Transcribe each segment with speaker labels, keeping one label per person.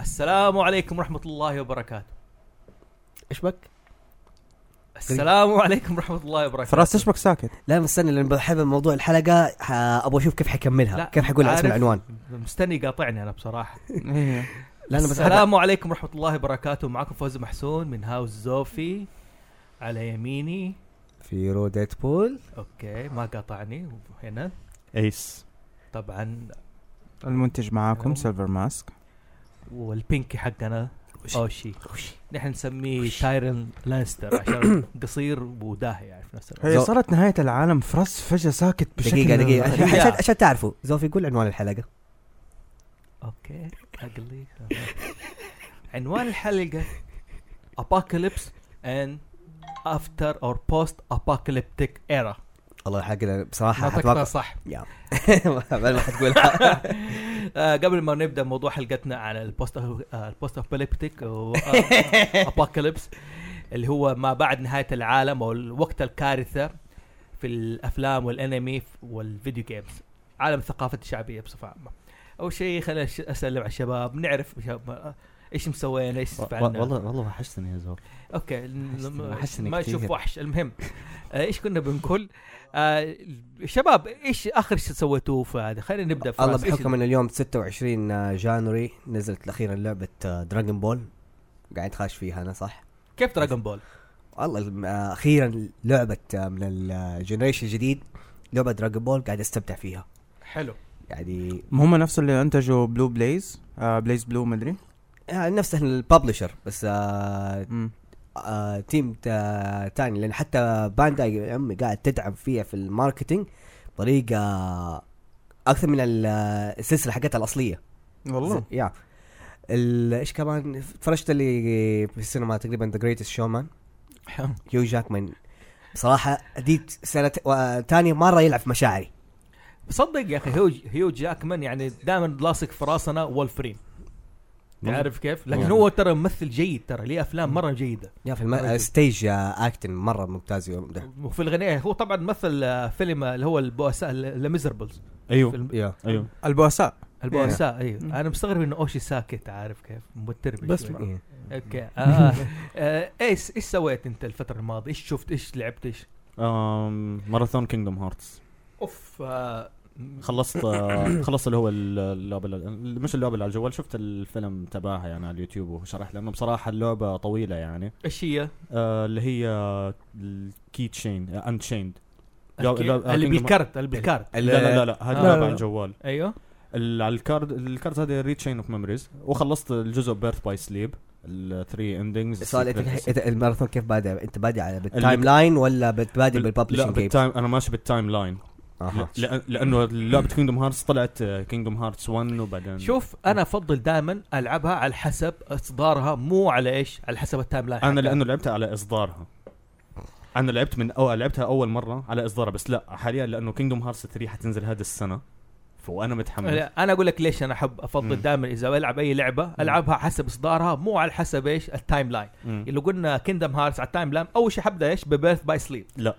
Speaker 1: السلام عليكم ورحمة الله وبركاته
Speaker 2: ايش بك؟
Speaker 1: السلام عليكم ورحمة الله وبركاته
Speaker 3: فراس ايش بك ساكت؟
Speaker 2: لا بس استنى لان بحب موضوع الحلقه ح- ابغى اشوف كيف حكملها
Speaker 1: لا،
Speaker 2: كيف حقول اسم
Speaker 1: عارف،
Speaker 2: العنوان
Speaker 1: مستني يقاطعني أنا بصراحة
Speaker 4: إيه.
Speaker 2: لا انا بس
Speaker 1: السلام عليكم ورحمة الله وبركاته معكم فوز محسون من هاوس زوفي على يميني
Speaker 2: في رو ديدبول
Speaker 1: اوكي ما قاطعني هنا
Speaker 3: ايس
Speaker 1: طبعا
Speaker 3: المنتج معاكم سيلفر ماسك
Speaker 1: والبينكي حقنا
Speaker 2: وش-
Speaker 1: اوشي نحن نسميه تايرن لانستر عشان قصير وداهي يعني في نفس الوقت
Speaker 3: هي
Speaker 2: زو-
Speaker 3: صارت نهاية العالم فراس فجأة ساكت بشكل
Speaker 2: دقيقه دقيقه
Speaker 1: غريب.
Speaker 2: عشان- عشان- عشان تعرفوا زوفي يقول عنوان الحلقه
Speaker 1: اوكي عقلي عنوان الحلقه ابوكاليبس and افتر اور بوست ابوكاليبتيك ايرا
Speaker 2: والله الحلقه بصراحه
Speaker 1: نطقتها
Speaker 2: حتوقف
Speaker 1: صح
Speaker 2: يا بعد ما حتقولها
Speaker 1: آه، قبل ما نبدا موضوع حلقتنا عن البوست البوست ابوكاليبتيك ابوكاليبس آه، اللي هو ما بعد نهايه العالم او وقت الكارثه في الافلام والانمي والفيديو جيمز عالم الثقافه الشعبيه بصفه عامه اول شيء خلينا أش- اسلم على الشباب نعرف شباب، ايش مسوينا ايش فعلنا
Speaker 4: والله والله وحشتني يا زوف
Speaker 1: اوكي لما-
Speaker 4: وحشني
Speaker 1: ما
Speaker 4: كتير.
Speaker 1: يشوف وحش المهم آه، ايش كنا بنقول آه شباب ايش اخر شيء سويتوه في هذا خلينا نبدا في
Speaker 2: الله
Speaker 1: رأس. إيش
Speaker 2: بحكم ان اليوم 26 جانوري نزلت اخيرا لعبه دراجون بول قاعد خاش فيها انا صح؟
Speaker 1: كيف دراجون بول
Speaker 2: والله الم- آه، اخيرا لعبه آه، من الجنريشن الجديد لعبه دراجون بول قاعد استمتع فيها
Speaker 1: حلو
Speaker 2: يعني
Speaker 3: هم نفس اللي انتجوا بلو بليز آه بليز بلو مدري
Speaker 2: آه، نفسه الببلشر بس آه
Speaker 3: مم.
Speaker 2: آه تيم تا- تاني لان حتى باندا يا عمي قاعد تدعم فيها في الماركتينج بطريقه اكثر من ال- السلسله حقتها الاصليه
Speaker 3: والله
Speaker 2: ز- يا ال- ايش كمان فرشت اللي في السينما تقريبا ذا جريتست شومان هيو جاكمان بصراحه دي سنه و- تاني مره يلعب في مشاعري
Speaker 1: صدق يا اخي هيو هيو جاكمان يعني دائما لاصق في راسنا وولفرين عارف كيف؟ لكن
Speaker 2: مم.
Speaker 1: هو ترى ممثل جيد ترى ليه افلام مره جيده
Speaker 2: يا في
Speaker 1: رجل.
Speaker 2: الستيج اكتن مره ممتاز يوم ده
Speaker 1: وفي الغناء هو طبعا مثل آه، فيلم آه، اللي هو البؤساء ذا ميزربلز
Speaker 4: ايوه
Speaker 2: يا
Speaker 4: ايوه
Speaker 3: البؤساء
Speaker 1: البؤساء ايوه
Speaker 3: مم.
Speaker 1: انا مستغرب انه اوشي ساكت عارف كيف متربي
Speaker 4: إيه. بس
Speaker 1: شوي.
Speaker 4: ما-
Speaker 2: إيه.
Speaker 1: اوكي آه. آه. ايش ايش سويت انت الفتره الماضيه ايش شفت ايش لعبت ايش
Speaker 4: آم، ماراثون كينجدم هارتس
Speaker 1: اوف آه.
Speaker 4: خلصت آه، خلصت اللي هو ال- اللعبه ال- مش اللعبه اللي على الجوال شفت الفيلم تبعها يعني على اليوتيوب وشرح لانه بصراحه اللعبه طويله يعني
Speaker 1: ايش هي
Speaker 4: آه، اللي هي الكي تشين انشيند
Speaker 1: الكي- اللي بالكارت اللي بالكارت
Speaker 4: لا لا لا لا
Speaker 1: آه.
Speaker 4: هذه لعبه
Speaker 3: لا،
Speaker 4: على
Speaker 3: لا.
Speaker 4: الجوال
Speaker 1: ايوه
Speaker 4: ال- على الكارد الكارد هذه ري تشين اوف ميموريز وخلصت الجزء بيرث باي سليب الثري اندنجز
Speaker 2: السؤال انت إنت الماراثون كيف بادئ انت بادئ على بالتايم لاين ولا بتبادئ
Speaker 4: لا
Speaker 2: بالببلشنج جيم؟
Speaker 4: بالتايم انا ماشي بالتايم لاين
Speaker 2: اها
Speaker 4: لأ- لانه لعبه كينجدوم هارتس طلعت آه، كينجدوم هارتس 1 وبعدين
Speaker 1: شوف انا افضل دائما العبها على حسب اصدارها مو على ايش على حسب التايم لاين
Speaker 4: انا
Speaker 1: حقها.
Speaker 4: لانه لعبتها على اصدارها انا لعبت من أو لعبتها اول مره على اصدارها بس لا حاليا لانه كينجدوم هارتس 3 حتنزل هذه السنه ف- وانا متحمس
Speaker 1: لا، انا اقول لك ليش انا احب افضل
Speaker 4: مم.
Speaker 1: دائما اذا بلعب اي لعبه العبها حسب اصدارها مو على حسب ايش التايم لاين
Speaker 4: مم.
Speaker 1: اللي قلنا كيندم هارتس على التايم لاين اول شيء حبدا ايش ببيرث باي سليب
Speaker 4: لا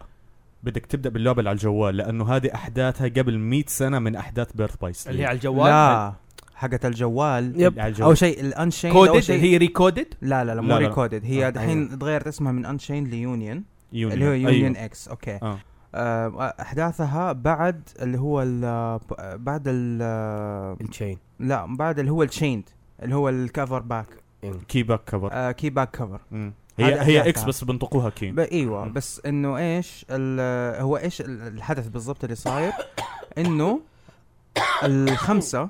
Speaker 4: بدك تبدا باللعبه اللي على الجوال لانه هذه احداثها قبل 100 سنه من احداث بيرث باي
Speaker 1: اللي هي
Speaker 4: سليب
Speaker 1: على الجوال
Speaker 3: لا حقت الجوال
Speaker 4: يب. على الجوال.
Speaker 3: اول شيء الانشين اول
Speaker 1: كودد
Speaker 3: شيء
Speaker 1: هي ريكودد
Speaker 3: لا لا أيوه. لا
Speaker 4: لا،
Speaker 3: مو
Speaker 4: لا.
Speaker 3: ريكودد هي
Speaker 2: آه،
Speaker 3: الحين تغيرت اسمها من انشين ليونيون
Speaker 4: يونيون.
Speaker 3: اللي هو
Speaker 4: أيوه.
Speaker 3: يونيون اكس اوكي
Speaker 4: آه.
Speaker 3: آه، احداثها بعد اللي هو ال- آه، بعد ال آه،
Speaker 2: التشين
Speaker 3: لا بعد اللي هو التشيند اللي هو الكفر باك
Speaker 4: كي باك كفر
Speaker 3: آه كي باك كفر
Speaker 4: مم.
Speaker 3: هذه
Speaker 4: هي هي
Speaker 3: أحداثها.
Speaker 4: اكس بس بنطقوها كي
Speaker 3: ب- ايوه
Speaker 4: مم.
Speaker 3: بس انه ايش ال- هو ايش ال- الحدث بالضبط اللي صاير انه الخمسه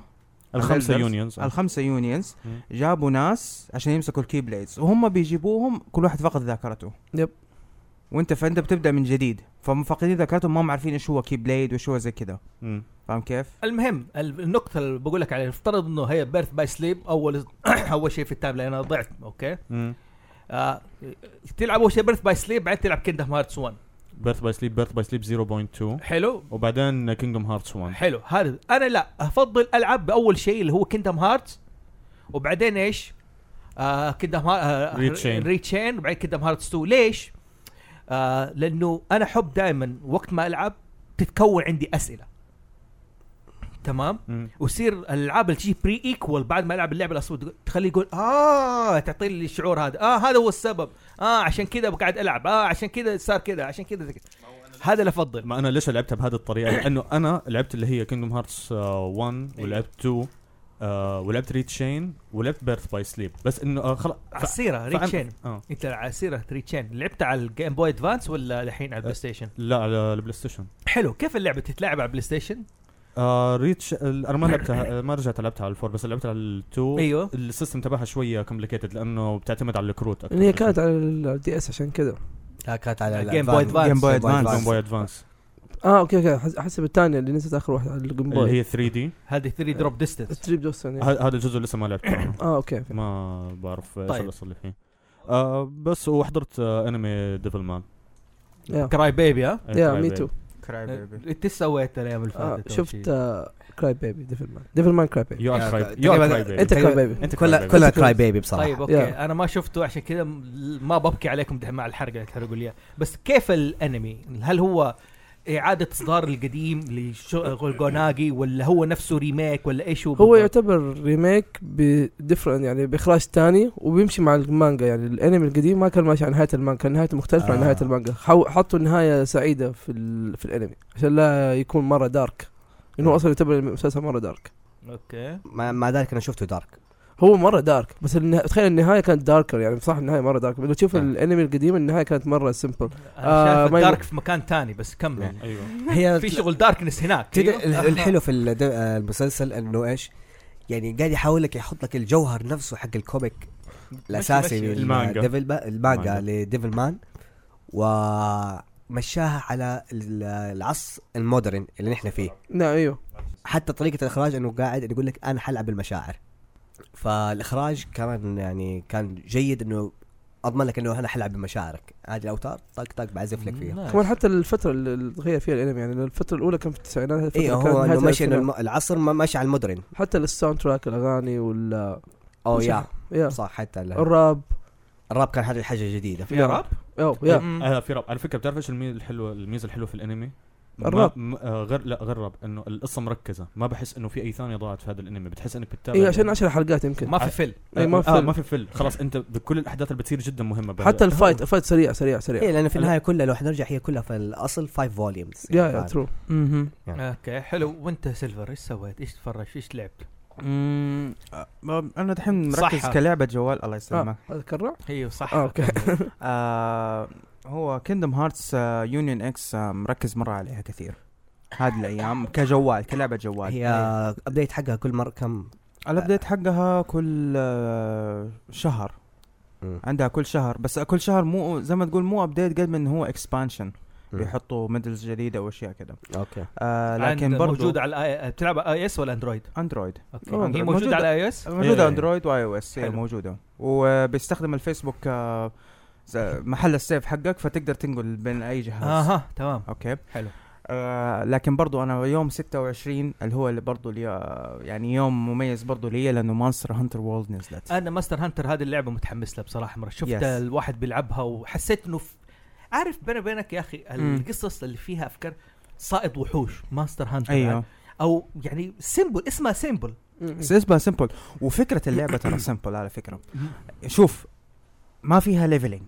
Speaker 4: الخمسه
Speaker 3: الألدرز.
Speaker 4: يونيونز
Speaker 3: الخمسه يونيونز
Speaker 4: مم.
Speaker 3: جابوا ناس عشان يمسكوا الكي بليدز وهم بيجيبوهم كل واحد فقد ذاكرته
Speaker 2: يب.
Speaker 3: وانت فانت بتبدا من جديد فمفقدين ذاكرتهم ما هم عارفين ايش هو كي بليد وايش هو زي كذا
Speaker 4: مم.
Speaker 3: فاهم كيف؟
Speaker 1: المهم ال- النقطة اللي بقول لك عليها افترض انه هي بيرث باي سليب اول اول شيء في التايم لان انا ضعت اوكي
Speaker 4: مم.
Speaker 1: آه تلعب اول شيء بيرث باي سليب بعدين تلعب كيندم هارتس 1
Speaker 4: بيرث باي سليب بيرث باي سليب 0.2
Speaker 1: حلو
Speaker 4: وبعدين كينجدوم هارتس 1
Speaker 1: حلو هذا انا لا افضل العب باول شيء اللي هو كيندم هارتس وبعدين ايش؟ آه كيندم
Speaker 4: ريد شين.
Speaker 1: ريتشين وبعدين كيندم هارتس 2 ليش؟ آه لانه انا احب دائما وقت ما العب تتكون عندي اسئله تمام ويصير الالعاب اللي تجي بري ايكوال بعد ما يلعب اللعبه الاصوات تخليه يقول اه تعطي لي الشعور هذا اه هذا هو السبب اه عشان كذا قاعد العب اه عشان كذا صار كذا عشان كذا زي كذا. هذا اللي افضل
Speaker 4: ما انا ليش لعبتها بهذه الطريقه لانه انا لعبت اللي هي كينجدوم هارتس 1
Speaker 5: أيوه.
Speaker 4: ولعبت 2 آه ولعبت ريت شين ولعبت بيرث باي سليب بس انه آه خلاص ف-
Speaker 1: عسيره
Speaker 4: فأنا-
Speaker 1: ريتشين
Speaker 4: آه.
Speaker 1: انت عسيره ريتشين لعبت على الجيم بوي ادفانس ولا الحين
Speaker 5: أه.
Speaker 1: على البلاي ستيشن
Speaker 4: لا على البلاي ستيشن
Speaker 1: حلو كيف اللعبه تتلعب على البلاي ستيشن
Speaker 4: آه ريتش انا ما لعبتها آه، ما رجعت لعبتها على الفور بس لعبت على التو
Speaker 1: أيوه.
Speaker 4: السيستم تبعها شويه كومبليكيتد لانه بتعتمد على الكروت اكثر
Speaker 5: هي كانت على الدي اس عشان كذا
Speaker 2: لا كانت على
Speaker 1: Game Boy
Speaker 2: الأدفانس.
Speaker 1: Advance.
Speaker 3: Game Boy
Speaker 2: Game Boy
Speaker 3: Advance.
Speaker 4: جيم بوي ادفانس
Speaker 5: اه اوكي اوكي أحس- احسب الثانيه اللي نزلت اخر واحده على الجيم
Speaker 4: اللي
Speaker 5: بوي
Speaker 4: هي 3 دي
Speaker 5: أيوه.
Speaker 1: هذه 3
Speaker 5: أه.
Speaker 1: دروب ديستنس
Speaker 5: تريب دوستن
Speaker 4: هذا الجزء اللي لسه ما لعبته
Speaker 5: اه اوكي أوكي.
Speaker 4: ما بعرف ايش
Speaker 1: طيب.
Speaker 4: اللي صار لي فيه آه بس وحضرت آه انمي ديفل مان
Speaker 5: يا
Speaker 1: كراي بيبي ها
Speaker 5: يا مي تو
Speaker 3: كراي بيبي
Speaker 1: انت إيش سويت الايام اللي
Speaker 5: آه،
Speaker 1: فاتت
Speaker 5: شفت كراي بيبي ديفل مان
Speaker 4: آه.
Speaker 5: ديفل مان كراي بيبي
Speaker 4: يو
Speaker 2: يا
Speaker 4: ار كراي
Speaker 2: ت-
Speaker 4: يو
Speaker 2: تقريباً
Speaker 4: ار كراي بيبي
Speaker 5: انت كراي بيبي
Speaker 4: انت
Speaker 2: كلها
Speaker 4: Cry Baby.
Speaker 2: كلها كراي بيبي بصراحه
Speaker 1: طيب اوكي
Speaker 5: يا.
Speaker 1: انا ما شفته عشان كذا م- ما ببكي عليكم دحين مع الحرقه اللي تحرقوا لي إياها. بس كيف الانمي هل هو اعاده اصدار القديم لشغل جوناجي ولا هو نفسه ريميك ولا ايش هو
Speaker 5: هو
Speaker 1: بالضبط؟
Speaker 5: يعتبر ريميك بديفرنت يعني باخراج ثاني وبيمشي مع المانجا يعني الانمي القديم ما كان ماشي على نهايه المانجا كان نهايته مختلفه آه. عن
Speaker 4: آه.
Speaker 5: نهايه المانجا حو- حطوا نهايه سعيده في ال... في الانمي عشان لا يكون مره دارك
Speaker 4: آه.
Speaker 5: لانه هو اصلا يعتبر المسلسل مره دارك
Speaker 1: اوكي
Speaker 2: مع مع ذلك انا شفته دارك
Speaker 5: هو مره دارك بس النها... تخيل النهايه كانت داركر يعني صح النهايه مره دارك لو تشوف
Speaker 4: آه.
Speaker 2: نعم.
Speaker 5: الانمي القديم النهايه كانت مره سيمبل
Speaker 1: انا شايف
Speaker 5: آه، ما أه.
Speaker 1: الدارك
Speaker 5: يم-
Speaker 1: في مكان تاني بس كمل
Speaker 2: نعم.
Speaker 4: ايوه
Speaker 2: هي
Speaker 1: في شغل داركنس هناك
Speaker 2: تدري
Speaker 1: أيوه.
Speaker 2: ال- الحلو في الد- آه، المسلسل انه ايش؟ يعني قاعد يحاول لك يحط لك الجوهر نفسه حق الكوميك الاساسي
Speaker 1: مشي.
Speaker 2: من
Speaker 4: المانجا.
Speaker 2: ديفل با المانجا
Speaker 4: المانجا.
Speaker 2: لديفل مان ومشاها على ال- العصر المودرن اللي نحن فيه
Speaker 5: نعم ايوه
Speaker 2: حتى طريقه الاخراج انه قاعد يقول لك انا حلعب المشاعر فالاخراج كمان يعني كان جيد انه اضمن لك انه انا حلعب بمشاعرك عادي الاوتار طق طق بعزف لك فيها
Speaker 1: نايس.
Speaker 5: كمان حتى الفتره اللي اللي تغير فيها الانمي يعني الفتره الاولى كان في التسعينات الفترة
Speaker 2: ايوه
Speaker 5: كانت
Speaker 2: هو
Speaker 5: نهاية
Speaker 2: انه ماشي انه
Speaker 5: الألفينات.
Speaker 2: الم- العصر ما- ماشي على المودرن
Speaker 5: حتى الساوند تراك الاغاني وال
Speaker 2: او
Speaker 5: مش
Speaker 2: يا
Speaker 5: يا
Speaker 2: صح حتى ال-
Speaker 5: الراب
Speaker 2: الراب كان حاجه حاجه جديده
Speaker 1: في راب
Speaker 5: أو يا
Speaker 1: مم.
Speaker 4: آه في راب على فكره بتعرف ايش الميزه الحلوه الميزه الحلوه في الانمي ما-
Speaker 5: الراب.
Speaker 4: م- آه غير لا غير راب انه القصه مركزه ما بحس انه في اي ثانيه ضاعت في هذا الانمي بتحس انك
Speaker 1: إيه.
Speaker 4: بتتابع
Speaker 5: اي إيه، عشان 10 حلقات يمكن
Speaker 1: ما في فيل
Speaker 5: إيه، ما
Speaker 4: آه،
Speaker 5: في
Speaker 4: آه
Speaker 5: فيلم.
Speaker 4: ما في فيلم خلاص انت بكل الاحداث اللي بتصير جدا مهمه بهذا.
Speaker 5: حتى الفايت الفايت سريع سريع
Speaker 2: ايه
Speaker 5: سريع
Speaker 2: لانه في النهايه كلها لو حنرجع هي كلها في الاصل 5 فوليومز
Speaker 5: يا يا ترو
Speaker 3: آه.
Speaker 1: اوكي حلو وانت سيلفر ايش سويت؟ ايش تفرجت؟ ايش لعبت؟
Speaker 3: مم، آه، انا دحين مركز
Speaker 1: صحة.
Speaker 3: كلعبه جوال الله يسلمك
Speaker 5: هذا كرع
Speaker 1: ايوه صح
Speaker 5: آه، أوكي.
Speaker 1: كمل.
Speaker 3: آه هو آه، كيندم هارتس يونيون اكس مركز مره عليها كثير هذه الايام كجوال كلعبه جوال
Speaker 2: هي آه، ابديت حقها كل مره كم
Speaker 3: الابديت حقها كل آه، شهر
Speaker 2: مم.
Speaker 3: عندها كل شهر بس كل شهر مو زي ما تقول مو ابديت قد ما إنه هو اكسبانشن بيحطوا ميدلز جديده واشياء كذا
Speaker 2: اوكي
Speaker 3: آه
Speaker 1: عند-
Speaker 3: لكن برضو
Speaker 1: موجود على الآي- بتلعب اي اس ولا اندرويد؟
Speaker 3: اندرويد
Speaker 1: اوكي
Speaker 5: أوه،
Speaker 1: هي
Speaker 3: أندرويد.
Speaker 1: موجوده
Speaker 3: موجودة.
Speaker 1: على اي اس؟
Speaker 3: موجوده
Speaker 4: إيه.
Speaker 3: اندرويد واي او اس
Speaker 1: حلو.
Speaker 3: موجوده وبيستخدم الفيسبوك آه، ز- محل السيف حقك فتقدر تنقل بين اي جهاز
Speaker 1: اها تمام
Speaker 3: اوكي
Speaker 1: حلو
Speaker 3: آه لكن برضو انا يوم 26 اللي هو اللي برضو اللي آه، يعني يوم مميز برضو لي لانه مانستر هانتر وولد نزلت
Speaker 1: انا ماستر هانتر هذه اللعبه متحمس لها بصراحه مره شفت
Speaker 3: Yes.
Speaker 1: yes. الواحد بيلعبها وحسيت انه ف... عارف بيني وبينك يا اخي
Speaker 3: مم.
Speaker 1: القصص اللي فيها افكار صائد وحوش ماستر هانتر
Speaker 3: ايوه
Speaker 1: او يعني سيمبل اسمها سيمبل
Speaker 3: بس اسمها سمبل وفكره اللعبه ترى سمبل على فكره شوف ما فيها ليفلينج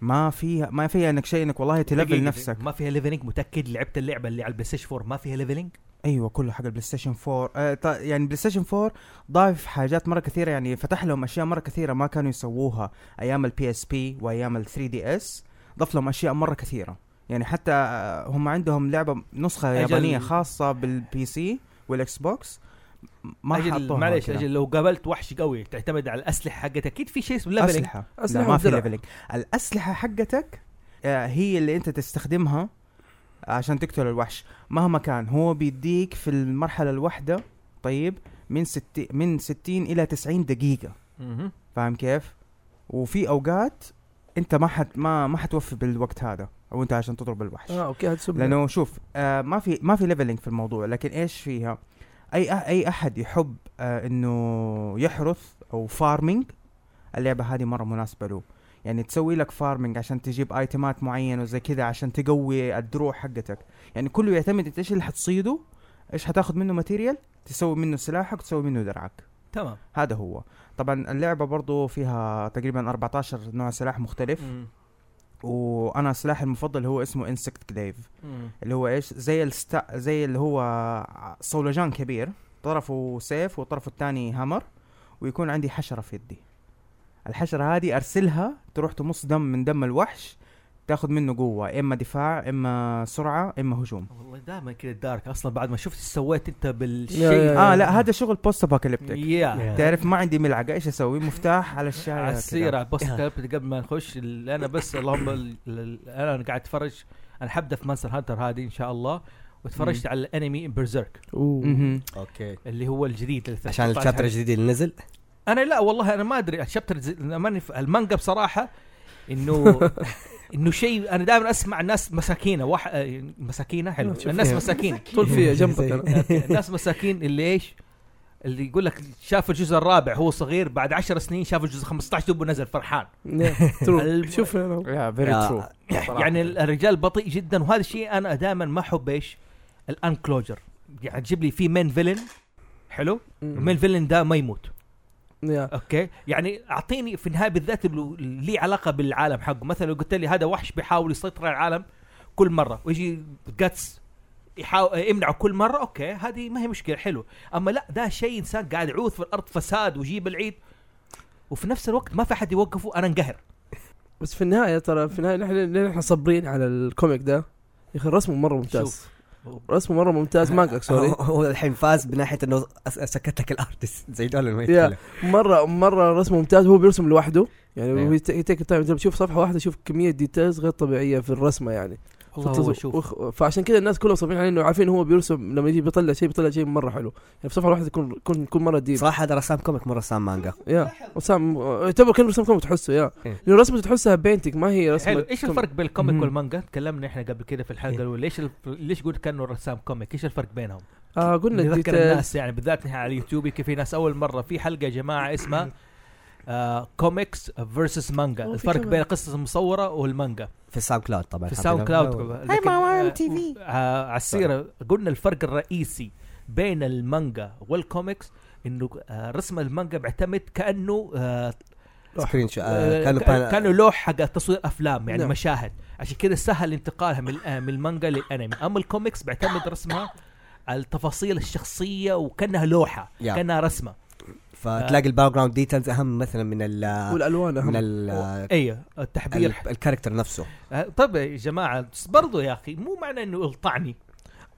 Speaker 3: ما فيها ما فيها انك شيء انك والله تلفل
Speaker 1: دقيقة،
Speaker 3: نفسك
Speaker 1: ما فيها ليفلينج متاكد لعبت اللعبه اللي على البلاي ستيشن 4 ما فيها ليفلينج
Speaker 3: ايوه كله حق البلاي ستيشن 4 آه ط- يعني بلاي ستيشن 4 ضايف حاجات مره كثيره يعني فتح لهم اشياء مره كثيره ما كانوا يسووها ايام البي اس بي وايام ال 3 دي اس ضاف لهم اشياء مره كثيره يعني حتى آه، هم عندهم لعبه نسخه
Speaker 1: أجل-
Speaker 3: يابانيه خاصه بالبي سي والاكس بوكس ما
Speaker 1: اجل
Speaker 3: حطوها
Speaker 1: معلش
Speaker 3: كده.
Speaker 1: اجل لو قابلت وحش قوي تعتمد على الاسلحه حقتك اكيد في شيء اسمه ليفلينج
Speaker 3: اسلحه
Speaker 5: أسلحة
Speaker 3: لا ما في
Speaker 5: ودرع.
Speaker 3: ليفلينج الاسلحه حقتك آه، هي اللي انت تستخدمها عشان تقتل الوحش مهما كان هو بيديك في المرحله الواحده طيب من 60 من 60 الى 90 دقيقه
Speaker 1: مهم.
Speaker 3: فاهم كيف وفي اوقات انت ما حت ما ما حتوفي بالوقت هذا او انت عشان تضرب الوحش
Speaker 5: اه اوكي هتسب
Speaker 3: لانه شوف آه ما في ما في ليفلينج في الموضوع لكن ايش فيها اي أح- اي احد يحب آه انه يحرث او فارمنج اللعبه هذه مره مناسبه له يعني تسوي لك فارمنج عشان تجيب ايتمات معينه وزي كذا عشان تقوي الدروع حقتك يعني كله يعتمد انت ايش اللي حتصيده ايش حتاخذ منه ماتيريال تسوي منه سلاحك وتسوي منه درعك
Speaker 1: تمام
Speaker 3: هذا هو طبعا اللعبه برضو فيها تقريبا 14 نوع سلاح مختلف وانا سلاحي المفضل هو اسمه انسكت كليف اللي هو ايش زي الستا زي اللي هو صولجان كبير طرفه سيف وطرفه الثاني هامر ويكون عندي حشره في يدي الحشره هذه ارسلها تروح تمص دم من دم الوحش تاخذ منه قوه اما دفاع اما سرعه اما هجوم
Speaker 1: والله دائما كذا دارك اصلا بعد ما شفت ايش سويت انت
Speaker 5: يا-
Speaker 1: بالشيء
Speaker 5: يا-
Speaker 3: اه لا هذا شغل بوست ابوكاليبتيك
Speaker 1: يا
Speaker 3: تعرف ما عندي ملعقه ايش اسوي مفتاح على الشاي
Speaker 1: على
Speaker 3: كده.
Speaker 1: السيرة على البوست كلب قبل ما نخش ال- انا بس اللهم ال- ال- انا قاعد اتفرج انا حبدا في مانسر هانتر هذه ان شاء الله وتفرجت على الانمي برزيرك
Speaker 5: اوه
Speaker 3: مهم.
Speaker 2: اوكي
Speaker 1: اللي هو الجديد اللي
Speaker 2: عشان
Speaker 1: 13
Speaker 2: الشابتر الجديد اللي نزل
Speaker 1: انا لا والله انا ما ادري الشابتر زي- أنا ماني ف- المانجا بصراحه انه انه شيء انا دائما اسمع الناس مساكينه واحد آه، مساكينه حلو
Speaker 5: شوف
Speaker 1: الناس
Speaker 5: فيها.
Speaker 1: مساكين
Speaker 5: طول فيها جنبك انا
Speaker 1: الناس مساكين اللي ايش اللي يقول لك شاف الجزء الرابع هو صغير بعد 10 سنين شاف الجزء 15 دوبه نزل فرحان
Speaker 5: Yeah, true.
Speaker 1: الب-
Speaker 5: شوف انا هو.
Speaker 3: يا فيري ترو
Speaker 1: يعني الرجال بطيء جدا وهذا الشيء انا دائما ما احب ايش الانكلوجر يعني تجيب لي في مين فيلن حلو المين فيلن ده ما يموت
Speaker 5: Yeah.
Speaker 1: اوكي يعني اعطيني في النهايه بالذات اللي ليه علاقه بالعالم حقه مثلا لو قلت لي هذا وحش بيحاول يسيطر على العالم كل مره ويجي جاتس يحاول يمنعه كل مره اوكي هذه ما هي مشكله حلو اما لا ده شيء انسان قاعد يعوث في الارض فساد ويجيب العيد وفي نفس الوقت ما في حد يوقفه انا انقهر
Speaker 5: بس في النهايه ترى في النهايه نحن لين احنا صبرين على الكوميك ده يا اخي رسمه مره ممتاز رسمه مره ممتاز مانجا سوري
Speaker 2: هو- هو الحين فاز بناحيه انه أس- سكت لك الارتست زي دول الميت
Speaker 5: يا.
Speaker 2: كله.
Speaker 5: مره مره رسمه ممتاز هو بيرسم لوحده يعني
Speaker 1: نعم.
Speaker 2: أيوة.
Speaker 5: هو يت- يتيك تايم زي ما تشوف صفحه واحده شوف كميه ديتيلز غير طبيعيه في الرسمه يعني
Speaker 1: والله
Speaker 5: فتز-
Speaker 1: هو شوف
Speaker 5: وخ- فعشان كذا الناس كلهم صابرين عليه انه عارفين هو بيرسم لما يجي بيطلع شيء بيطلع شيء مره حلو يعني في صفحه واحده يكون يكون يكون مره ديب
Speaker 2: صراحه هذا رسام كوميك مو رسام مانجا
Speaker 5: يا وسام يعتبر كان رسمكم تحسه يا
Speaker 2: إيه.
Speaker 5: لانه رسمته تحسها بينتك ما هي رسمه
Speaker 1: حلو ايش الفرق بين
Speaker 3: مم.
Speaker 1: الكوميك والمانجا؟ تكلمنا احنا قبل كده في الحلقه الاولى ليش الف- ليش قلت كانه رسام كوميك؟ ايش الفرق بينهم؟
Speaker 5: اه قلنا
Speaker 1: نذكر
Speaker 5: الديتيلز
Speaker 1: الناس يعني بالذات نحن على اليوتيوب كيف في ناس اول مره في حلقه يا جماعه اسمها آه كوميكس فيرسس مانجا
Speaker 5: أوه، في
Speaker 1: الفرق
Speaker 5: كمان.
Speaker 1: بين القصص المصوره والمانجا
Speaker 2: في الساوند كلاود طبعا
Speaker 1: في
Speaker 2: الحمد
Speaker 1: الساوند
Speaker 2: لله.
Speaker 1: كلاود
Speaker 3: هاي
Speaker 1: لكن،
Speaker 3: ماما،
Speaker 1: آه،
Speaker 3: ام تي في.
Speaker 1: آه على السيره قلنا الفرق الرئيسي بين المانجا والكوميكس انه آه رسم المانجا بعتمد كانه آه
Speaker 2: سكرين شو آه،
Speaker 1: آه
Speaker 2: كانوا بان-
Speaker 1: كانه لوح حق تصوير افلام يعني
Speaker 5: نعم.
Speaker 1: مشاهد عشان كذا سهل انتقالها من آه، من المانجا للانمي اما الكوميكس
Speaker 2: نعم.
Speaker 1: بعتمد رسمها على التفاصيل الشخصيه وكانها لوحه
Speaker 2: يا.
Speaker 1: كانها رسمه
Speaker 2: فتلاقي الباك جراوند ديتيلز اهم مثلا من ال
Speaker 5: والالوان
Speaker 2: من
Speaker 5: اهم
Speaker 2: ال
Speaker 1: ايوه التحبير
Speaker 2: ال- الكاركتر نفسه
Speaker 1: آه، طب يا جماعه بس برضو يا اخي مو معنى انه الطعني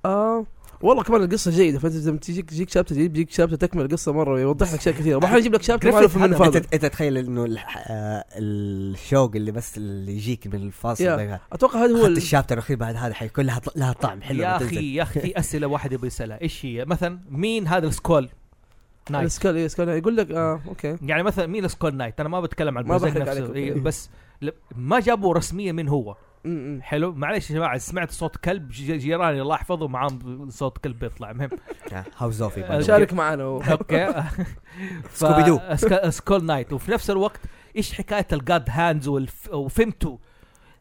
Speaker 5: اه والله كمان القصه جيده فانت لما تجيك تجيك شابتر جديد بيجيك شابتر تكمل القصه مره ويوضح لك اشياء كثيره ما حيجيب لك شابتر ما اعرف
Speaker 1: جريفيث
Speaker 5: منه
Speaker 1: هذا
Speaker 5: فاضي
Speaker 2: انت انت تخيل انه الح- آه، الشوق اللي بس اللي يجيك من الفاصل
Speaker 5: يا.
Speaker 2: ده
Speaker 5: اتوقع هذا هو
Speaker 2: اخذت
Speaker 5: ال-
Speaker 2: الشابتر الاخير بعد هذا حيكون لها طل- لها طعم حلو
Speaker 1: يا
Speaker 2: لما تنزل.
Speaker 1: اخي يا اخي في اسئله واحد يبغى يسالها ايش هي مثلا مين هذا السكول نايت
Speaker 5: السكال إيه، السكال يقول لك اه اوكي
Speaker 1: يعني مثلا مين السكول نايت انا ما بتكلم عن
Speaker 5: ما
Speaker 1: البروزيك
Speaker 5: بحرق
Speaker 1: نفسه
Speaker 5: عليكم.
Speaker 1: إيه، بس ل- ما جابوا رسميا من هو
Speaker 5: م- م.
Speaker 1: حلو معلش يا جماعه سمعت صوت كلب ج- جيراني الله يحفظه معاهم صوت كلب بيطلع مهم
Speaker 2: يا، هاو زوفي by the way.
Speaker 5: شارك معنا و-
Speaker 1: اوكي
Speaker 2: سكوبي دو.
Speaker 1: سكول نايت وفي نفس الوقت ايش حكايه الجاد هاندز والف... وفهمتوا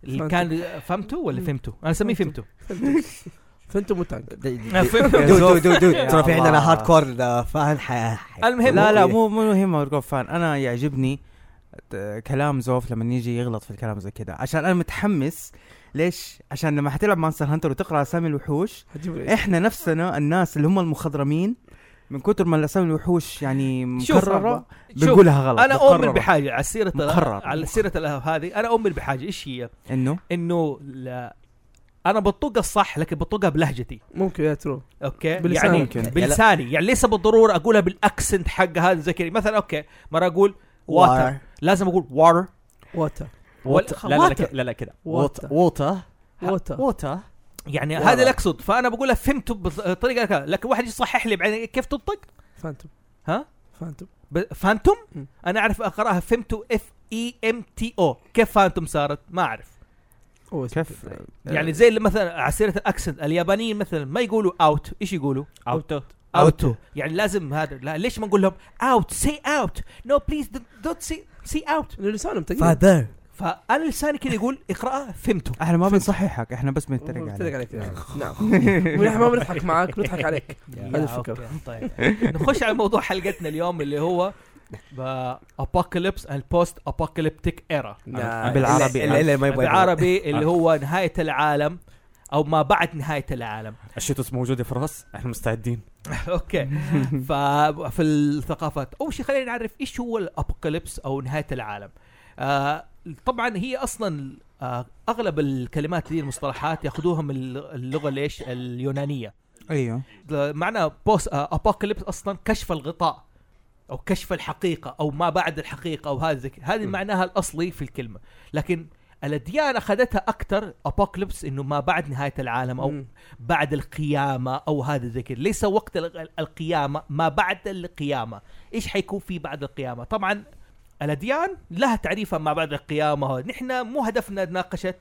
Speaker 1: اللي
Speaker 5: فهمتوا.
Speaker 1: كان فهمتوا ولا
Speaker 5: مم.
Speaker 1: فهمتوا؟ انا اسميه فهمتوا
Speaker 5: فهمتوا. فانتم متعقد
Speaker 2: دو
Speaker 1: فهمتوا
Speaker 2: دو دو دو
Speaker 1: يا
Speaker 2: ترى في عندنا
Speaker 1: الله.
Speaker 2: هارد كور آه، فان ح- ح-
Speaker 1: المهم
Speaker 3: لا لا
Speaker 2: أوكي.
Speaker 3: مو مو مهم ارقب فان انا يعجبني ت- كلام زوف لما يجي يغلط في الكلام زي كذا عشان انا متحمس ليش عشان لما حتلعب مانستر هانتر وتقرا اسامي الوحوش
Speaker 5: حتجيب
Speaker 1: إيه.
Speaker 5: لي-
Speaker 3: احنا نفسنا الناس اللي هم المخضرمين من كثر ما الاسامي الوحوش يعني
Speaker 1: شوف،
Speaker 3: مكرره
Speaker 1: شوف،
Speaker 3: بنقولها غلط
Speaker 1: انا
Speaker 3: مكررة.
Speaker 1: اؤمن بحاجه على سيره
Speaker 3: مكرر.
Speaker 1: على سيره الألهاب هذه انا اؤمن بحاجه ايش هي؟
Speaker 3: انه
Speaker 1: انه لا انا بطقها الصح لكن بطقها بلهجتي
Speaker 5: ممكن يا ترو
Speaker 1: اوكي
Speaker 5: بلسان
Speaker 1: يعني
Speaker 3: ممكن.
Speaker 1: بلساني يعني ليس بالضروره اقولها بالاكسنت حق هذا زي كذا مثلا اوكي مره اقول
Speaker 2: وار.
Speaker 1: واتر لازم اقول واتر
Speaker 5: واتا
Speaker 4: وات- لا لا لا كده- لا لا كده
Speaker 5: واتا.
Speaker 4: ووتا
Speaker 5: واتا
Speaker 4: ووتا
Speaker 1: يعني
Speaker 4: ولا.
Speaker 1: هذا اللي اقصد فانا بقولها فهمته بطريقه كذا لكن واحد يصحح لي بعدين كيف تنطق
Speaker 5: فانتوم
Speaker 1: ها؟
Speaker 5: فانتوم
Speaker 1: ب- فانتوم
Speaker 5: مم.
Speaker 1: انا اعرف اقراها فهمته اف اي ام تي او كيف فانتوم صارت ما اعرف
Speaker 5: أوه،
Speaker 3: كيف
Speaker 1: يعني زي اللي مثلا على سيره الاكسنت اليابانيين مثلا ما يقولوا اوت ايش يقولوا
Speaker 4: اوتو
Speaker 1: اوتو يعني لازم هذا لا ليش ما نقول لهم اوت سي اوت نو بليز دونت سي سي اوت
Speaker 5: لأنه لسانهم تقيل
Speaker 2: فاذر
Speaker 1: فانا لساني كذا يقول اقراه فهمته
Speaker 3: احنا ما بنصححك احنا بس بنتريق
Speaker 5: بنتريق
Speaker 3: عليك
Speaker 5: عليك نعم ونحن ما بنضحك معاك بنضحك عليك هذه
Speaker 1: يا
Speaker 5: الفكرة.
Speaker 1: أوكي، طيب نخش على موضوع حلقتنا اليوم اللي هو ابوكاليبس اند بوست ابوكاليبتيك ايرا
Speaker 2: طيب،
Speaker 5: نعم.
Speaker 3: آه، بالعربي.
Speaker 2: الا الا ما يبغى
Speaker 1: بالعربي اللي هو نهايه العالم او ما بعد نهايه العالم
Speaker 4: الشتوس موجوده في الراس احنا مستعدين
Speaker 1: اوكي ففي الثقافات اول شيء خلينا نعرف ايش هو الابوكاليبس او نهايه العالم آه طبعا هي اصلا آه اغلب الكلمات دي المصطلحات ياخذوها من اللغه ليش اليونانيه
Speaker 3: ايوه
Speaker 1: معنى بوس ابوكاليبس اصلا كشف الغطاء او كشف الحقيقه او ما بعد الحقيقه او هذه هذه معناها الاصلي في الكلمه لكن الاديان اخذتها اكثر ابوكاليبس انه ما بعد نهايه العالم او
Speaker 5: مم.
Speaker 1: بعد القيامه او هذا زي كده ليس وقت ال- ال- القيامه ما بعد القيامه ايش حيكون في بعد القيامه طبعا الاديان لها تعريفها ما بعد القيامه نحن مو هدفنا نناقشه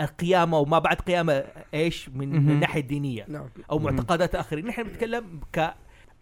Speaker 1: القيامه وما بعد قيامه ايش من
Speaker 3: مهم.
Speaker 1: من الناحيه الدينيه
Speaker 5: نعم
Speaker 1: او
Speaker 3: مم.
Speaker 1: معتقدات اخرين نحن بنتكلم ك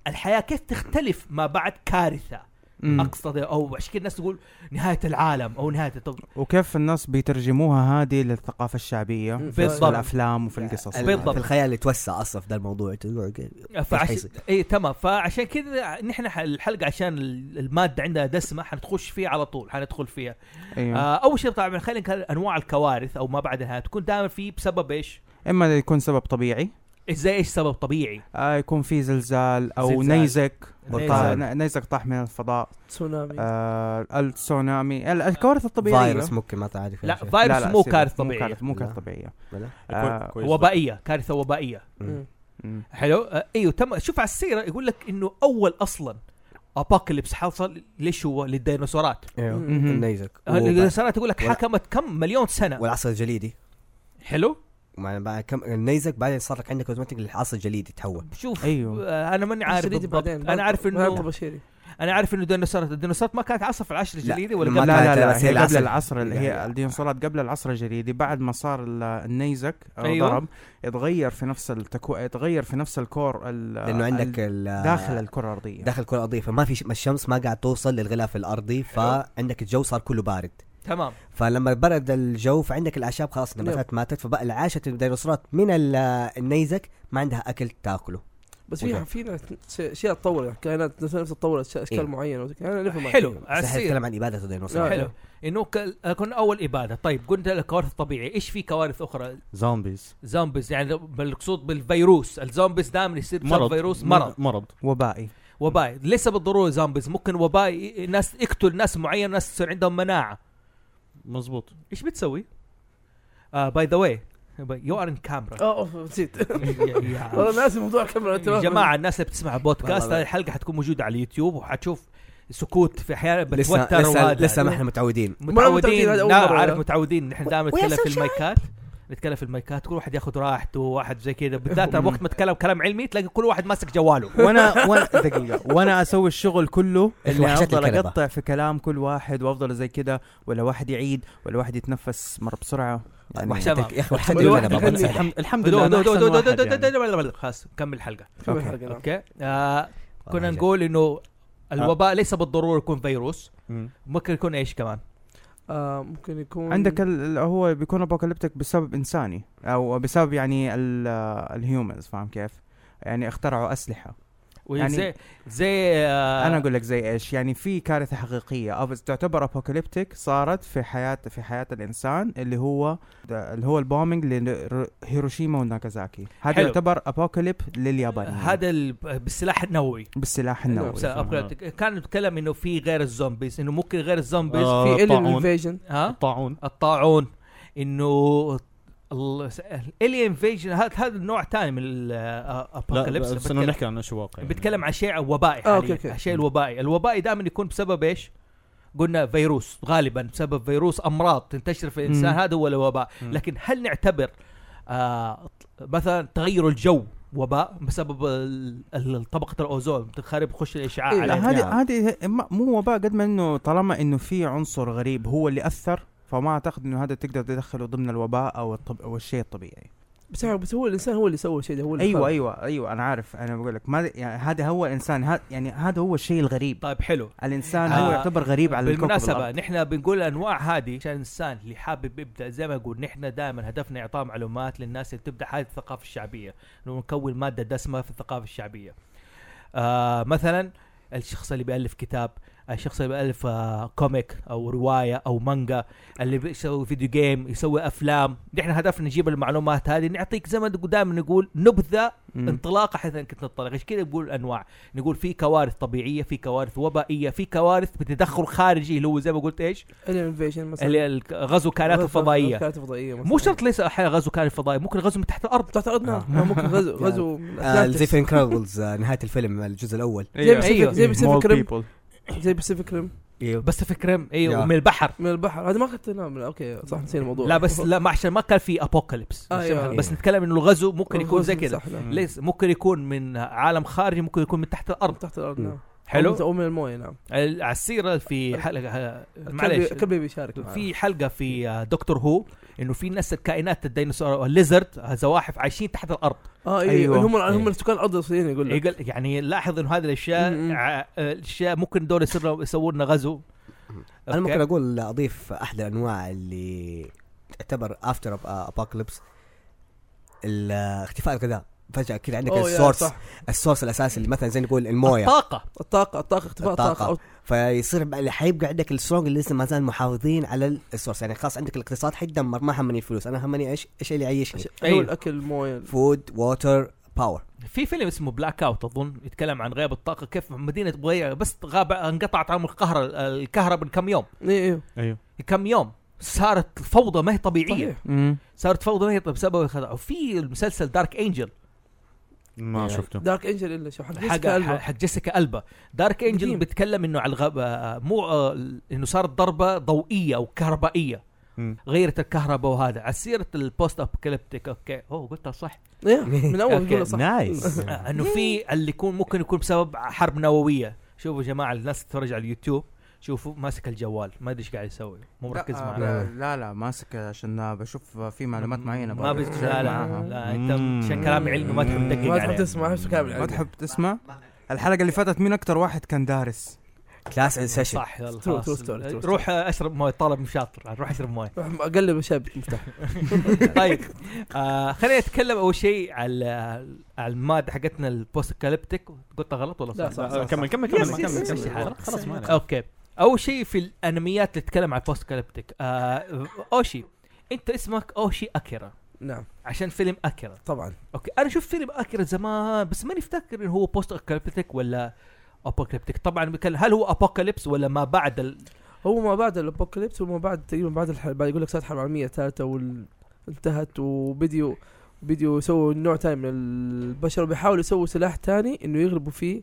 Speaker 1: الحياه كيف تختلف ما بعد كارثه
Speaker 3: مم.
Speaker 1: اقصد او عشان كده الناس تقول نهايه العالم او نهايه طب
Speaker 3: وكيف الناس بيترجموها هذه للثقافه الشعبيه
Speaker 5: مم.
Speaker 3: في
Speaker 1: بالضبط.
Speaker 3: الافلام وفي القصص
Speaker 1: ال- بالضبط.
Speaker 2: في الخيال اللي توسع اصلا في ذا الموضوع تقول كيف
Speaker 1: فعشان
Speaker 2: حيصير؟
Speaker 1: اي إيه، تمام فعشان كذا نحن ح- الحلقه عشان ال- الماده عندها دسمه حنخش فيها على طول حندخل فيها
Speaker 3: ايوه
Speaker 1: آه اول شيء طبعا خلينا نتكلم انواع الكوارث او ما بعد النهايه تكون دائما في بسبب ايش؟
Speaker 3: اما يكون سبب طبيعي
Speaker 1: زي ايش سبب طبيعي
Speaker 3: آه يكون في زلزال او
Speaker 1: زلزال.
Speaker 3: نيزك طا-
Speaker 2: بركان.
Speaker 3: ن- نيزك طاح من الفضاء
Speaker 1: طيب.
Speaker 5: تسونامي
Speaker 3: آه التسونامي ال- الكوارث الطبيعيه
Speaker 2: فايروس ممكن ما تعرف
Speaker 1: لا
Speaker 2: فايروس
Speaker 1: فايروس مو
Speaker 3: سيبك.
Speaker 1: كارثه
Speaker 3: مو
Speaker 1: طبيعيه
Speaker 3: كارثه مو
Speaker 2: لا.
Speaker 3: كارثه طبيعيه آه،
Speaker 4: كويس
Speaker 1: وبائيه كارثه وبائيه
Speaker 5: مم.
Speaker 3: مم.
Speaker 1: حلو آه، ايوه تم شوف على السيره يقول لك انه اول اصلا ابوكاليبس حصل ليش هو للديناصورات
Speaker 5: مم.
Speaker 2: النيزك
Speaker 1: آه، الديناصورات يقول لك
Speaker 2: ولا-
Speaker 1: حكمت كم مليون سنه
Speaker 2: والعصر الجليدي
Speaker 1: حلو
Speaker 2: مع بعد كم النيزك بعدين صار لك عندك اوتوماتيك العصر الجليدي تحول
Speaker 1: شوف
Speaker 3: ايوه
Speaker 1: آه، انا ماني عارف
Speaker 5: شديد
Speaker 1: بالضبط.
Speaker 5: بعدين
Speaker 1: انا عارف
Speaker 5: وهذا
Speaker 1: انه
Speaker 5: بشيري
Speaker 1: انا عارف انه الديناصورات الديناصورات ما كانت عصا في العشر الجليدي
Speaker 2: ما
Speaker 1: ولا
Speaker 3: لا
Speaker 1: قبل
Speaker 2: كانت
Speaker 3: لا لا
Speaker 2: بس هي
Speaker 3: هي قبل
Speaker 2: العصر.
Speaker 3: العصر ال- هي
Speaker 2: يعني-
Speaker 3: الديناصورات قبل العصر الجليدي بعد ما صار ال- النيزك آه،
Speaker 1: أيوة.
Speaker 3: ضرب اتغير في نفس التكو اتغير في نفس الكور ال-
Speaker 2: لانه عندك
Speaker 3: آه، ال-
Speaker 2: ال-
Speaker 3: داخل الكره الارضيه
Speaker 2: داخل الكره الارضيه فما في ش- ما الشمس ما قاعد توصل للغلاف الارضي فعندك الجو صار كله بارد
Speaker 1: تمام
Speaker 2: فلما برد الجو فعندك الاعشاب خلاص النباتات ماتت فبقى العاشت الديناصورات من ال- النيزك ما عندها اكل تاكله
Speaker 5: بس في في ناس- ش- اشياء تطورت يعني كائنات نفسها تطورت ش- اشكال
Speaker 2: إيه.
Speaker 5: معينه وزي كده. انا نفهم
Speaker 1: حلو على
Speaker 2: صحيح
Speaker 1: السيره
Speaker 2: نتكلم عن اباده الديناصورات
Speaker 5: آه.
Speaker 1: طيب. حلو انه ك- كنا اول اباده طيب قلنا الكوارث الطبيعيه ايش في كوارث اخرى
Speaker 4: زومبيز
Speaker 1: زومبيز يعني المقصود بالفيروس الزومبيز دائما يصير بسبب فيروس مرض
Speaker 4: مرض
Speaker 3: وبائي
Speaker 1: وباء ليس بالضروره زومبيز ممكن وباء ي- ناس يقتل ناس معين ناس تصير عندهم مناعه
Speaker 4: مزبوط
Speaker 1: ايش بتسوي آه، باي ذا واي يو ار ان كاميرا
Speaker 5: اه اوف نسيت
Speaker 1: آه.
Speaker 5: والله ناسي موضوع الكاميرا
Speaker 1: يا
Speaker 5: تمام.
Speaker 1: جماعه الناس اللي بتسمع البودكاست
Speaker 2: والله.
Speaker 1: هذه الحلقه حتكون موجوده على اليوتيوب وحتشوف سكوت في احيانا
Speaker 2: لسه
Speaker 1: بتوتر
Speaker 2: لسه,
Speaker 1: وهذا
Speaker 2: لسه ما احنا متعودين
Speaker 1: متعودين
Speaker 5: متعودين، هذا أول
Speaker 1: لا
Speaker 5: مرة.
Speaker 1: عارف متعودين نحن دائما
Speaker 2: ويا
Speaker 1: نتكلم في المايكات نتكلم في المايكات كل واحد ياخذ راحته واحد زي كذا بالذات أنا وقت ما اتكلم كلام علمي تلاقي كل واحد ماسك جواله
Speaker 3: وانا وانا دقيقه وانا اسوي الشغل كله
Speaker 2: إيش
Speaker 3: اللي
Speaker 2: وحشتني
Speaker 3: افضل
Speaker 2: الكلبة.
Speaker 3: اقطع في كلام كل واحد وافضل زي كده ولا واحد يعيد ولا واحد يتنفس مره بسرعه
Speaker 1: يعني
Speaker 2: وحشتك يا
Speaker 1: الحمد
Speaker 2: اخي وحشتك
Speaker 1: لله.
Speaker 2: أنا بابا.
Speaker 5: الحمد
Speaker 4: الحمد الحمد
Speaker 1: دو-
Speaker 4: لله أنا
Speaker 1: دو- دو-
Speaker 4: أحسن
Speaker 1: دو- دو-
Speaker 4: واحد
Speaker 1: دو- دو-
Speaker 4: يعني.
Speaker 1: دو- دو- خلاص كمل الحلقه
Speaker 5: كمل
Speaker 2: أوكي.
Speaker 5: الحلقة، نعم.
Speaker 1: اوكي آه، كنا
Speaker 2: والله آه.
Speaker 1: نقول انه الوباء ليس بالضروره يكون فيروس
Speaker 4: مم.
Speaker 1: ممكن يكون ايش كمان
Speaker 5: آه، ممكن يكون
Speaker 3: عندك ال- ال- هو بيكون ابوكاليبتك بسبب انساني او بسبب يعني ال- الهيومنز فاهم كيف؟ يعني اخترعوا اسلحه يعني-
Speaker 1: زي زي آه،
Speaker 3: انا اقول لك زي ايش يعني في كارثه حقيقيه أو بس تعتبر ابوكاليبتك صارت في حياه في حياه الانسان اللي هو ده- اللي هو البومينج لهيروشيما وناكازاكي هذا
Speaker 1: حلو. آه،
Speaker 3: يعتبر ابوكاليب لليابانيين
Speaker 1: هذا ال- بالسلاح النووي
Speaker 3: بالسلاح النووي
Speaker 1: بس-
Speaker 4: فهمها.
Speaker 1: أبغى- كان يتكلم انه في غير الزومبيز انه ممكن غير الزومبيز
Speaker 4: آه،
Speaker 5: في الين
Speaker 4: طاعون.
Speaker 5: انفيجن
Speaker 1: ها
Speaker 4: الطاعون
Speaker 1: الطاعون انه الالي انفيجن هذا هذا النوع ثاني من آه، الابوكاليبس
Speaker 4: لا بس انه نحكي عن يعني. شيء واقعي
Speaker 1: بيتكلم عن شيء وبائي
Speaker 5: آه، أوكي،
Speaker 1: حاليا
Speaker 5: أوكي.
Speaker 1: الشيء الوبائي الوبائي دائما يكون بسبب ايش قلنا فيروس غالبا بسبب فيروس امراض تنتشر في الانسان
Speaker 3: مم.
Speaker 1: هذا هو الوباء
Speaker 4: مم.
Speaker 1: لكن هل نعتبر آه مثلا تغير الجو وباء بسبب ال- ال- طبقه الاوزون تخرب خش الاشعاع
Speaker 5: إيه،
Speaker 3: لا
Speaker 1: عليه
Speaker 3: هذه
Speaker 2: نعم.
Speaker 3: هذه ما- مو وباء قد ما انه طالما انه في عنصر غريب هو اللي اثر فما اعتقد انه هذا تقدر تدخله ضمن الوباء او الطب او الشيء الطبيعي
Speaker 5: بس يعني بس هو الانسان هو اللي سوى الشيء ده هو
Speaker 1: أيوة،
Speaker 5: اللي
Speaker 3: ايوه ايوه
Speaker 5: فعل.
Speaker 3: ايوه انا عارف انا بقول لك ما يعني هذا هو الانسان هذا يعني هذا هو الشيء الغريب
Speaker 1: طيب حلو
Speaker 3: الانسان هو
Speaker 1: آه،
Speaker 3: يعتبر غريب على الكوكب
Speaker 1: بالمناسبه
Speaker 3: الارض
Speaker 1: نحن بنقول الانواع هذه عشان الانسان اللي حابب يبدا زي ما اقول نحن دائما هدفنا اعطاء معلومات للناس اللي تبدا هذه الثقافه الشعبيه انه نكون ماده دسمه في الثقافه الشعبيه. آه مثلا الشخص اللي بيالف كتاب، الشخص اللي بيالف آه كوميك او روايه او مانجا، اللي بيسوي فيديو جيم، يسوي افلام، نحن هدفنا نجيب المعلومات هذه نعطيك زي ما دائما نقول نبذه
Speaker 3: مم.
Speaker 1: انطلاقه حيث انك تنطلق عشان كذا نقول انواع نقول في كوارث طبيعيه في كوارث وبائيه في كوارث بتدخل خارجي اللي هو زي ما قلت ايش
Speaker 5: Alien Invasion مثلا
Speaker 1: اللي هي الك- غزو كائنات الفضائيه
Speaker 5: كائنات فضائيه مثلا
Speaker 1: مو شرط ليس أحيانا غزو كائنات فضائي ممكن غزو من تحت الارض
Speaker 5: تحت الارض
Speaker 4: آه.
Speaker 5: ما ما ممكن غزو غزو من
Speaker 2: آه،
Speaker 5: الأتلانتس.
Speaker 2: زي في انكريدبلز نهايه آه، الفيلم الجزء الاول
Speaker 5: زي Pacific-
Speaker 1: أيوة.
Speaker 5: زي Pacific
Speaker 3: Small
Speaker 5: Rim.
Speaker 3: people.
Speaker 5: زي باسيفيك ريم
Speaker 2: ايوه
Speaker 1: بس في كريم ايوه
Speaker 2: يا.
Speaker 1: من البحر
Speaker 5: من البحر هذا ما كنت نعم لا، اوكي صح نسينا الموضوع
Speaker 1: لا بس لا ما عشان ما كان في ابوكاليبس
Speaker 5: آه، أيوة.
Speaker 1: بس نتكلم انه الغزو ممكن يكون زي كذا
Speaker 5: صح، نعم.
Speaker 4: مم.
Speaker 1: ليس ممكن يكون من عالم خارجي ممكن يكون من تحت الارض
Speaker 5: تحت الارض
Speaker 2: مم.
Speaker 5: نعم
Speaker 1: حلو
Speaker 5: او من المويه نعم
Speaker 1: ال- على السيره في حلقه معلش
Speaker 5: معليش كبي بيشارك معنا.
Speaker 1: في حلقه في آه، دكتور هو انه في ناس الكائنات الديناصور الليزرد آه، زواحف عايشين تحت الارض
Speaker 5: اه
Speaker 3: أيوة.
Speaker 5: ايوه هم هم
Speaker 2: إيه.
Speaker 5: اللي سكان الارض الاصليين يقول لك
Speaker 1: يقل- يعني لاحظ انه هذه الاشياء
Speaker 5: م- م.
Speaker 1: ع- آه، الاشياء ممكن دول يصيروا يسووا لنا غزو
Speaker 2: انا
Speaker 1: أوكي.
Speaker 2: ممكن اقول اضيف احد الانواع اللي تعتبر افتر ابوكاليبس اختفاء الغذاء فجاه كذا عندك
Speaker 5: أوه، يا،
Speaker 2: السورس
Speaker 5: صح.
Speaker 2: السورس الاساسي اللي مثلا زي نقول المويه
Speaker 1: الطاقه
Speaker 5: الطاقه الطاقه اختفاء
Speaker 2: الطاقة.
Speaker 5: الطاقه
Speaker 2: فيصير بقى- حيبقى عندك السترونج اللي لسه ما زال محافظين على السورس يعني خلاص عندك الاقتصاد حيتدمر ما همني الفلوس انا همني ايش ايش اللي يعيشني
Speaker 5: أيوة.
Speaker 1: أيوة.
Speaker 5: هو الاكل المويه
Speaker 2: فود ووتر باور
Speaker 1: في فيلم اسمه بلاك اوت اظن يتكلم عن غياب الطاقه كيف مدينه بغير بس غاب انقطعت عن القهر الكهرباء من كم يوم
Speaker 5: ايه ايوه
Speaker 4: ايوه
Speaker 1: كم يوم صارت فوضى ما هي طبيعيه
Speaker 5: صحيح
Speaker 3: مم.
Speaker 1: صارت فوضى ما هي بسبب الخدع وفي المسلسل دارك انجل
Speaker 4: ما
Speaker 1: إيه.
Speaker 2: يعني
Speaker 4: شفته
Speaker 5: دارك انجل الا شو حق
Speaker 1: حق
Speaker 5: جيسيكا ألبا.
Speaker 1: حق جيسيكا البا دارك انجل
Speaker 5: قديم.
Speaker 1: بيتكلم انه على الغاب آه، مو آه، انه صارت ضربه ضوئيه او كهربائيه
Speaker 4: مم.
Speaker 1: غيرت الكهرباء وهذا على سيره البوست ابوكاليبتيك اوكي اوه قلتها صح
Speaker 5: إيه، من اول
Speaker 1: أوكي،
Speaker 5: تقولها صح
Speaker 4: نايس
Speaker 1: آه، انه في اللي يكون ممكن يكون بسبب حرب نوويه شوفوا يا جماعه الناس تتفرج على اليوتيوب شوفوا ماسك الجوال ما ادري ايش قاعد يسوي مو مركز
Speaker 3: لا,
Speaker 1: معاه
Speaker 3: آه، لا لا ماسك عشان بشوف في معلومات آه. معينه
Speaker 1: ما
Speaker 3: بقدر
Speaker 1: بس
Speaker 3: أشارك
Speaker 1: لا لا,
Speaker 3: معاها.
Speaker 1: لا انت عشان كلامي علمي ما تحب تدقق
Speaker 5: ما تحب
Speaker 1: عليه
Speaker 5: تسمع ما تحب تكمل
Speaker 3: ما
Speaker 5: عليه.
Speaker 3: تحب تسمع الحلقه اللي فاتت مين اكتر واحد كان دارس
Speaker 2: كلاس سيشن
Speaker 1: صح يلا
Speaker 5: True- true
Speaker 1: خلاص
Speaker 5: story, true
Speaker 1: روح آه، اشرب مويه طالب شاطر روح اشرب مويه
Speaker 5: روح اقلب شاب مفتاح
Speaker 1: طيب آه خلينا نتكلم اول شيء على على الماده حقتنا البوست كاليبتيك قلتها غلط ولا صح؟
Speaker 5: لا، صح.
Speaker 4: آه، كمل كمل كمل
Speaker 1: يس،
Speaker 4: كمل،
Speaker 1: يس، يس،
Speaker 4: كمل.
Speaker 1: يس.
Speaker 4: خلاص، خلاص ما عليك.
Speaker 1: اوكي اول شيء في الانميات اللي تتكلم عن البوست كاليبتيك آه اوشي انت اسمك اوشي اكيرا
Speaker 5: نعم
Speaker 1: عشان فيلم اكيرا
Speaker 5: طبعا
Speaker 1: اوكي انا شفت فيلم اكيرا زمان بس ماني افتكر انه هو بوست كاليبتيك ولا ابوكاليبتيك طبعا بيتكلم- هل هو ابوكاليبس ولا ما بعد ال...
Speaker 5: هو ما بعد الابوكاليبس وما بعد تقريبا بعد الحرب بعد يقول لك صارت الحرب العالميه الثالثه وال... انتهت وبديوا بديوا يسووا نوع ثاني من البشر وبيحاولوا يسووا سلاح ثاني انه يغلبوا فيه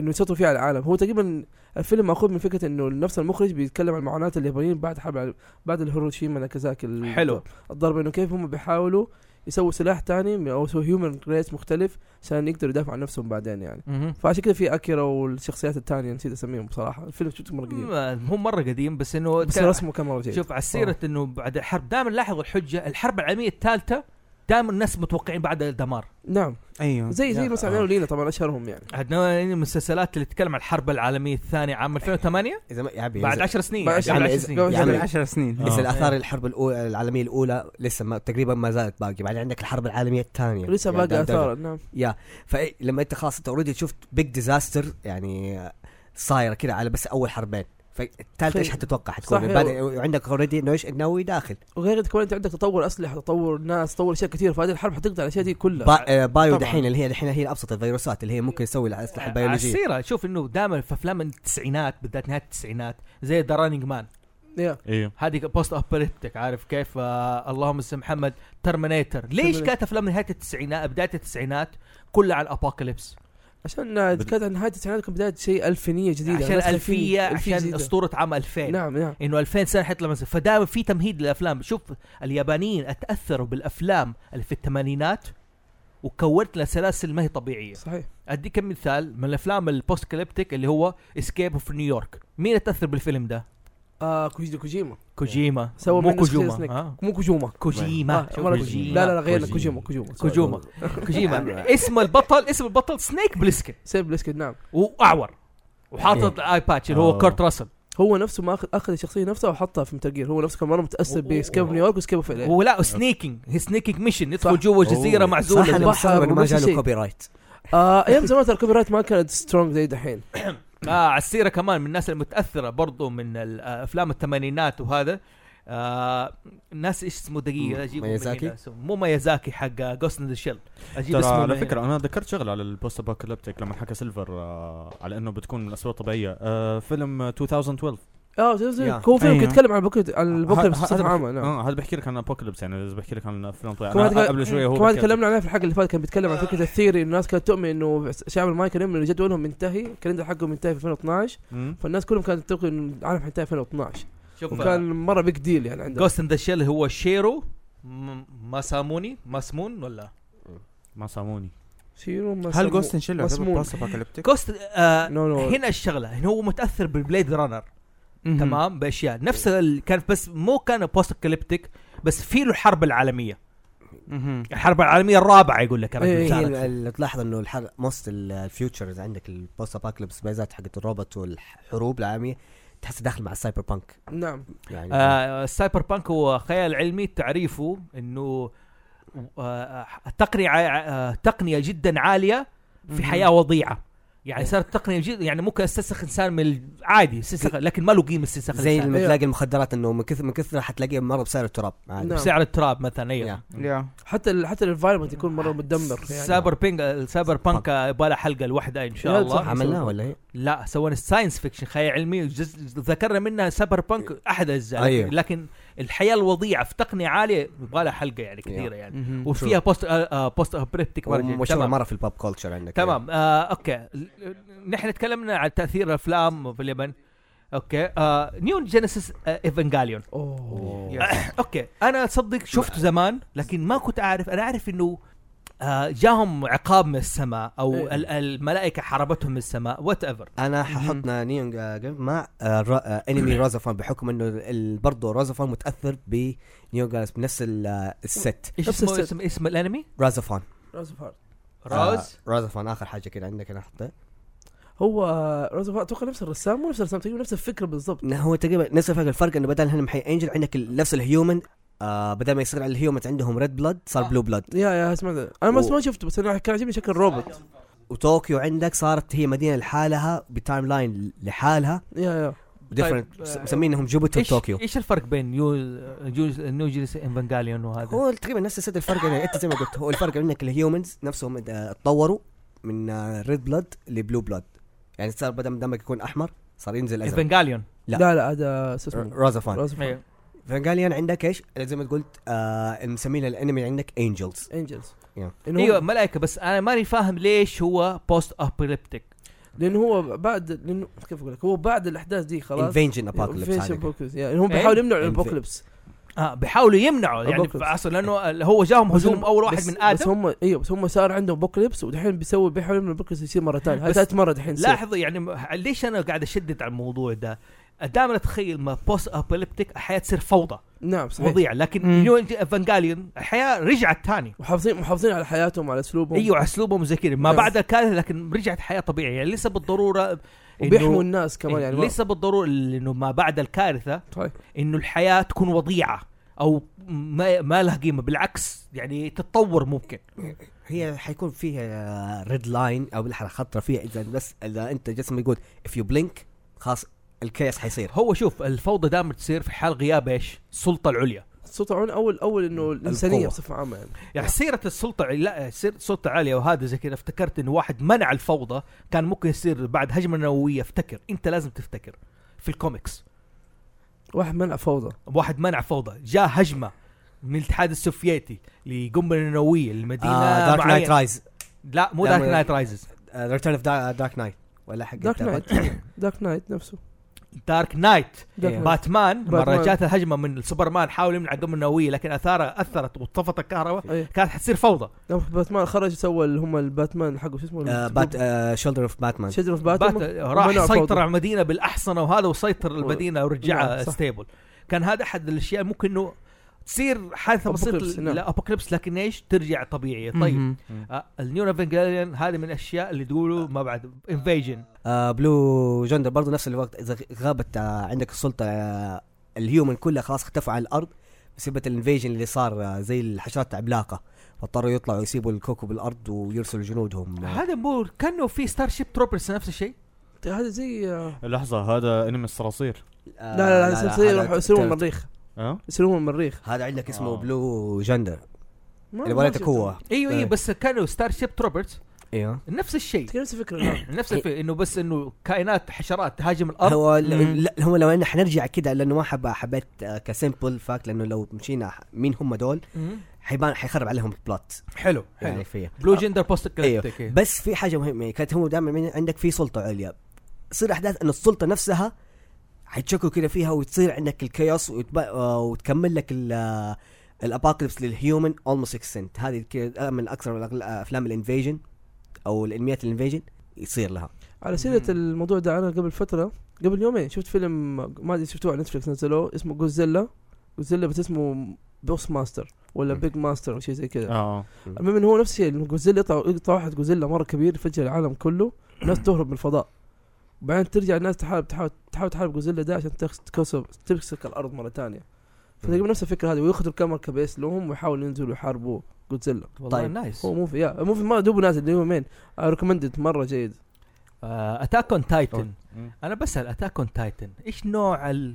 Speaker 5: انه يسيطروا فيه على العالم هو تقريبا الفيلم ماخوذ من فكره انه نفس المخرج بيتكلم عن معاناه اليابانيين بعد حرب العالم- بعد الهيروشيما ناكازاكي ال-
Speaker 1: حلو.
Speaker 5: الضربه انه كيف هم بيحاولوا يسووا سلاح ثاني او يسووا هيومن ريس مختلف عشان يقدروا يدافعوا عن نفسهم بعدين يعني فعشان كده في اكيرا والشخصيات الثانيه نسيت اسميهم بصراحه الفيلم شفته مره قديم
Speaker 1: هو مره قديم بس انه
Speaker 5: بس
Speaker 1: كان-
Speaker 5: رسمه كان مره جيد
Speaker 1: شوف على سيرة
Speaker 5: آه.
Speaker 1: انه بعد الحرب دائما لاحظوا الحجة الحرب العالمية الثالثة دائما الناس متوقعين بعد الدمار
Speaker 5: نعم
Speaker 3: ايوه
Speaker 5: زي زي
Speaker 1: لا،
Speaker 5: مثلا عملوا لينا طبعا اشهرهم يعني
Speaker 1: عندنا المسلسلات اللي تتكلم عن الحرب العالمية الثانية عام 2008
Speaker 2: اذا ما يا حبيبي
Speaker 1: بعد
Speaker 2: إذا-
Speaker 1: 10 سنين
Speaker 5: بعد
Speaker 1: يعني
Speaker 5: عشر- إيه.
Speaker 1: قبل 10 سنين
Speaker 2: يعني إذا- يا عمي
Speaker 5: قبل
Speaker 3: قبل 10 سنين
Speaker 4: آه.
Speaker 2: اذا الاثار الحرب الأولى العالميه الاولى لسه ما تقريبا ما زالت باقي بعدين عندك الحرب العالميه الثانيه
Speaker 5: لسه
Speaker 2: يعني
Speaker 5: باقي
Speaker 2: ده- ده-
Speaker 5: اثار نعم
Speaker 2: فلما انت خلاص انت اوريدي شفت بيج ديزاستر يعني صايره كذا على بس اول حربين فالثالثه ايش
Speaker 5: خي-
Speaker 2: حتتوقع حتكون
Speaker 5: صح،
Speaker 2: من بعد- وعندك اوريدي انه ايش النووي داخل
Speaker 5: وغير كده كمان انت عندك تطور اسلحه تطور ناس تطور اشياء كثير فهذه الحرب حتقضي على الاشياء دي كلها
Speaker 2: با- آه، بايو
Speaker 3: طبعاً.
Speaker 2: دحين اللي هي الحين هي ابسط الفيروسات اللي هي ممكن تسوي الاسلحه
Speaker 1: على
Speaker 2: البيولوجيه
Speaker 1: السيرة شوف انه دائما في افلام التسعينات بالذات نهاية التسعينات زي ذا رانينج مان
Speaker 5: يا.
Speaker 4: ايوه
Speaker 1: هذه بوست ابوكاليبتيك عارف كيف آه اللهم اسم محمد ترمينيتر ليش
Speaker 5: Terminator.
Speaker 1: كانت افلام نهاية التسعينات بداية التسعينات كلها عن ابوكاليبس
Speaker 5: عشان آه، كانت نهايه التسعينات كانت بدايه شيء الفينيه جديده
Speaker 1: عشان
Speaker 5: ناس خفيف-
Speaker 1: الفية عشان
Speaker 5: جديدة.
Speaker 1: اسطورة عام 2000
Speaker 5: نعم نعم
Speaker 1: انه 2000 سنه حيطلع مثلا فدائما في تمهيد للافلام شوف اليابانيين اتاثروا بالافلام اللي في الثمانينات وكونت لها سلاسل ما هي طبيعيه
Speaker 5: صحيح
Speaker 1: اديك مثال من الافلام البوست كاليبتيك اللي هو اسكيب اوف نيويورك مين اتاثر بالفيلم ده
Speaker 5: آه كوجي كوجيما
Speaker 1: كوجيما
Speaker 5: سوى
Speaker 1: مو
Speaker 5: منه سكير
Speaker 1: كوجوما
Speaker 5: سنيك.
Speaker 1: ها؟
Speaker 5: مو كوجوما
Speaker 1: كوجيما
Speaker 5: آه، مرة
Speaker 4: كوجيما.
Speaker 5: لا لا لا غيرنا
Speaker 4: كوجيما.
Speaker 5: كوجيما كوجيما
Speaker 1: كوجوما كوجيما اسم البطل اسم البطل سنيك بليسكن
Speaker 5: سيب بليسكت نعم
Speaker 1: واعور وحاطط اي باتش اللي هو
Speaker 4: آه.
Speaker 1: كورت راسل
Speaker 5: هو نفسه ما اخذ اخذ الشخصيه نفسها وحطها في مترجير هو نفسه كان مره متاثر
Speaker 1: أوه.
Speaker 5: بسكيب نيويورك وسكيب في LA.
Speaker 1: ولا سنيكينج هي سنيكينج ميشن يدخل
Speaker 5: صح.
Speaker 1: جوا جزيره
Speaker 4: أوه.
Speaker 2: صح
Speaker 1: معزوله
Speaker 2: انا
Speaker 5: البحر
Speaker 2: مستغرب انه ما
Speaker 5: ونفس
Speaker 2: جاله
Speaker 5: الشيء.
Speaker 2: كوبي رايت
Speaker 5: آه ايام زمان ترى الكوبي رايت ما كانت سترونج زي دحين
Speaker 1: آه على السيره كمان من الناس المتاثره برضو من ال- آه، افلام الثمانينات وهذا آه ناس ايش اسمه دقيقه اجيبه من
Speaker 2: ميازاكي؟
Speaker 1: هنا اسمه- مو ميازاكي حق جوست ذا شيل اجيب
Speaker 4: ترى
Speaker 1: اسمه
Speaker 4: على
Speaker 1: من هنا.
Speaker 4: فكره انا ذكرت شغله على البوست ابوكاليبتيك لما حكى سيلفر آه على انه بتكون من الاسباب الطبيعيه آه فيلم آه، 2012
Speaker 5: اه زي- زي
Speaker 2: يا.
Speaker 5: هو فيلم
Speaker 3: أيوه.
Speaker 5: يتكلم عن البوكليبس عن البوكليبس
Speaker 4: ه- ه-
Speaker 5: بصفه
Speaker 4: هذا
Speaker 5: عامه
Speaker 4: بحكي-
Speaker 5: نعم
Speaker 4: اه هذا بحكي لك عن ابوكاليبس يعني إذا بحكي لك عن افلام طبيعيه
Speaker 5: كمان
Speaker 4: أنا
Speaker 5: تكلم-
Speaker 4: قبل شويه هو
Speaker 5: كمان
Speaker 4: بحكي-
Speaker 5: تكلمنا عنها في الحلقه اللي فاتت كان بيتكلم عن فكره الثيري إنه الناس كانت تؤمن انه الشعب المايا كان يؤمن انه جدولهم منتهي الكالندر حقهم منتهي في 2012
Speaker 4: مم.
Speaker 5: فالناس كلهم كانت تؤمن انه العالم حينتهي في 2012
Speaker 1: شوف
Speaker 5: وكان مره بيج ديل يعني عندهم
Speaker 1: جوست ذا شيل هو شيرو م- ماساموني ماسمون ولا
Speaker 4: ما ساموني
Speaker 5: شيرو ما
Speaker 3: هل
Speaker 5: سمو-
Speaker 3: جوستن شيل
Speaker 5: مسموم.
Speaker 3: بوست ابوكاليبتيك
Speaker 1: جوست آه
Speaker 5: نو نو
Speaker 1: هنا الشغله هنا هو متاثر بالبليد رانر تمام باشياء نفس ال- كان بس مو كان بوست ابوكاليبتيك بس في له الحرب العالميه الحرب العالميه الرابعه يقول لك يا رجل
Speaker 5: إيه.
Speaker 2: هي
Speaker 1: كانت.
Speaker 2: اللي تلاحظ انه الحر موست الفيوتشرز عندك البوست ابوكاليبس بيزات حقت الروبوت والحروب العالميه تحس داخل مع السايبر بانك
Speaker 5: نعم
Speaker 2: يعني
Speaker 1: آه، السايبر بانك هو خيال علمي تعريفه انه آه، تقنيه آه، تقنيه جدا عاليه في حياه وضيعه يعني
Speaker 2: إيه.
Speaker 1: صارت تقنيه جدا يعني ممكن استنسخ انسان من العادي استنسخ لكن ما له قيمه استنساخ
Speaker 2: زي
Speaker 1: الانسان
Speaker 2: لما تلاقي المخدرات انه من كثر من كثر حتلاقيها مره بسعر التراب عادي.
Speaker 5: نعم.
Speaker 1: بسعر التراب مثلا ايوه
Speaker 2: يا.
Speaker 3: يا
Speaker 5: حتى ال حتى الانفايرمنت يكون مره متدمر يعني
Speaker 1: السايبر بينج السايبر بانك آه، يبغى لها حلقه لوحدها ان شاء
Speaker 5: لا،
Speaker 1: الله
Speaker 5: صح.
Speaker 2: عملناها ولا إيه؟ هي؟
Speaker 1: لا سوينا ساينس فيكشن خيال علمي جز... ذكرنا منها سايبر بانك احد الاجزاء
Speaker 2: أيوه.
Speaker 1: لكن, لكن الحياه الوضيعه في تقنيه عاليه يبغى لها حلقه يعني كثيره يعني وفيها بوست آه آه بوست ابريبتيك
Speaker 2: مشهوره
Speaker 1: تمام
Speaker 2: مره في البوب كولتشر عندك
Speaker 1: تمام آه اوكي ل- نحن تكلمنا عن تاثير الافلام في اليابان اوكي آه نيون جينيسيس آه ايفانجاليون
Speaker 5: اوه
Speaker 1: اوكي انا صدق شفته زمان لكن ما كنت اعرف انا اعرف انه آه جاهم عقاب من السماء او
Speaker 5: إيه.
Speaker 1: ال- الملائكه حاربتهم من السماء وات ايفر
Speaker 2: انا ححطنا نيون جا- مع آه، را- آه، انمي روزافون بحكم انه ال- برضه روزافون متاثر بنيون جالس بنفس ال- آه، الست
Speaker 1: ايش
Speaker 5: نفس
Speaker 1: اسمه
Speaker 5: الست.
Speaker 1: اسم, اسم الانمي؟
Speaker 2: روزافون
Speaker 5: راس أوف هارت.
Speaker 1: راز
Speaker 2: آه، روزافون اخر حاجه كده عندك انا حطيت
Speaker 5: هو آه، راس أوف هارت اتوقع نفس الرسام مو نفس الرسام تقريبا نفس الفكره بالضبط
Speaker 2: إنه هو تقريبا نفس الفرق الفرق انه بدل هنا محي انجل عندك ال- نفس الهيومن آه بدل ما يصير على الهيومنز عندهم ريد بلاد صار
Speaker 1: آه.
Speaker 2: بلو بلاد
Speaker 5: يا يا سمعت انا بس
Speaker 2: و-
Speaker 5: ما شفته بس انا كان عاجبني شكل الروبوت
Speaker 2: وطوكيو عندك صارت هي مدينه لحالها بتايم لاين لحالها
Speaker 5: يا يا
Speaker 1: طيب،
Speaker 2: ديفرنت
Speaker 1: آه،
Speaker 2: مسمينهم جوبيتر
Speaker 1: ايش
Speaker 2: طوكيو
Speaker 1: ايش الفرق بين نيو نيو- نيو جينيسيس ايفانجاليون وهذا؟
Speaker 2: هو تقريبا نفس الست الفرق يعني انت زي ما قلت هو الفرق انك الهيومنز نفسهم آه، اتطوروا من آه، ريد بلاد لبلو بلاد يعني صار بدل دمك يكون احمر صار ينزل ازرق
Speaker 1: ايفانجاليون
Speaker 2: لا.
Speaker 5: لا لا هذا شو اسمه
Speaker 2: روزافان
Speaker 5: راس أوف هارت.
Speaker 1: ايوه
Speaker 2: فانجاليان عندك ايش؟ زي ما قلت آه مسمين الانمي عندك انجلز
Speaker 1: أيوه.
Speaker 5: انجلز
Speaker 2: يا.
Speaker 5: إنه
Speaker 1: ايوه
Speaker 5: هو
Speaker 1: ملائكه بس انا ماني فاهم ليش هو بوست ابيليبتيك
Speaker 5: لانه هو بعد لانه كيف اقول لك هو بعد الاحداث دي خلاص
Speaker 2: انفيجن
Speaker 5: فيش
Speaker 2: ابوكاليبس
Speaker 5: ابوكليبس يعني هم
Speaker 1: إيه؟
Speaker 5: بيحاولوا يمنعوا
Speaker 2: إنفي-
Speaker 5: الابوكليبس آه،
Speaker 1: اه بيحاولوا يمنعوا يعني
Speaker 5: Apocalypse.
Speaker 1: في عصر لانه اللي هو جاهم
Speaker 5: بس
Speaker 1: هجوم
Speaker 5: هم-
Speaker 1: اول واحد
Speaker 5: بس-
Speaker 1: من
Speaker 5: بس
Speaker 1: ادم
Speaker 5: هم ايوه بس هم صار عندهم ابوكليبس ودحين بيسوي بيحاولوا يمنعوا الابوكليبس يصير مره ثانيه هذا
Speaker 1: بس
Speaker 5: ثالث مره دحين يصير.
Speaker 1: لاحظوا يعني م- ليش انا قاعد اشدد على الموضوع ده دائما اتخيل ما بوست ابيليبتيك الحياه تصير فوضى
Speaker 5: نعم صحيح
Speaker 1: وضيع لكن
Speaker 3: مم.
Speaker 1: نيو افانجاليون الحياه رجعت ثاني
Speaker 5: محافظين محافظين على حياتهم على اسلوبهم
Speaker 1: ايوه اسلوبهم زي كذا ما
Speaker 5: بس.
Speaker 1: بعد الكارثه لكن رجعت حياه طبيعيه يعني ليس بالضروره
Speaker 5: وبيحموا
Speaker 1: إنه- إيه،
Speaker 5: الناس كمان يعني
Speaker 1: ليس بالضروره انه ما بعد الكارثه
Speaker 5: طيب.
Speaker 1: انه الحياه تكون وضيعه او ما ما لها قيمه بالعكس يعني تتطور ممكن
Speaker 2: هي حيكون فيها آه، ريد لاين او بالحلقه خطره فيها اذا بس اذا انت جسمك يقول اف يو بلينك خلاص الكيس حيصير
Speaker 1: هو شوف الفوضى دائما تصير في حال غياب ايش؟ السلطه العليا
Speaker 5: السلطة عون اول اول انه الانسانيه
Speaker 2: القوة.
Speaker 5: بصفه عامه يعني
Speaker 1: يعني سيره السلطه لا سيره السلطه العليا وهذا زي كذا افتكرت انه واحد منع الفوضى كان ممكن يصير بعد هجمه نوويه افتكر انت لازم تفتكر في الكوميكس
Speaker 5: واحد منع فوضى
Speaker 1: واحد منع فوضى جاء هجمه من الاتحاد السوفيتي لقنبله نوويه لمدينه آه
Speaker 2: دارك نايت رايز
Speaker 1: لا مو
Speaker 2: لا،
Speaker 1: دارك
Speaker 2: مو- آه،
Speaker 1: نايت رايزز
Speaker 2: ريتيرن اوف دارك نايت ولا حق
Speaker 5: دارك
Speaker 2: التابع.
Speaker 5: نايت دارك نايت نفسه
Speaker 1: دارك نايت
Speaker 5: دارك
Speaker 2: إيه.
Speaker 5: نايت.
Speaker 1: باتمان
Speaker 5: باتمان.
Speaker 1: مره جات الهجمه من سوبرمان حاول يمنع القمه النوويه لكن اثارها اثرت وطفت الكهرباء
Speaker 5: إيه.
Speaker 1: كانت حتصير فوضى
Speaker 5: لما نعم، باتمان خرج سوى اللي هم الباتمان حقه شو اسمه؟
Speaker 2: آه، بات شولدر اوف باتمان
Speaker 5: شجرة باتمان
Speaker 1: بات... راح
Speaker 5: ومنع
Speaker 1: سيطر
Speaker 5: فوضى.
Speaker 1: على المدينه بالاحصنه وهذا وسيطر المدينه
Speaker 5: نعم،
Speaker 1: ورجعها
Speaker 5: صح.
Speaker 1: ستيبل كان هذا احد الاشياء ممكن انه تصير حادثه
Speaker 5: Apocalypse،
Speaker 1: بسيطه
Speaker 5: نعم.
Speaker 1: لا ابوكليبس لكن ايش ترجع طبيعيه طيب
Speaker 3: مهم.
Speaker 1: آه، النيو ايفنجليون هذه من الاشياء اللي تقولوا ما بعد انفيجن
Speaker 2: آه بلو جندر برضو نفس الوقت اذا غابت آه عندك السلطه آه الهيومن كلها خلاص اختفوا على الارض بسبب الانفيجن اللي صار آه زي الحشرات العملاقه فاضطروا يطلعوا يسيبوا الكوكب الارض ويرسلوا جنودهم
Speaker 5: نعم.
Speaker 2: آه
Speaker 1: هذا مو كانه في ستار شيب تروبرز نفس الشيء
Speaker 5: هذا زي لا
Speaker 4: لحظه هذا انمي الصراصير
Speaker 5: لا لا, لا, زي
Speaker 2: آه، هذا
Speaker 5: يروحوا يسلمون
Speaker 2: تلت.
Speaker 5: المريخ
Speaker 4: اه
Speaker 5: يسلمون المريخ
Speaker 2: هذا عندك اسمه
Speaker 4: آه.
Speaker 2: بلو جندر
Speaker 5: ما-
Speaker 2: اللي
Speaker 5: ما
Speaker 2: ولدك
Speaker 5: شفته.
Speaker 2: هو
Speaker 1: ايوه
Speaker 5: أيوة،
Speaker 2: إيه.
Speaker 1: ايوه بس كانوا ستار شيب تروبرز
Speaker 2: ايوه
Speaker 1: نفس الشيء
Speaker 5: تقريبا نفس الفكره نعم.
Speaker 1: نفس الفكره انه بس انه كائنات حشرات تهاجم الارض
Speaker 2: إيه. هو ال-
Speaker 3: مم.
Speaker 2: لا هو لو انا حنرجع كده لانه ما حب حبيت آه كسمبل فاكت لانه لو مشينا ح- مين هم دول
Speaker 1: مم.
Speaker 2: حيبان حيخرب عليهم البلوت
Speaker 1: حلو
Speaker 2: يعني
Speaker 1: حلو
Speaker 2: فيه
Speaker 1: بلو جندر بوست
Speaker 2: أيوه.
Speaker 1: كلابتك، إيه.
Speaker 2: بس في حاجه مهمه كانت هو دائما من- عندك في سلطه عليا تصير احداث ان السلطه نفسها حتشكوا كده فيها وتصير عندك الكيوس وتب... آه، وتكمل لك ال آه، الابوكاليبس للهيومن اولموست اكسنت هذه كده من اكثر الأغل- افلام الانفيجن او الانميات الانفيجن يصير لها
Speaker 5: على سيره
Speaker 1: مم.
Speaker 5: الموضوع ده انا قبل فتره قبل يومين شفت فيلم ما ادري شفتوه على نتفلكس نزلوه اسمه جوزيلا جوزيلا بس اسمه بوس ماستر ولا
Speaker 2: مم.
Speaker 5: بيج ماستر او شيء زي كذا
Speaker 4: اه
Speaker 5: المهم انه هو نفس الشيء انه جوزيلا يطلع يقطع واحد جوزيلا مره كبير يفجر العالم كله الناس تهرب من الفضاء وبعدين ترجع الناس تحارب تحاول تحاول تحارب جوزيلا ده عشان تخس- تكسر تمسك الارض مره ثانيه فتقريبا نفس الفكره هذه وياخذوا كام مركبه يسلوهم ويحاولوا ينزلوا يحاربوا جوزيلا
Speaker 1: والله
Speaker 2: طيب.
Speaker 1: نايس
Speaker 5: هو موفي يا موفي ما دوبه نازل اللي هو مين ريكومندد مره جيد
Speaker 1: اتاك اون تايتن
Speaker 4: مم.
Speaker 1: انا بسال اتاك اون تايتن ايش نوع ال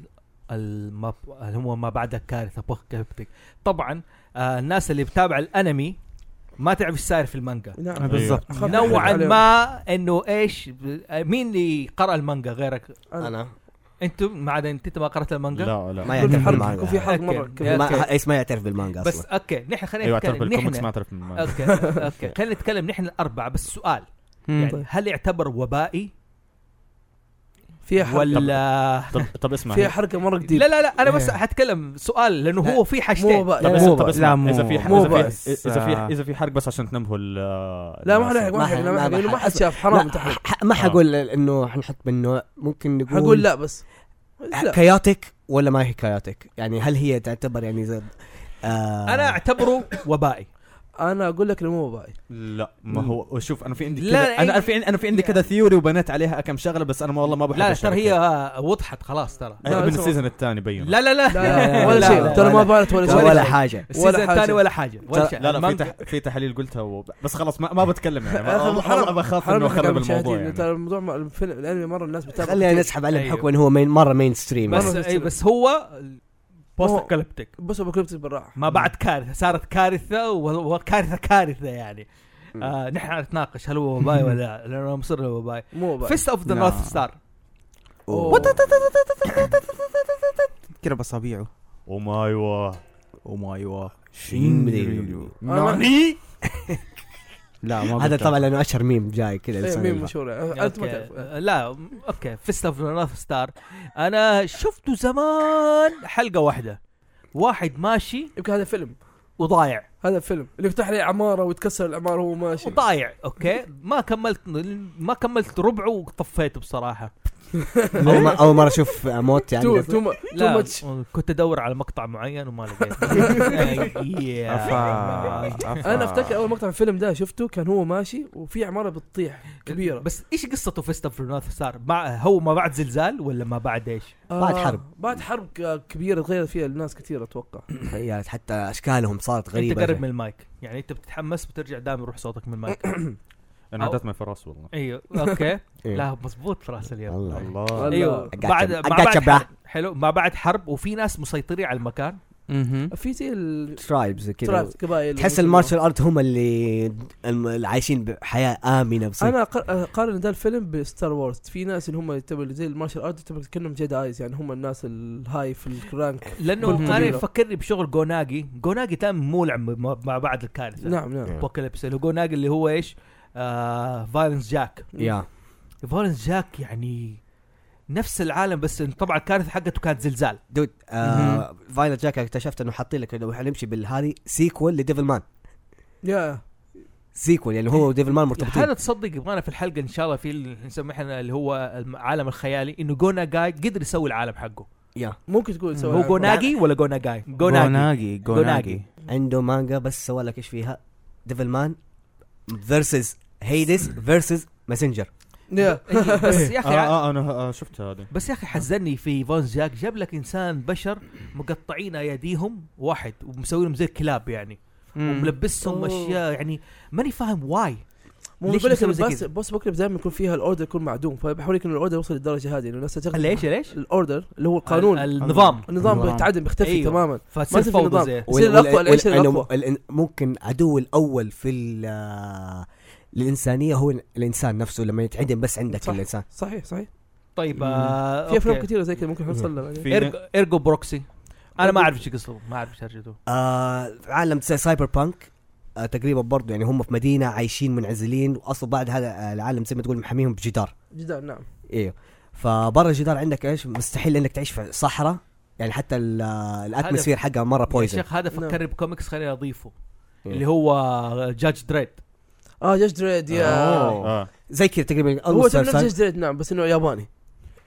Speaker 1: المب... اللي هو ما بعد الكارثه apocalyptic. طبعا آه الناس اللي بتابع الانمي ما تعرف ايش صاير في المانجا
Speaker 5: نعم
Speaker 4: بالضبط.
Speaker 5: أخاف
Speaker 1: نوعا
Speaker 5: عليهم.
Speaker 1: ما انه ايش ب- آه، مين اللي قرا المانجا غيرك
Speaker 2: انا
Speaker 1: انتم ما عدا انت أنت ما قرات المانجا
Speaker 4: لا لا
Speaker 2: ما
Speaker 5: يقول
Speaker 2: يعترف
Speaker 5: في حرق
Speaker 2: بالمانجا.
Speaker 5: يكون في حرق مره
Speaker 1: أوكي.
Speaker 5: كبير
Speaker 1: يا
Speaker 2: ما
Speaker 1: أخي.
Speaker 2: ايس ما يعترف بالمانجا
Speaker 1: بس
Speaker 2: اصلا
Speaker 1: اوكي نحن خلينا
Speaker 4: ايوه اعترف
Speaker 1: نتكلم
Speaker 4: بالكوميكس ما
Speaker 1: نحن
Speaker 4: اعترف بالمانجا
Speaker 1: اوكي اوكي خلينا نتكلم نحن الاربعه بس سؤال يعني
Speaker 5: طيب.
Speaker 1: هل يعتبر وبائي
Speaker 5: فيها حرق
Speaker 1: ولا
Speaker 4: طب طب اسمع
Speaker 5: فيها
Speaker 4: هي-
Speaker 5: حرقه مره
Speaker 1: لا
Speaker 5: كثير
Speaker 1: لا لا انا بس
Speaker 3: إيه.
Speaker 1: حتكلم سؤال لانه
Speaker 5: لا.
Speaker 1: هو في
Speaker 5: مو
Speaker 1: حاجتين
Speaker 5: بقى
Speaker 4: طب
Speaker 5: لا,
Speaker 3: بس-
Speaker 4: اسمع
Speaker 3: مو
Speaker 4: طب
Speaker 3: بأس.
Speaker 4: اسمع
Speaker 3: لا، مو-
Speaker 4: اذا في ح-
Speaker 5: مو
Speaker 4: إذا في
Speaker 5: بأس.
Speaker 4: اذا في ح- اذا في حرق بس عشان تنبهوا ال
Speaker 5: لا ما حنحرق ما
Speaker 2: ما
Speaker 5: حنحرق
Speaker 2: حن-
Speaker 5: لا ما
Speaker 2: ما
Speaker 5: حنحرق لأنه ما
Speaker 2: بحرق.
Speaker 5: حد شاف حرام تحرق
Speaker 2: ح- ما
Speaker 4: آه.
Speaker 2: حقول انه حنحط منه ممكن نقول
Speaker 5: حقول لا بس لا
Speaker 2: كياتك ولا ما هي كياتك يعني هل هي تعتبر يعني زي آه
Speaker 1: انا اعتبره وبائي
Speaker 5: انا اقول لك انه مو موبايل
Speaker 4: لا ما هو شوف انا في عندي
Speaker 1: لا،
Speaker 4: كذا
Speaker 1: أي-
Speaker 4: انا في عندي انا في عندي كذا ثيوري وبنيت عليها كم شغله بس انا والله ما بحب
Speaker 1: لا لا، ترى
Speaker 4: أشارك.
Speaker 1: هي وضحت خلاص ترى
Speaker 4: أنا
Speaker 5: لا،
Speaker 4: من
Speaker 5: اسمع.
Speaker 4: السيزون الثاني بين
Speaker 1: لا لا لا
Speaker 5: لا
Speaker 2: لا،
Speaker 5: ولا
Speaker 2: لا،
Speaker 5: شيء ترى ما
Speaker 2: ولا-
Speaker 5: بارت ولا شيء
Speaker 2: ولا حاجه
Speaker 1: السيزون
Speaker 5: حاجة.
Speaker 1: الثاني ولا حاجة ولا شيء
Speaker 4: لا لا في
Speaker 1: المانجا-
Speaker 4: تح... في تحليل قلتها وب... بس خلاص ما, ما بتكلم يعني ما
Speaker 5: أخي،
Speaker 4: والله-
Speaker 5: حرام-
Speaker 4: والله بخاف
Speaker 5: حرام
Speaker 4: انه
Speaker 5: نحرق
Speaker 4: اخرب
Speaker 5: على
Speaker 4: الموضوع
Speaker 5: المشاهدين،
Speaker 4: يعني
Speaker 5: ترى الموضوع ما- الفيلم الانمي مره الناس بتتابع
Speaker 2: خلينا
Speaker 5: كتير.
Speaker 2: نسحب عليه
Speaker 1: أيوه.
Speaker 2: بحكم انه هو مين مره مين ستريم
Speaker 1: بس
Speaker 5: مرة
Speaker 1: اي بس هو بوست ابوكاليبتيك
Speaker 5: بس ابوكاليبتس بالراحه
Speaker 1: ما بعد كارثة صارت كارثة و- وكارثة كارثة يعني آه نحن نتناقش هل هو وباي ولا لا لانه مصر هو وباي
Speaker 5: مو موبايل
Speaker 1: فيست اوف ذا
Speaker 3: لا.
Speaker 1: نورث ستار
Speaker 3: كده بصابيعه
Speaker 4: وما يوا Oh
Speaker 3: او ماي وا
Speaker 2: نعم.
Speaker 1: ناني
Speaker 3: لا ما
Speaker 2: هذا
Speaker 3: قلت.
Speaker 2: طبعا لانه اشهر ميم جاي كذا
Speaker 1: أيوه،
Speaker 5: إيه،
Speaker 2: السنة
Speaker 5: مين
Speaker 2: اللي
Speaker 5: مشهور يعني. انت ما
Speaker 1: أوكي.
Speaker 5: تعرف
Speaker 1: لا م- اوكي فيست اوف نورث ستار انا شفته زمان حلقه واحده واحد ماشي
Speaker 5: يمكن هذا فيلم
Speaker 1: وضايع
Speaker 5: هذا فيلم اللي يفتح لي عماره ويتكسر العماره وهو ماشي
Speaker 1: وضايع اوكي ما كملت ما كملت ربعه وطفيته بصراحه
Speaker 2: فات. اول ما- أول مره اشوف موت يعني
Speaker 5: تو تو ما- تو
Speaker 1: لا
Speaker 5: ماتش
Speaker 1: كنت ادور على مقطع معين وما لقيت
Speaker 3: أفا. أفا.
Speaker 5: انا افتكر اول مقطع في الفيلم ده شفته كان هو ماشي وفي عماره بتطيح كبيره
Speaker 1: بس ايش قصته فيست اوف نورث ستار مع هو ما بعد زلزال ولا ما بعد ايش
Speaker 2: بعد حرب.
Speaker 5: آه، بعد حرب ك- كبيره تغير فيها الناس كثير اتوقع
Speaker 2: تخيلت حتى اشكالهم صارت
Speaker 1: انت
Speaker 2: غريبه
Speaker 1: قرب من المايك يعني انت بتتحمس بترجع دائما يروح صوتك من المايك
Speaker 4: انعدت من فراس والله
Speaker 1: ايوه اوكي
Speaker 2: إيه.
Speaker 1: لا مزبوط فراس اليوم
Speaker 2: والله
Speaker 4: الله
Speaker 1: ايوه
Speaker 2: I got
Speaker 1: بعد
Speaker 2: you. I
Speaker 1: ما
Speaker 2: got
Speaker 1: بعد
Speaker 2: you, bro.
Speaker 1: حرب. حلو ما بعد حرب وفي ناس مسيطرين على المكان
Speaker 3: مهم.
Speaker 5: في زي ال-
Speaker 2: ترايبز كذا
Speaker 5: تراث قبائل
Speaker 2: تحس المارشال ارت هم اللي الم- اللي عايشين بحياه امنه بصير
Speaker 5: انا قر- آه، قارن ذا الفيلم بستار وورز في ناس اللي هم يعتبر زي المارشال ارت يعتبر كانهم جدايز يعني هم الناس الهاي في الرانك
Speaker 1: لانه
Speaker 5: والكبيرة.
Speaker 1: انا يفكرني بشغل جوناجي جوناجي تم مولع م- ما بعد الكارثه
Speaker 5: نعم نعم
Speaker 1: ابوكاليبس اللي هو جوناجي اللي هو ايش آه فايلنس جاك
Speaker 2: يا
Speaker 1: فايلنس جاك يعني نفس العالم بس إن طبعا الكارثه حقته كانت زلزال
Speaker 2: دود آه فايلت جاك اكتشفت انه حاطين لك لو حنمشي بالهذه سيكول لديفل مان
Speaker 5: يا
Speaker 2: سيكول يعني
Speaker 1: إيه.
Speaker 2: هو وديفل مان مرتبطين
Speaker 1: هذا تصدق يبغانا في الحلقه ان شاء الله في اللي نسميه احنا اللي هو العالم الخيالي انه جونا جاي قدر يسوي العالم حقه
Speaker 2: يا
Speaker 5: ممكن تقول سوى
Speaker 1: هو جوناجي ولا جونا جاي؟ جوناجي
Speaker 3: جوناجي
Speaker 1: جوناجي.
Speaker 3: جوناجي
Speaker 2: عنده مانجا بس سوى لك ايش فيها ديفل مان فيرسز هيدس فيرسز ماسنجر
Speaker 5: يا
Speaker 1: إيه، بس يا
Speaker 4: آه,
Speaker 1: اخي
Speaker 4: آه, انا آه شفتها هذه
Speaker 1: بس يا اخي حزني في فون جاك جاب لك انسان بشر مقطعين اياديهم واحد ومسوي لهم زي الكلاب يعني وملبسهم
Speaker 5: أوه.
Speaker 1: اشياء يعني ماني فاهم واي
Speaker 5: مو
Speaker 1: ليش
Speaker 5: بقول لك
Speaker 1: بيسوي زي
Speaker 5: بس
Speaker 1: كذا؟
Speaker 5: بوس بوكليبس دائما يكون فيها الاوردر يكون معدوم فبحاولك انه الاوردر يوصل للدرجه هذه انه الناس تاخذ
Speaker 1: ليش ليش؟
Speaker 5: الاوردر اللي هو القانون
Speaker 1: النظام
Speaker 5: النظام
Speaker 3: النظام.
Speaker 5: بيتعدم بيختفي
Speaker 1: أيوه.
Speaker 5: تماما
Speaker 1: فصير
Speaker 5: في
Speaker 1: فوضى
Speaker 5: نظام.
Speaker 1: زي
Speaker 5: يصير الأقوى ليش
Speaker 2: أنا
Speaker 5: الأقوى؟
Speaker 2: م- الإن- ممكن عدو الاول في ال- للانسانيه هو الانسان نفسه لما يتعدم بس عندك
Speaker 5: صح.
Speaker 2: الانسان
Speaker 5: صحيح صحيح
Speaker 1: طيب آه
Speaker 5: في افلام
Speaker 1: أوكي.
Speaker 5: كثيره زي كذا ممكن نوصل لها بعدين.
Speaker 4: في
Speaker 1: إيرجو- ايرجو بروكسي انا ما اعرف ايش قصته ما اعرف ايش هرجته
Speaker 2: آه عالم زي سايبر بانك آه تقريبا برضه يعني هم في مدينه عايشين منعزلين واصلا بعد هذا آه، العالم زي ما تقول محميهم بجدار
Speaker 5: جدار نعم
Speaker 2: ايوه فبرا الجدار عندك ايش مستحيل انك تعيش في صحراء يعني حتى ال- آه، الاتموسفير حقها مره
Speaker 1: يا
Speaker 2: بويزن
Speaker 1: شيخ هذا
Speaker 5: نعم.
Speaker 1: فكرني بكوميكس خليني اضيفه
Speaker 2: إيه.
Speaker 1: اللي هو جاج دريد
Speaker 5: اه جاج دريد يا
Speaker 4: آه.
Speaker 2: زي كذا تقريبا
Speaker 5: هو
Speaker 2: almost
Speaker 5: اسمه نفس
Speaker 2: same.
Speaker 5: جاج دريد نعم بس انه ياباني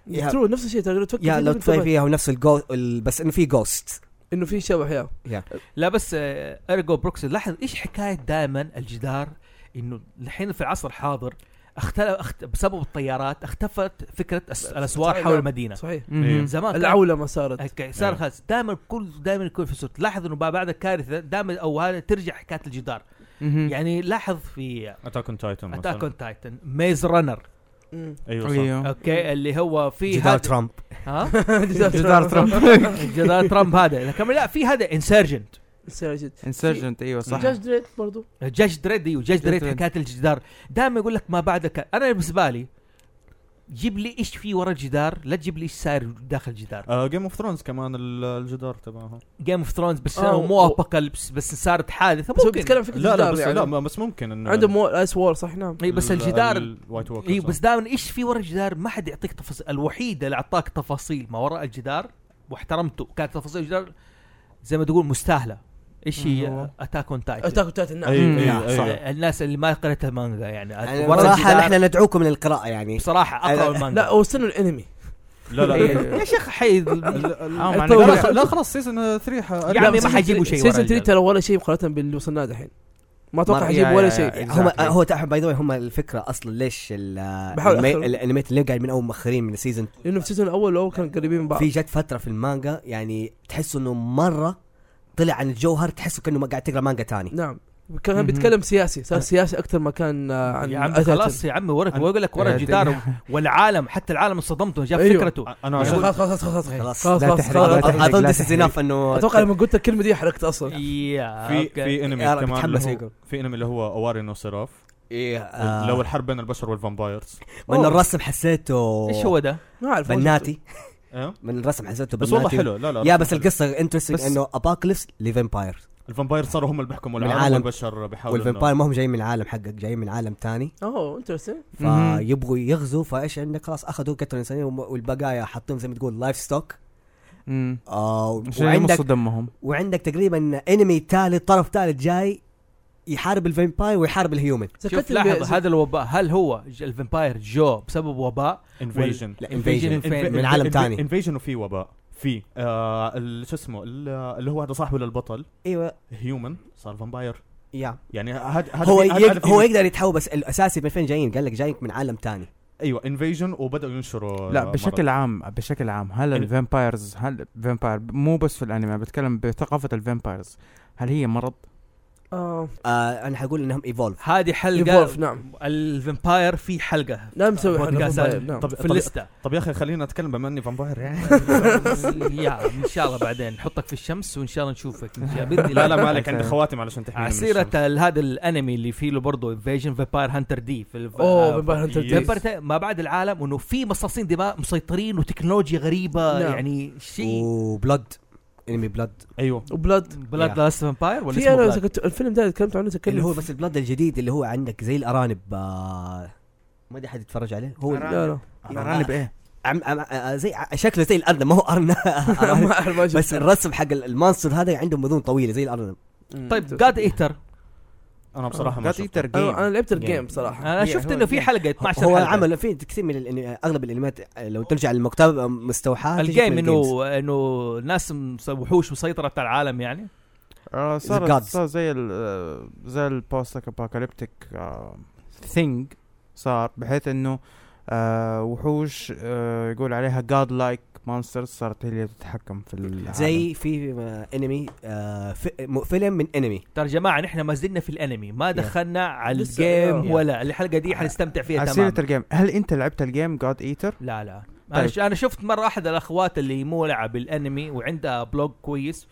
Speaker 2: يا-
Speaker 5: ترو نفس الشيء ترى لو تفكر
Speaker 2: يا
Speaker 5: فيه
Speaker 2: لو
Speaker 5: ممكن
Speaker 2: تفاي
Speaker 5: تبان
Speaker 2: فيها ونفس الجو ال- بس انه في جوست
Speaker 5: انه في شبح يا
Speaker 1: لا بس آه، ارجو بروكسي لاحظ ايش حكايه دائما الجدار انه الحين في العصر الحاضر اختلف اخت... بسبب الطيارات اختفت فكره الس... الاسوار
Speaker 5: صحيح.
Speaker 1: حول المدينه
Speaker 5: صحيح
Speaker 4: إيه.
Speaker 1: زمان كان-
Speaker 5: العولمه صارت
Speaker 1: اوكي صار
Speaker 4: أيوه.
Speaker 1: خلاص دائما كل دائما يكون في صوت لاحظ انه بعد الكارثه دائما او هذا ترجع حكايه الجدار يعني لاحظ في
Speaker 4: اتاك اون تايتن
Speaker 1: اتاك اون تايتن ميز رانر
Speaker 5: مم.
Speaker 4: ايوه صح
Speaker 3: ايوه
Speaker 1: اوكي اللي هو في
Speaker 2: جدار
Speaker 1: هذا-
Speaker 2: ترامب
Speaker 1: ها
Speaker 3: جدار ترامب
Speaker 1: جدار ترامب هذا لكن لا في هذا انسرجنت
Speaker 5: سير جد
Speaker 3: انسرجنت ايوه صح
Speaker 5: جاج دريد برضو
Speaker 1: جاج دريد ايوه جاج دريد
Speaker 3: دريد.
Speaker 1: حكايه الجدار دائما يقول لك ما بعد الك- انا بالنسبه لي جيب لي ايش في ورا الجدار لا تجيب لي ايش صاير داخل الجدار
Speaker 4: جيم اوف ثرونز كمان ال- الجدار تبعها
Speaker 1: جيم اوف ثرونز بس
Speaker 5: آه،
Speaker 1: مو
Speaker 5: و-
Speaker 1: ابوكاليبس بس صارت حادثه
Speaker 5: بس هو
Speaker 1: ممكن
Speaker 5: بيتكلم فكره
Speaker 4: لا لا
Speaker 5: الجدار
Speaker 4: بس
Speaker 5: يعني.
Speaker 4: لا ما- بس ممكن انه
Speaker 5: عندهم مو- ايس وور صح نعم
Speaker 1: اي بس الجدار
Speaker 4: الوايت ووكر
Speaker 1: اي إيه، بس دائما ايش في ورا الجدار ما حد يعطيك تفاصيل الوحيد اللي اعطاك تفاصيل ما وراء الجدار واحترمته كانت تفاصيل الجدار زي ما تقول مستاهله ايش هي اتاك اون تايتن
Speaker 5: اتاك تايتن نعم
Speaker 4: اي
Speaker 3: أمم،
Speaker 4: اي
Speaker 2: صح.
Speaker 4: اي
Speaker 1: الناس اللي ما قرأت المانجا يعني
Speaker 2: يعني
Speaker 1: ورا
Speaker 2: بصراحه
Speaker 1: الجدار
Speaker 2: احنا ندعوكم للقراءه يعني
Speaker 1: بصراحه اقرا
Speaker 2: أنا-
Speaker 1: المانجا
Speaker 5: لا وصلنا الانمي
Speaker 4: لا لا
Speaker 1: إيه، يا شيخ حي
Speaker 3: آه، مع
Speaker 5: الطور-
Speaker 3: إنه-
Speaker 4: لا، لا خلاص سيزون 3 ح-
Speaker 1: يا عمي ما حيجيبوا شيء ورا
Speaker 5: سيزون 3
Speaker 1: الجدار.
Speaker 5: ترى ولا شيء مقارنه باللي وصلناه دحين ما اتوقع
Speaker 3: ما-
Speaker 5: حيجيب
Speaker 3: يا-
Speaker 5: ولا
Speaker 3: يا-
Speaker 5: شيء
Speaker 3: يا-
Speaker 2: هم
Speaker 3: Exactly.
Speaker 2: هو تعرف باي ذا هم الفكره اصلا ليش ال-
Speaker 5: بحاول
Speaker 2: الانمي-
Speaker 5: أخرب.
Speaker 2: الانميات اللي قاعد من اول مخرين من سيزون
Speaker 5: لانه في السيزون الاول والاول كانوا قريبين من بعض
Speaker 2: في جت فتره في المانجا يعني تحس انه مره طلع عن الجوهر تحسه كانه ما قاعد تقرا مانجا تاني
Speaker 5: نعم كان
Speaker 3: مهم.
Speaker 5: بيتكلم سياسي صار سياسي اكثر ما كان آه، عن
Speaker 1: يا عمي
Speaker 5: أثاث.
Speaker 1: خلاص يا عمي ورا واقول لك ورا
Speaker 3: يا
Speaker 1: الجدار
Speaker 3: دنيا.
Speaker 1: والعالم حتى العالم انصدمته جاب
Speaker 5: أيوه.
Speaker 1: فكرته
Speaker 4: انا
Speaker 5: خلاص
Speaker 4: آه، عشان
Speaker 5: خلاص خلاص خلاص خلاص
Speaker 2: خلاص،
Speaker 5: خلاص
Speaker 3: لا
Speaker 5: خلاص
Speaker 3: تحرق، لا
Speaker 5: خلاص
Speaker 3: تحرق.
Speaker 2: اظن
Speaker 3: لا
Speaker 2: ذس از
Speaker 3: تحرق.
Speaker 2: انف انه
Speaker 5: اتوقع لما قلت الكلمه دي حرقت اصلا
Speaker 1: يا
Speaker 4: في
Speaker 1: أوكي.
Speaker 4: في انمي
Speaker 2: يا رب
Speaker 4: كمان
Speaker 2: يتحمس
Speaker 4: اللي هو-
Speaker 2: يقرأ.
Speaker 4: في انمي اللي هو اوارين وسراف
Speaker 2: إيه، آه،
Speaker 4: لو الحرب بين البشر والفامبايرز
Speaker 2: من الرسم حسيته
Speaker 1: ايش هو ده؟
Speaker 5: ما اعرف
Speaker 2: بناتي
Speaker 4: إيه؟
Speaker 2: من الرسم حسيته
Speaker 4: بس والله
Speaker 2: بناتي.
Speaker 4: حلو لا لا
Speaker 2: يا
Speaker 4: لا،
Speaker 2: بس
Speaker 4: حلو.
Speaker 2: القصه انترستنج
Speaker 3: بس-
Speaker 2: انه اباكليبس لفامباير
Speaker 4: الفامباير صاروا هم اللي بيحكموا
Speaker 2: من
Speaker 4: العالم
Speaker 2: عالم.
Speaker 4: والبشر بيحاولوا إنه-
Speaker 2: والفامباير ما هم جايين من عالم حقك جايين من عالم تاني
Speaker 5: اوه انترستنج
Speaker 3: مهم.
Speaker 2: فيبغوا يغزوا فايش عندك خلاص اخذوا قتلوا انسانيه وم- والبقايا حاطين زي ما تقول لايف ستوك
Speaker 3: مم.
Speaker 2: آه
Speaker 3: عشان
Speaker 2: وعندك
Speaker 3: يمصوا دمهم
Speaker 2: وعندك تقريبا انمي ثالث طرف ثالث جاي يحارب الفامباير ويحارب الهيومن
Speaker 1: شوف
Speaker 5: سكت
Speaker 1: لاحظ هذا الوباء هل هو ج- الفامباير جو بسبب وباء
Speaker 4: انفيجن
Speaker 2: لا
Speaker 1: Invasion.
Speaker 2: انفيجن
Speaker 1: Invasion.
Speaker 4: Inv-
Speaker 2: من عالم
Speaker 4: Inv-
Speaker 2: تاني.
Speaker 4: انفيجن وفي وباء في آه، ال- شو اسمه ال- اللي هو هذا صاحبه للبطل
Speaker 2: ايوه
Speaker 4: هيومن صار فامباير
Speaker 2: يا
Speaker 4: يعني هذا
Speaker 2: هو يق... هو يقدر يتحول بس الاساسي من فين جايين؟ قال لك جايك من عالم تاني
Speaker 4: ايوه انفيجن وبداوا ينشروا
Speaker 3: لا بشكل عام بشكل عام هل
Speaker 4: آه، ال-
Speaker 3: الفامبايرز هل فامباير مو بس في الانمي بتكلم بثقافه الفامبايرز هل هي مرض؟
Speaker 5: آه،
Speaker 2: آه انا حقول انهم ايفولف
Speaker 1: هذه
Speaker 5: Evolve،
Speaker 1: حلقه
Speaker 5: نعم
Speaker 1: الفامباير في حلقه
Speaker 5: لا مسوي حرق
Speaker 1: بودكاست
Speaker 5: Vampire،
Speaker 1: هذا.
Speaker 5: نعم
Speaker 4: طب
Speaker 1: في الليسته
Speaker 4: طب يا اخي خلينا نتكلم بما اني فامباير يعني
Speaker 1: يا ان شاء الله بعدين نحطك في الشمس وان شاء الله نشوفك إن شاء الله. باذن
Speaker 4: لا
Speaker 1: الله
Speaker 4: لا ما عليك عندي خواتم علشان تحمي
Speaker 1: على سيرة ال- هذا الانمي اللي فيه له برضه انفيجن فامباير هانتر دي في الف...
Speaker 5: اوه من هانتر
Speaker 4: Yes.
Speaker 5: دي
Speaker 1: فامباير تا- ما بعد العالم وانه في مصاصين دماء مسيطرين وتكنولوجيا غريبه
Speaker 5: نعم.
Speaker 1: يعني شيء
Speaker 2: وبلود انمي بلود
Speaker 4: ايوه
Speaker 5: وبلاد
Speaker 1: بلاد لاست فامباير ولا
Speaker 5: في
Speaker 1: اسمه
Speaker 5: انا
Speaker 1: Blood؟
Speaker 5: سكت الفيلم ده اللي تكلمت عنه تكلم
Speaker 2: اللي هو بس البلود الجديد اللي هو عندك زي الارانب آه ما ادري حد يتفرج عليه هو
Speaker 5: لا لا
Speaker 3: انا بايه؟
Speaker 2: عم عم آه، زي ع- شكله زي الارنب ما هو ارنب
Speaker 5: ما أعرف، ما
Speaker 2: بس
Speaker 5: شفته.
Speaker 2: الرسم حق ال- المونستر هذا عندهم اذون طويله زي الارنب
Speaker 1: طيب جاد ايتر
Speaker 4: انا بصراحه ما
Speaker 3: جات ايتر
Speaker 4: شفته
Speaker 5: انا أنا
Speaker 3: جيم
Speaker 5: لعبت الجيم
Speaker 4: جيم.
Speaker 5: بصراحه
Speaker 1: انا
Speaker 3: هي-
Speaker 1: شفت
Speaker 3: هو
Speaker 1: انه في
Speaker 3: الجيم.
Speaker 1: حلقه 12
Speaker 2: هو
Speaker 1: حلقة.
Speaker 2: عمل في كثير من الأني- اغلب الانميات آه، لو ترجع للمكتب مستوحاه تجيك
Speaker 1: الجيم
Speaker 2: من الجيمز.
Speaker 1: انه انه ناس مس- وحوش مسيطره على العالم يعني
Speaker 3: آه،
Speaker 2: The
Speaker 3: صار
Speaker 2: gods.
Speaker 3: صار زي ال آه، زي البوست ابوكاليبتيك ثينج صار بحيث انه آه، وحوش آه، يقول عليها جاد لايك مونسترز صارت هي اللي تتحكم في العالم
Speaker 2: زي في آه، انمي آه، في- م- فيلم من انمي
Speaker 1: ترى يا جماعه نحن ما زلنا في الانمي ما
Speaker 2: Yeah.
Speaker 1: دخلنا على
Speaker 5: لسه،
Speaker 1: الجيم
Speaker 5: yeah.
Speaker 1: ولا الحلقه دي حنستمتع فيها
Speaker 3: على سيرة
Speaker 1: تماما
Speaker 3: الجيم هل انت لعبت الجيم جاد ايتر؟
Speaker 1: لا لا انا
Speaker 3: طيب.
Speaker 1: ش- انا شفت مره احد الاخوات اللي مو لعب الانمي وعندها بلوج كويس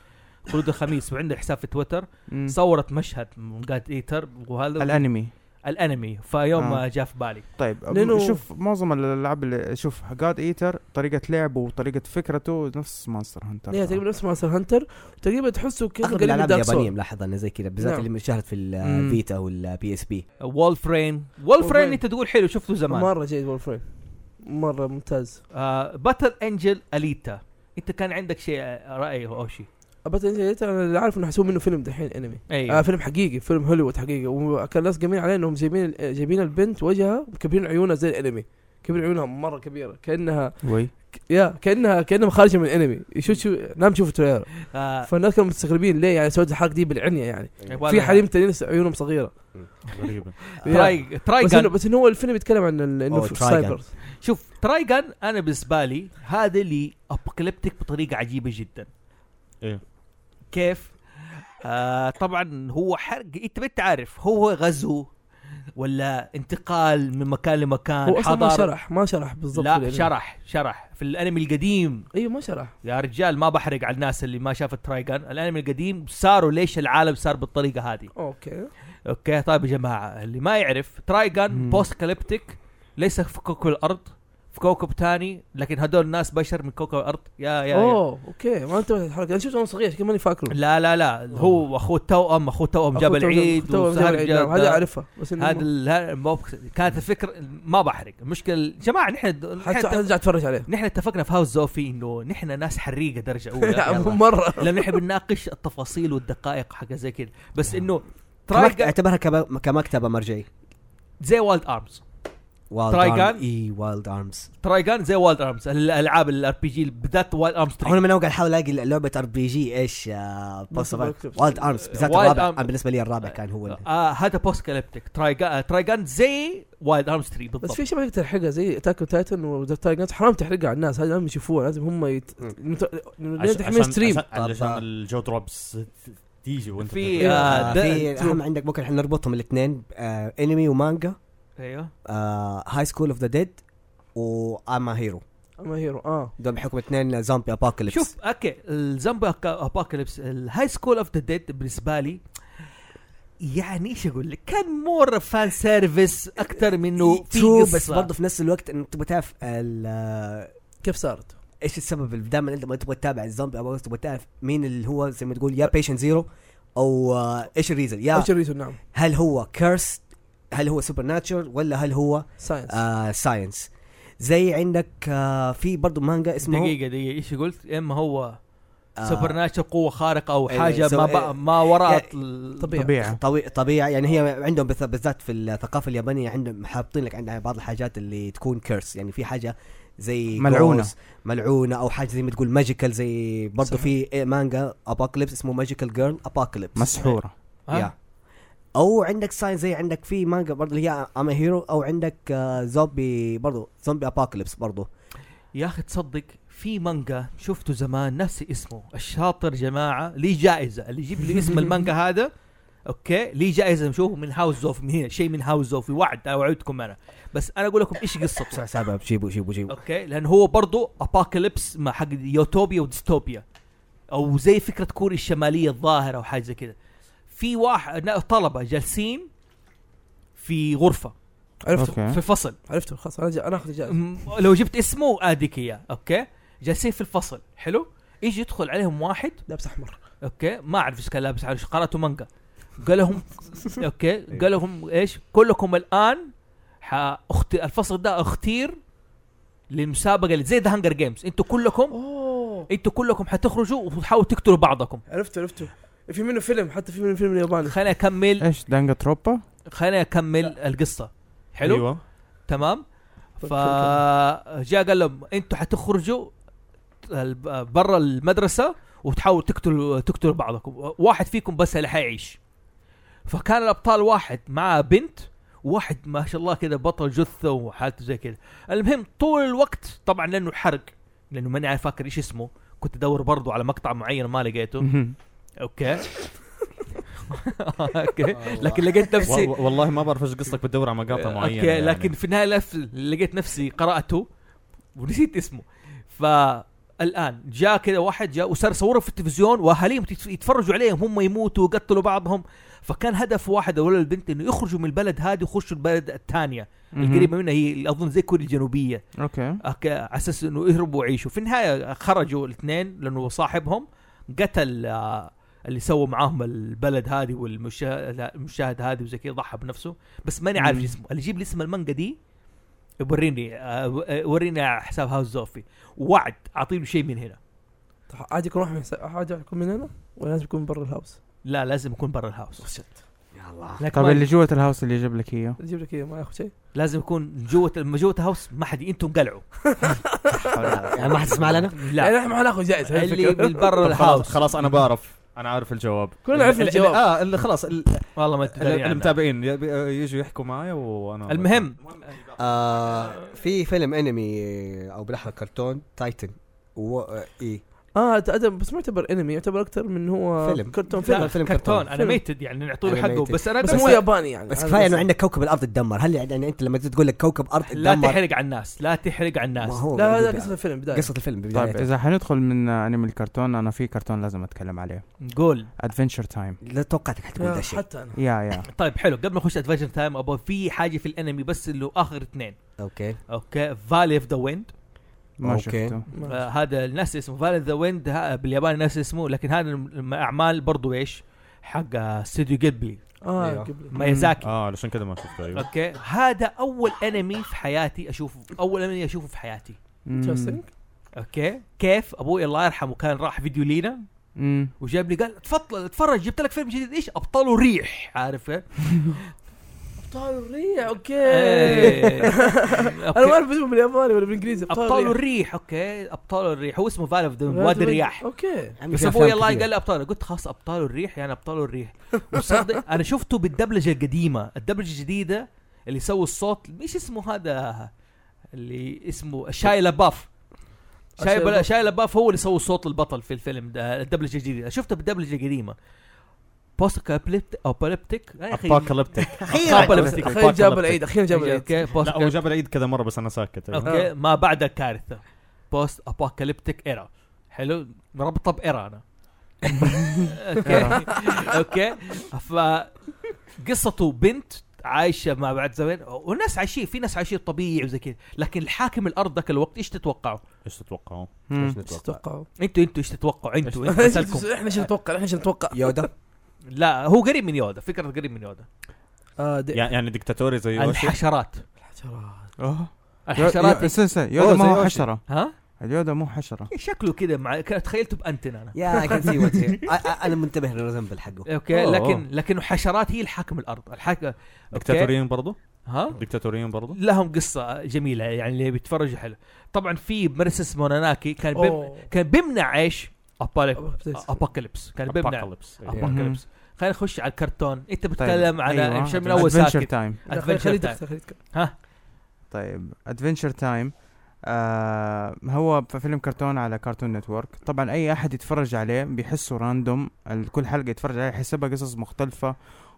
Speaker 1: خلود الخميس وعندها حساب في تويتر صورت مشهد من جاد ايتر وهذا
Speaker 3: الانمي
Speaker 1: الانمي فيوم
Speaker 3: آه.
Speaker 1: آه. جاء في بالي
Speaker 3: طيب
Speaker 5: لأنه-
Speaker 3: لأنه شوف معظم الالعاب اللي شوف جاد ايتر طريقه لعبه وطريقه فكرته نفس مونستر
Speaker 5: إيه،
Speaker 3: هانتر
Speaker 5: تقريبا نفس مونستر هانتر تقريبا تحسه كذا
Speaker 2: اغلب
Speaker 5: قريب من
Speaker 2: الالعاب
Speaker 5: Dark Souls.
Speaker 2: اليابانيه ملاحظ انه زي كذا بالذات
Speaker 5: نعم.
Speaker 2: اللي شهرت في
Speaker 3: مم.
Speaker 2: الفيتا والبي اس بي
Speaker 1: وولفرين
Speaker 5: Wolfrain.
Speaker 1: وولفرين انت تقول حلو شفته زمان
Speaker 5: مره جيد وولفرين مره ممتاز
Speaker 1: آه باتل انجل اليتا انت كان عندك شيء آه، راي او شيء
Speaker 5: ابد انت انا اللي عارف انه حسوه منه فيلم دحين انمي
Speaker 1: ايوه
Speaker 2: إيه.
Speaker 5: آه فيلم حقيقي فيلم هوليوود حقيقي وكان ناس قايمين عليه انهم جايبين جايبين البنت وجهها مكبرين عيونها زي الانمي كبرين عيونها مره كبيره كانها
Speaker 1: آه،
Speaker 3: وي
Speaker 5: يا كانها كانها خارجه من الانمي شو شو نام شوف التريلر
Speaker 1: آه
Speaker 5: فالناس كانوا مستغربين ليه يعني سويت الحركه دي بالعنيه يعني في
Speaker 1: ولا-
Speaker 5: حريم تانيين لسه عيونهم صغيره
Speaker 4: غريبه
Speaker 5: يا.
Speaker 1: تراي تراي
Speaker 5: بس انه
Speaker 1: جان
Speaker 5: بس انه هو الفيلم بيتكلم عن ال- انه
Speaker 2: أوه،
Speaker 5: في
Speaker 2: Trigun.
Speaker 5: السايبر
Speaker 1: شوف تراي جان انا بالنسبه لي هذا اللي ابوكاليبتيك بطريقه عجيبه جدا
Speaker 4: إيه.
Speaker 1: كيف؟ آه طبعا هو حرق انت ما انت عارف هو غزو ولا انتقال من مكان لمكان
Speaker 5: هو اصلا ما
Speaker 1: حضارة.
Speaker 5: شرح ما شرح بالضبط
Speaker 1: آه، لا
Speaker 5: الأنمي.
Speaker 1: شرح شرح في الانمي القديم
Speaker 5: ايوه ما شرح
Speaker 1: يا رجال ما بحرق على الناس اللي ما شافت ترايجان الانمي القديم صاروا ليش العالم صار بالطريقه هذه
Speaker 5: اوكي
Speaker 1: اوكي طيب يا جماعه اللي ما يعرف ترايجان
Speaker 3: مم.
Speaker 1: بوست كاليبتيك ليس في كوكب الارض في كوكب تاني لكن هذول الناس بشر من كوكب الارض يا يا, يا.
Speaker 5: اوه اوكي ما انتبهت الحركه انا شفته وانا صغير عشان كده ماني فاكره
Speaker 1: لا لا لا هو اخوه التوأم اخوه التوأم جاب العيد
Speaker 5: توأم جاب
Speaker 1: وسهر
Speaker 5: العيد،
Speaker 1: جاب
Speaker 5: نعم، هذا اعرفها بس
Speaker 1: هذا
Speaker 5: هذا
Speaker 1: ال- هذا الموقف- كانت الفكره ما بحرق المشكله جماعه نحن نحن
Speaker 5: حتى
Speaker 1: اتفق-
Speaker 5: ارجع اتفرج عليه
Speaker 1: نحن اتفقنا في هاوس زوفي انه نحن ناس حريقه درجه
Speaker 5: لا،
Speaker 1: اولى
Speaker 5: مره
Speaker 1: لانه نحن بنناقش التفاصيل والدقائق حاجه زي كذا بس انه
Speaker 2: كمكت-
Speaker 1: ترايجان
Speaker 2: اعتبرها كب- كمكتبه مرجعي
Speaker 1: زي والد ارمز Trigun؟
Speaker 2: وايلد اي وايلد ارمز
Speaker 1: ترايجان زي والد ارمز الالعاب الار بي جي بالذات والد ارمز
Speaker 2: هنا من اوقع احاول الاقي لعبه ار بي جي ايش وايلد ارمز بالذات
Speaker 1: Wild
Speaker 2: الرابع
Speaker 1: Arms.
Speaker 2: أنا بالنسبه لي الرابع كان هو ال-
Speaker 1: آه هذا بوست كاليبتيك ترايجان ترايجان زي وايلد ارمز 3
Speaker 5: بس
Speaker 1: بالضبط
Speaker 5: في شيء ما تقدر تحرقها زي اتاك تايتن وتايجنز حرام تحرقها على الناس هذا لازم يشوفوها لازم هم يت... نت- لازم تحمل ستريم
Speaker 4: عشان, علشان
Speaker 2: طب-
Speaker 4: الجو دروبس ت- تيجي وانت
Speaker 1: في
Speaker 4: تقرأ.
Speaker 1: آه
Speaker 2: آه،
Speaker 1: د-
Speaker 2: في اهم عندك ممكن احنا نربطهم آه، الاثنين انمي ومانجا أيوه.
Speaker 1: ايوه
Speaker 2: هاي سكول اوف ذا ديد واما هيرو
Speaker 5: اما هيرو اه
Speaker 2: دول بحكم اثنين زومبي ابوكاليبس
Speaker 1: شوف اوكي الزامبي ابوكاليبس الهاي سكول اوف ذا ديد بالنسبه لي يعني ايش اقول لك كان مور فان سيرفيس اكثر منه في
Speaker 2: True،
Speaker 1: قصه
Speaker 2: إيه، بس برضه في نفس الوقت انه تبغى تعرف ال- آه،
Speaker 5: كيف صارت؟
Speaker 2: ايش السبب اللي دائما انت ما تبغى تتابع الزومبي او تبغى تعرف مين اللي هو زي ما تقول يا بيشنت زيرو او آه، ايش الريزن يا
Speaker 5: ايش الريزون نعم
Speaker 2: هل هو كيرس هل هو سوبر ناتشر ولا هل هو
Speaker 5: ساينس
Speaker 2: ساينس زي عندك آه في برضه مانجا اسمه
Speaker 1: دقيقه دقيقه ايش قلت اما هو
Speaker 2: آه،
Speaker 1: سوبر ناتشر قوه خارقه او
Speaker 2: إيه،
Speaker 1: حاجه
Speaker 2: سو-
Speaker 1: ما
Speaker 2: إيه.
Speaker 1: بقى ما وراء
Speaker 2: يعني-
Speaker 1: ال-
Speaker 5: طبيعي
Speaker 3: طبيعه
Speaker 2: طبيعي طبيعي يعني هي عندهم بث- بالذات في الثقافه اليابانيه عندهم حاطين لك عندها بعض الحاجات اللي تكون كيرس يعني في حاجه زي
Speaker 3: ملعونة.
Speaker 2: ghost، ملعونه او حاجه زي ما تقول ماجيكال زي برضه
Speaker 5: صحيح.
Speaker 2: في إيه مانجا ابوكاليبس اسمه ماجيكال جيرل ابوكاليبس
Speaker 3: مسحوره
Speaker 1: ها؟
Speaker 2: يا. او عندك ساين زي عندك في مانجا برضه اللي هي ام هيرو او عندك آه، زومبي برضه زومبي ابوكاليبس برضه
Speaker 1: يا اخي تصدق في مانجا شفته زمان ناسي اسمه الشاطر جماعه ليه جائزه اللي يجيب لي اسم المانجا هذا اوكي ليه جائزه نشوفه من هاوس اوف من هنا شيء من هاوس اوف وعد اوعدكم انا بس انا اقول لكم ايش قصته
Speaker 2: سبب جيبوا جيبوا جيبوا
Speaker 1: اوكي لان هو برضو ابوكاليبس مع حق يوتوبيا وديستوبيا او زي فكره كوريا الشماليه الظاهره او حاجه زي كذا في واحد نا- طلبه جالسين في غرفه
Speaker 5: عرفته
Speaker 3: اوكي
Speaker 1: في فصل
Speaker 5: عرفته خلاص انا جا- انا اخذ الجائزه
Speaker 1: م- لو جبت اسمه اديك اياه اوكي جالسين في الفصل حلو يجي يدخل عليهم واحد
Speaker 5: لابس احمر
Speaker 1: اوكي ما اعرف ايش كان لابس على قرأته مانجا قال لهم اوكي قال لهم ايش كلكم الان ح- أخت... الفصل ده اختير للمسابقه اللي زي ذا هانجر جيمز انتوا كلكم
Speaker 5: اوه
Speaker 1: انتوا كلكم حتخرجوا وتحاولوا تقتلوا بعضكم
Speaker 5: عرفته عرفته في منه فيلم حتى في منه فيلم ياباني
Speaker 1: خليني اكمل
Speaker 3: ايش دانجا تروبا؟
Speaker 1: خليني اكمل القصه حلو
Speaker 4: ايوه
Speaker 1: تمام فجاء قال لهم انتوا حتخرجوا ال- برا المدرسه وتحاولوا تقتلوا تقتلوا بعضكم واحد فيكم بس اللي حيعيش فكان الابطال واحد معاه بنت واحد ما شاء الله كذا بطل جثه وحالته زي كذا المهم طول الوقت طبعا لانه حرق لانه ماني عارف فاكر ايش اسمه كنت ادور برضو على مقطع معين ما لقيته
Speaker 3: مهم.
Speaker 1: اوكي اوكي لكن لقيت نفسي
Speaker 4: و- والله ما بعرف ايش قصتك بتدور على مقاطع معينه
Speaker 1: اوكي
Speaker 4: يعني.
Speaker 1: لكن في النهايه لف- لقيت نفسي قراته ونسيت اسمه فالان جاء كذا واحد جاء وصار صوره في التلفزيون واهاليهم يتف- يتفرجوا عليهم هم يموتوا وقتلوا بعضهم فكان هدف واحد ولا البنت انه يخرجوا من البلد هذه ويخشوا البلد الثانيه
Speaker 3: مهم.
Speaker 1: القريبه منها هي اللي اظن زي كوريا الجنوبيه
Speaker 3: اوكي
Speaker 1: أك- على اساس انه يهربوا ويعيشوا في النهايه خرجوا الاثنين لانه صاحبهم قتل آه، اللي سووا معاهم البلد هذه والمشاهد المشاهد هذه وزي كذا ضحى بنفسه بس ماني عارف
Speaker 3: مم.
Speaker 1: اسمه اللي يجيب لي اسم المانجا دي وريني آه، و- آه، وريني على حساب هاوس زوفي وعد اعطي له شيء من هنا
Speaker 5: عادي يكون واحد من حساب- عادي يكون من هنا ولا لازم يكون برا الهاوس
Speaker 1: لا لازم يكون برا الهاوس
Speaker 2: يلا
Speaker 1: لكن
Speaker 3: طب
Speaker 1: ما-
Speaker 3: طيب، اللي جوة الهاوس اللي جاب لك اياه
Speaker 5: يجيب لك اياه ما ياخذ شيء
Speaker 1: لازم يكون جوه لما جوه الهاوس ما حد انتم قلعوا
Speaker 2: يعني ما حتسمع لنا
Speaker 5: يعني
Speaker 1: لا
Speaker 5: احنا ما حناخذ جائزه هي
Speaker 1: اللي
Speaker 5: الفكرة.
Speaker 1: من برا
Speaker 4: طب خلاص
Speaker 1: الهاوس
Speaker 4: خلاص انا بعرف انا عارف الجواب
Speaker 5: كلنا عرفنا
Speaker 4: ال- ال-
Speaker 2: آه.
Speaker 5: الجواب.
Speaker 4: اه اللي خلاص ال-
Speaker 1: والله ما
Speaker 4: ال-
Speaker 1: تدري عنها.
Speaker 4: المتابعين يبي- يجوا يحكوا معي وانا
Speaker 1: المهم
Speaker 2: آه في فيلم انمي او بالاحرى كرتون تايتن و آه، اي
Speaker 5: اه ت- أدم بس ما يعتبر انمي يعتبر اكثر من هو
Speaker 2: فيلم.
Speaker 5: كرتون
Speaker 1: لا،
Speaker 5: فيلم
Speaker 2: فيلم
Speaker 1: كرتون
Speaker 2: كرتون.
Speaker 1: انا ميتد يعني نعطوا له حقه
Speaker 2: Animated.
Speaker 1: بس انا
Speaker 5: بس
Speaker 1: قصدي-
Speaker 5: مو ياباني يعني
Speaker 2: بس
Speaker 5: أنا
Speaker 2: كفايه انه عندك كوكب الارض تدمر هل يعني انت لما تقول لك كوكب ارض
Speaker 1: لا
Speaker 2: تدمر
Speaker 1: تحرق على الناس لا تحرق على
Speaker 2: ما
Speaker 1: الناس
Speaker 2: هو
Speaker 5: لا هذا
Speaker 2: بي-
Speaker 5: قصه الفيلم بدايه
Speaker 2: قصه الفيلم
Speaker 3: طيب
Speaker 2: بدايته
Speaker 3: اذا حندخل من آه، انمي الكرتون انا في كرتون لازم اتكلم عليه
Speaker 1: قول
Speaker 3: ادفنشر تايم
Speaker 2: لا توقعتك حتقول
Speaker 5: آه،
Speaker 2: ذا الشيء
Speaker 5: حتى انا
Speaker 3: يا يا
Speaker 1: طيب حلو قبل ما نخش ادفنشر تايم ابغى في حاجه في الانمي بس اللي هو اخر اثنين
Speaker 2: اوكي
Speaker 1: اوكي فالي اوف ذا ويند
Speaker 3: ما
Speaker 2: أوكي.
Speaker 3: شفته
Speaker 5: ما-
Speaker 1: آه، هذا الناس اسمه فالي اوف ذا ويند بالياباني الناس اسمه لكن هذا الم- اعمال برضو ايش حق آه، استوديو جيبلي
Speaker 5: اه
Speaker 2: أيوه.
Speaker 5: قبل
Speaker 1: مايزاكي
Speaker 4: اه علشان كذا ما شفته ايوه
Speaker 1: اوكي هذا اول انمي في حياتي اشوفه اول انمي اشوفه في حياتي
Speaker 3: مم.
Speaker 5: Interesting.
Speaker 1: اوكي كيف ابوي الله يرحمه كان راح فيديو لينا
Speaker 3: مم.
Speaker 1: وجاب لي قال تفضل اتفرج جبت لك فيلم جديد ايش ابطاله ريح عارف إيه؟
Speaker 5: ابطال الريح اوكي
Speaker 1: إيه.
Speaker 5: انا ما
Speaker 1: أوكي.
Speaker 5: اعرف اسمه بالياباني ولا بالانجليزي
Speaker 1: ابطال الريح اوكي ابطال الريح هو اسمه فالف دم وادي الرياح
Speaker 5: اوكي
Speaker 2: عمي
Speaker 1: بس
Speaker 2: في
Speaker 1: ابوي
Speaker 2: أفلام
Speaker 1: الله
Speaker 2: كثيرة.
Speaker 1: قال لي ابطال قلت خلاص ابطال الريح يعني ابطال الريح وصدق انا شفته بالدبلجه القديمه الدبلجه الجديده اللي سووا الصوت ايش اسمه هذا اللي اسمه شايلا باف شايلا
Speaker 5: شايلا-
Speaker 1: شايلا باف هو اللي سوى صوت البطل في الفيلم ده الدبلجه الجديده شفته بالدبلجه القديمه بوست ابوكاليبتيك
Speaker 4: ابوكاليبتيك
Speaker 1: ابوكاليبتيك
Speaker 5: اخيرا إيه، جاب العيد اخيرا جاب
Speaker 3: إيه،
Speaker 5: العيد
Speaker 1: اوكي
Speaker 4: لا هو جاب العيد كذا مره بس انا ساكت أيوة.
Speaker 1: اوكي ما بعد الكارثه بوست ابوكاليبتيك ايرا حلو مربطه بايرا انا اوكي اوكي ف قصته بنت عايشه ما بعد زمان والناس عايشين في ناس عايشين طبيعي وزي كذا لكن الحاكم الارض ذاك الوقت ايش تتوقعوا؟
Speaker 4: ايش تتوقعوا؟
Speaker 3: مم.
Speaker 2: إيش
Speaker 5: ايش
Speaker 2: نتوقع؟
Speaker 5: تتوقعوا؟
Speaker 3: إيه،
Speaker 1: انتوا انتوا ايش تتوقعوا انتوا انتوا اسالكم
Speaker 5: احنا ايش نتوقع؟ احنا ايش نتوقع؟
Speaker 2: يودا
Speaker 1: لا هو قريب من يودا فكره قريب من يودا
Speaker 5: اه دي-
Speaker 4: يعني يعني ديكتاتوري زي يوشي
Speaker 1: الحشرات
Speaker 5: الحشرات.
Speaker 3: أوه. يو- يو-
Speaker 1: الحشرات
Speaker 3: استنى استنى يودا
Speaker 2: أوه،
Speaker 3: ما
Speaker 2: زي
Speaker 3: هو
Speaker 2: يوشي.
Speaker 3: حشرة
Speaker 1: ها
Speaker 3: اليودا مو حشرة
Speaker 1: شكله كذا مع تخيلته بانتن انا
Speaker 2: يا كان سي وات انا منتبه للرزمبل حقه
Speaker 1: اوكي
Speaker 4: أوه.
Speaker 1: لكن لكن الحشرات هي الحاكم الارض الحاكم
Speaker 4: ديكتاتوريين برضو
Speaker 1: ها
Speaker 4: ديكتاتوريين برضو
Speaker 1: لهم قصه جميله يعني اللي بيتفرجوا حلو طبعا في مرسس موناناكي كان بم...
Speaker 5: أوه.
Speaker 1: كان بيمنع ايش
Speaker 5: Apocalypse.
Speaker 1: ابوكاليبس كان بيمنع
Speaker 4: Apocalypse.
Speaker 1: Apocalypse.
Speaker 3: مهم.
Speaker 1: خلينا نخش على الكرتون انت بتتكلم على
Speaker 3: طيب، أيوة.
Speaker 1: مش من اول
Speaker 3: Adventure
Speaker 1: ساكت
Speaker 3: Time.
Speaker 5: لا، خلي-
Speaker 1: Adventure
Speaker 5: خليه
Speaker 1: Time.
Speaker 5: يتكلم، خليه يتكلم.
Speaker 1: ها
Speaker 3: طيب ادفنشر تايم آه هو فيلم كرتون على كارتون نتورك طبعا اي احد يتفرج عليه بيحسه راندوم ال- كل حلقه يتفرج عليها يحسبها قصص مختلفه